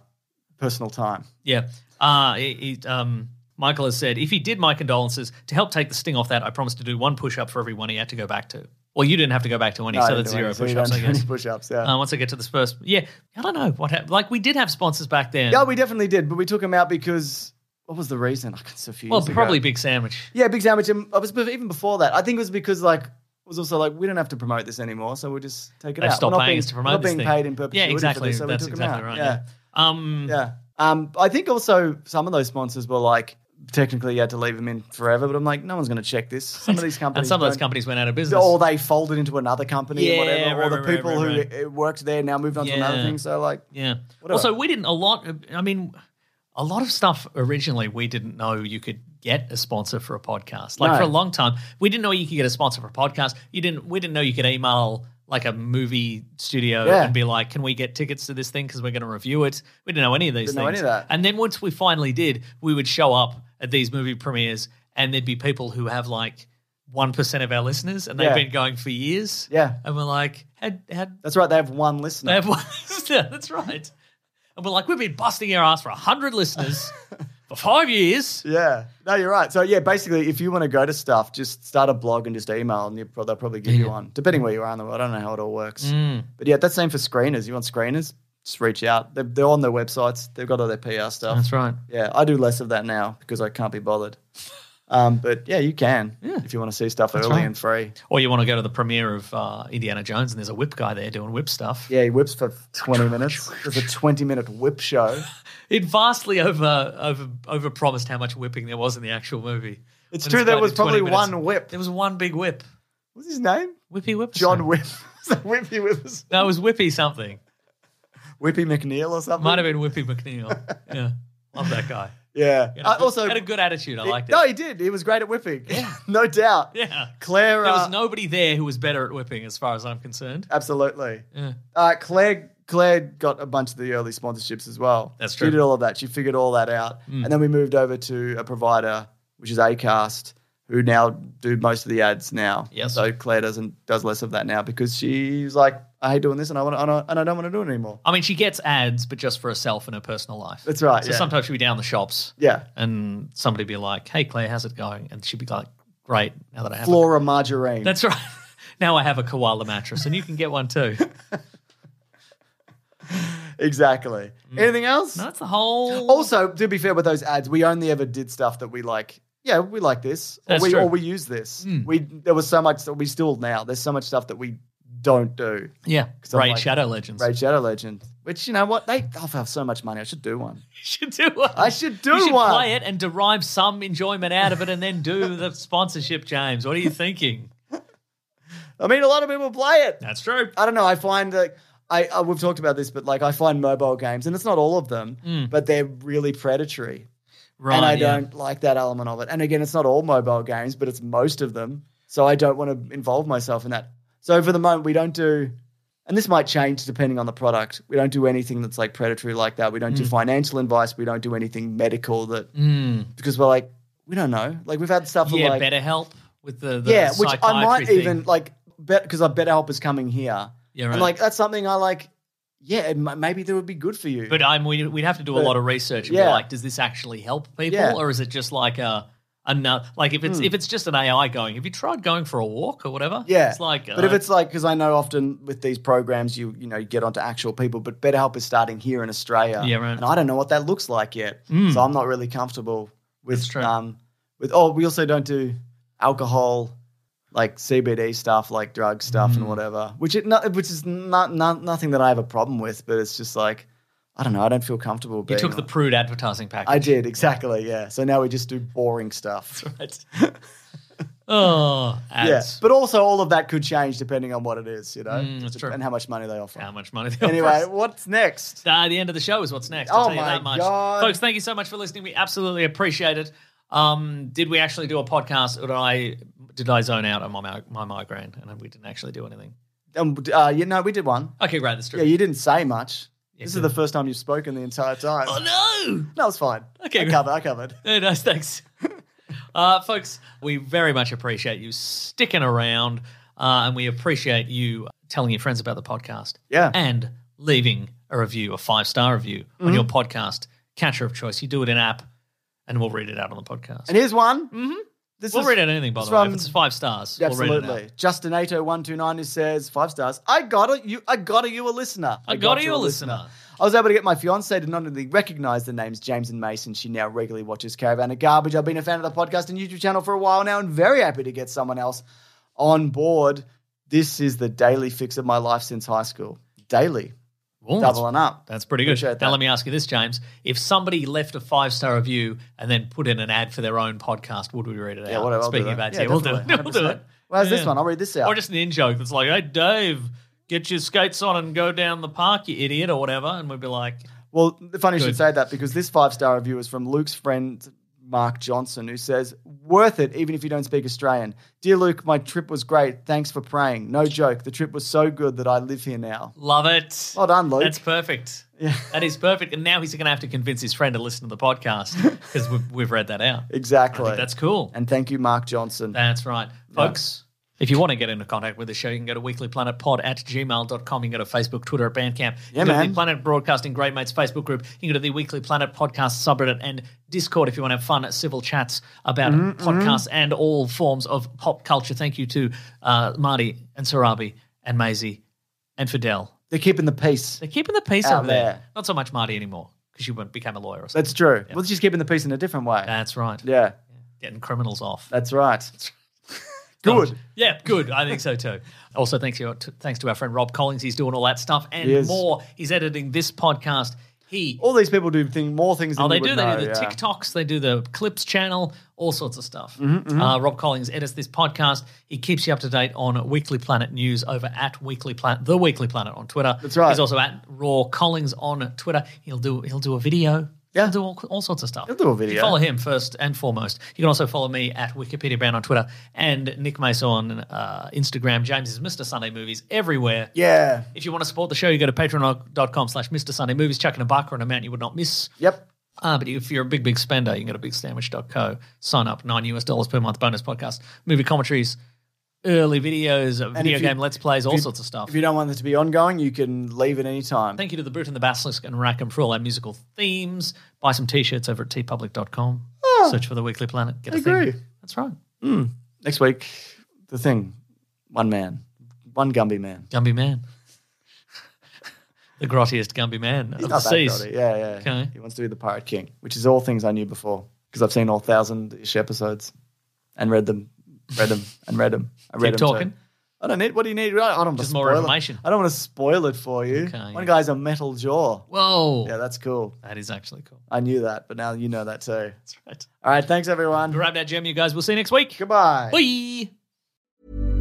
D: personal time.
E: Yeah. Uh, he- he- um, Michael has said if he did my condolences to help take the sting off that, I promised to do one push up for every one he had to go back to. Well, you didn't have to go back to any,
D: No, I
E: so
D: didn't
E: that's
D: do
E: zero
D: any- so you
E: push ups,
D: don't
E: I
D: do any
E: guess.
D: push-ups, yeah.
E: Uh, once I get to this first, yeah, I don't know what happened. Like we did have sponsors back then.
D: yeah, we definitely did, but we took him out because what was the reason? I can so few
E: well,
D: years ago.
E: probably Big Sandwich.
D: Yeah, Big Sandwich. And I was even before that. I think it was because like it was also like we don't have to promote this anymore, so we'll just take it
E: They
D: out.
E: stopped
D: We're
E: paying
D: being-
E: us to
D: we're
E: promote
D: not
E: this
D: being
E: thing.
D: paid in perpetuity.
E: Yeah,
D: For
E: exactly.
D: this, so
E: That's
D: we took
E: exactly
D: him out.
E: right.
D: Yeah,
E: Yeah. Um,
D: yeah. Um, I think also some of those sponsors were like technically you had to leave them in forever, but I'm like no one's going to check this. Some of these companies
E: and some of those
D: don't-
E: companies went out of business.
D: Or they folded into another company,
E: Yeah,
D: or whatever.
E: right,
D: or the
E: right, right,
D: people
E: right,
D: who uh, worked there now moved on to another
E: Yeah.
D: thing. So like,
E: yeah.
D: Whatever.
E: Also, we didn't a lot. I mean, a lot of stuff originally we didn't know you could get a sponsor for a podcast. Like
D: No.
E: for a long time, we didn't know you could get a sponsor for a podcast. You didn't. We didn't know you could email like a movie studio
D: Yeah.
E: and be like, "Can we get tickets to this thing because we're going to review it?" We didn't know any of these
D: Didn't
E: things.
D: know any of that.
E: And then once we finally did, we would show up at these movie premieres, and there'd be people who have like. 1% of our listeners, and they've
D: Yeah.
E: been going for years.
D: Yeah.
E: And we're like, had, had
D: that's right. They have one listener.
E: they have one listener. That's right. And we're like, we've been busting our ass for 100 listeners for five years.
D: Yeah. No, you're right. So yeah, basically, if you want to go to stuff, just start a blog and just email, and you'll pro- they'll probably give you one, depending where you are in the world. I don't know how it all works,
E: Mm.
D: but yeah, that's same for screeners. You want screeners? Just reach out. They're, they're on their websites. They've got all their PR stuff.
E: right.
D: Yeah, I do less of that now because I can't be bothered. Um, but yeah, you can if you want to see stuff early
E: right.
D: and free.
E: Or you want to go to the premiere of uh, Indiana Jones and there's a whip guy there doing whip stuff.
D: Yeah, he whips for 20 minutes. There's a 20 minute whip show.
E: It vastly over over over promised how much whipping there was in the actual movie.
D: It's
E: When
D: true, there
E: played
D: was
E: in 20
D: probably
E: minutes.
D: one whip.
E: There was one big whip.
D: What's his name?
E: Whippy whip. or
D: John
E: something.
D: Whip. Whippy Whippers.
E: No, it was Whippy something.
D: Whippy McNeil or something.
E: Might have been Whippy McNeil. yeah. Love that guy.
D: Yeah.
E: He had a
D: Uh,
E: good-
D: also,
E: had a good attitude. I
D: He-
E: liked it.
D: No, he did. He was great at whipping. no doubt.
E: yeah.
D: Claire.
E: There was
D: uh,
E: nobody there who was better at whipping, as far as I'm concerned.
D: Absolutely.
E: Yeah.
D: Uh, Claire. Claire got a bunch of the early sponsorships as well.
E: That's
D: She
E: true. Mm.
D: did all of that. She figured all that out, and then we moved over to a provider, which is Acast, who now do most of the ads now.
E: Yes.
D: So Claire doesn't does less of that now because she's like, I hate doing this, and I want, and I, and I don't want to do it anymore.
E: I mean, she gets ads, but just for herself and her personal life.
D: That's right,
E: So
D: yeah.
E: sometimes she'd be down the shops
D: Yeah.
E: and somebody be like, hey, Claire, how's it going? And she'd be like, great, now that I have a-
D: Flora margarine.
E: That's right. now I have a koala mattress and you can get one too.
D: exactly.
E: Mm.
D: Anything else?
E: That's the whole.
D: Also, to be fair with those ads, we only ever did stuff that we like. Yeah, we like this, or
E: That's
D: we
E: true. Hmm.
D: or we use this. We there was so much that we still now. There's so much stuff that we don't do.
E: yeah.
D: I'm
E: Raid
D: like-
E: Shadow Legends.
D: Raid Shadow Legend, which you know what they they'll have so much money. I should do one.
E: You should do one.
D: I should do
E: you should
D: one.
E: play it and derive some enjoyment out of it and then do the sponsorship, James. What are you thinking?
D: I mean, a lot of people play it.
E: That's true.
D: I don't know. I find that I, I we've talked about this, but like I find mobile games, and it's not all of them,
E: Hmm.
D: but they're really predatory,
E: Right.
D: and I
E: yeah.
D: don't like that element of it. And again, it's not all mobile games, but it's most of them. So I don't want to involve myself in that. So for the moment, we don't do, and this might change depending on the product. We don't do anything that's like predatory like that. We don't
E: Mm.
D: do financial advice. We don't do anything medical that because we're like we don't know. Like we've had stuff
E: Yeah,
D: that like
E: better help with the, the
D: yeah, which I
E: psychiatry
D: might
E: thing.
D: even like bet because I bet help is coming here.
E: Yeah, right.
D: And like that's something I like. Yeah, it, mi- maybe that would be good for you.
E: But I'm we'd, we'd have to do a
D: But-
E: lot of research. And be
D: yeah.
E: like, does this actually help people,
D: Yeah. Hmm.
E: or is it just like a enough. Like if it's if it's just an AI going, have you tried going for a walk or whatever?
D: Yeah,
E: it's like. uh,
D: but if it's like, because I know often with these programs, you you know you get onto actual people, but BetterHelp is starting here in Australia.
E: Yeah, right. Hmm.
D: And I don't know what that looks like yet, so I'm not really comfortable with
E: That's true.
D: um with. Oh, we also don't do alcohol, like CBD stuff, like drug stuff
E: Hmm.
D: and whatever, which it not, which is not, not nothing that I have a problem with, but it's just like I don't know, I don't feel comfortable.
E: you
D: being
E: took
D: on-
E: the prude advertising package.
D: I did exactly, yeah. So now we just do boring stuff.
E: Right. oh, ads.
D: Yeah, but also all of that could change depending on what it is, you know,
E: Mm, that's true.
D: and how much money they offer.
E: How much money? They
D: anyway,
E: offer us.
D: what's next?
E: Uh, the end of the show is what's next.
D: Oh
E: I'll tell you
D: my
E: that much.
D: God.
E: Folks, thank you so much for listening. We absolutely appreciate it. Um, did we actually do a podcast or did I did I zone out on my mi- my migraine and we didn't actually do anything?
D: Um, uh, you know, we did one.
E: Okay, great. That's true.
D: Yeah, you didn't say much. this is
E: good.
D: the first time you've spoken the entire time.
E: oh no!
D: No, it's fine.
E: Okay,
D: I
E: good.
D: covered. I covered.
E: Very nice, thanks. uh, folks, we very much appreciate you sticking around uh, and we appreciate you telling your friends about the podcast.
D: Yeah.
E: And leaving a review, a five star review
D: Mm-hmm.
E: on your podcast, catcher of choice. You do it in app and we'll read it out on the podcast.
D: And here's one. Mm-hmm. This
E: we'll
D: is
E: read out anything, by
D: it's
E: the way.
D: from-
E: If it's five stars, we'll read it
D: Absolutely.
E: out.
D: Justin Ato one two nine who says five stars. I got it. You, I got it. You a listener.
E: I got you a listener.
D: I was able to get my fiance to not only recognize the names James and Mason, she now regularly watches Caravan of Garbage. I've been a fan of the podcast and YouTube channel for a while now and very happy to get someone else on board. This is the daily fix of my life since high school. Daily.
E: Well, that's-
D: Doubling up.
E: That's pretty good.
D: Appreciate
E: Now,
D: that.
E: let me ask you this, James. If somebody left a five star review and then put in an ad for their own podcast, would we read it
D: Yeah,
E: out?
D: whatever. I'll do
E: Speaking of
D: that.
E: ads, yeah, we'll do it.
D: definitely,
E: We'll do
D: 100%.
E: it.
D: Well, how's this
E: Yeah.
D: one? I'll read this out.
E: Or just an in joke that's like, hey, Dave, get your skates on and go down the park, you idiot, or whatever. And we'd be like,
D: Well, funny you
E: Good.
D: should say that because this five star review is from Luke's friend Mark Johnson, who says, "Worth it, even if you don't speak Australian." Dear Luke, my trip was great. Thanks for praying. No joke, the trip was so good that I live here now.
E: love it.
D: Well done, Luke.
E: That's perfect. That is perfect. And now he's going to have to convince his friend to listen to the podcast because we've, we've read that out. I
D: exactly.
E: think that's cool.
D: And thank you, Mark Johnson.
E: That's right. Folks, if you want to get into contact with the show, you can go to weeklyplanetpod at gmail.com. You can go to Facebook, Twitter, Bandcamp.
D: Yeah,
E: You can go to
D: man.
E: the Planet Broadcasting Great Mates Facebook group. You can go to the Weekly Planet Podcast subreddit and Discord if you want to have fun, civil chats about
D: Mm-hmm,
E: podcasts and all forms of pop culture. Thank you to uh, Marty and Sarabi and Maisie and Fidel.
D: They're keeping the peace.
E: They're keeping the peace
D: Out
E: over there.
D: there.
E: Not so much Marty anymore because you went- became a lawyer or something.
D: That's true. Well, she's keeping the peace in a different way.
E: That's right.
D: yeah,
E: Getting criminals off.
D: that's right. Good.
E: Yeah, good. I think so too. Also, thanks to, thanks to our friend Rob Collins. He's doing all that stuff and
D: He is.
E: more. He's editing this podcast. He
D: All these people do thing more things. Than
E: oh, they
D: you would
E: do. They
D: know,
E: do the
D: yeah.
E: TikToks. They do the clips channel. All sorts of stuff.
D: Mm-hmm,
E: Uh, Rob Collins edits this podcast. He keeps you up to date on Weekly Planet news over at Weekly Planet, the Weekly Planet on Twitter.
D: That's right.
E: He's also at Raw Collins on Twitter. He'll do he'll do a video.
D: Yeah.
E: He'll do all, all sorts of stuff.
D: He'll do a
E: You
D: video.
E: follow him first and foremost. You can also follow me at Wikipedia Brown on Twitter and Nick Mason on uh, Instagram. James is Mr. Sunday Movies everywhere.
D: Yeah.
E: If you want to support the show, you go to patreon.com slash Mr. Sunday Movies. Chucking a buck or an amount you would not miss.
D: Yep.
E: Uh, but if you're a big, big spender, you can go to bigsandwich.co, sign up, nine US dollars per month, bonus podcast, movie commentaries, early videos, video
D: if you-
E: game let's plays, all
D: you-
E: sorts of stuff.
D: If you don't want this to be ongoing, you can leave at any time.
E: Thank you to The Brute and the Basilisk and Rackham for all our musical themes. Buy some t shirts over at tpublic.com. Search for The Weekly Planet. Get a
D: Ah, agree.
E: thing. That's right.
D: Next week, the thing, one man, one Gumby man.
E: Gumby Man. the grottiest Gumby Man of the
D: Not that
E: seas.
D: grotty. Yeah, yeah.
E: Okay.
D: He wants to be the Pirate King, which is all things I knew before because I've seen all thousand-ish episodes and read them, read them, and read them. I read
E: Keep
D: them too.
E: talking.
D: I don't need. What do you need? I don't want to
E: Just
D: spoil
E: more
D: it.
E: information.
D: I don't want to spoil it for you.
E: Okay,
D: One
E: yeah.
D: guy's a metal jaw.
E: Whoa.
D: Yeah, that's cool.
E: that is actually cool.
D: I knew that, but now you know that too.
E: That's right.
D: All right, thanks everyone.
E: Grab that gem, you guys. We'll see you next week.
D: Goodbye.
E: Bye.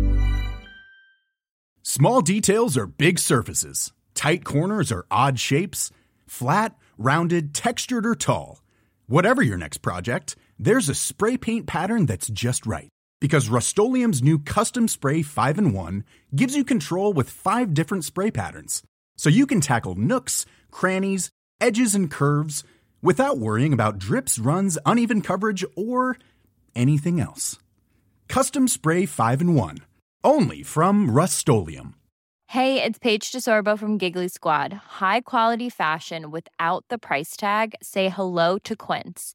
G: Small details are big surfaces. Tight corners are odd shapes. Flat, rounded, textured, or tall. Whatever your next project, there's a spray paint pattern that's just right. Because Rust new Custom Spray 5 in 1 gives you control with five different spray patterns. So you can tackle nooks, crannies, edges, and curves without worrying about drips, runs, uneven coverage, or anything else. Custom Spray 5 in 1. Only from Rust
F: Hey, it's Paige DeSorbo from Giggly Squad. High quality fashion without the price tag. Say hello to Quince.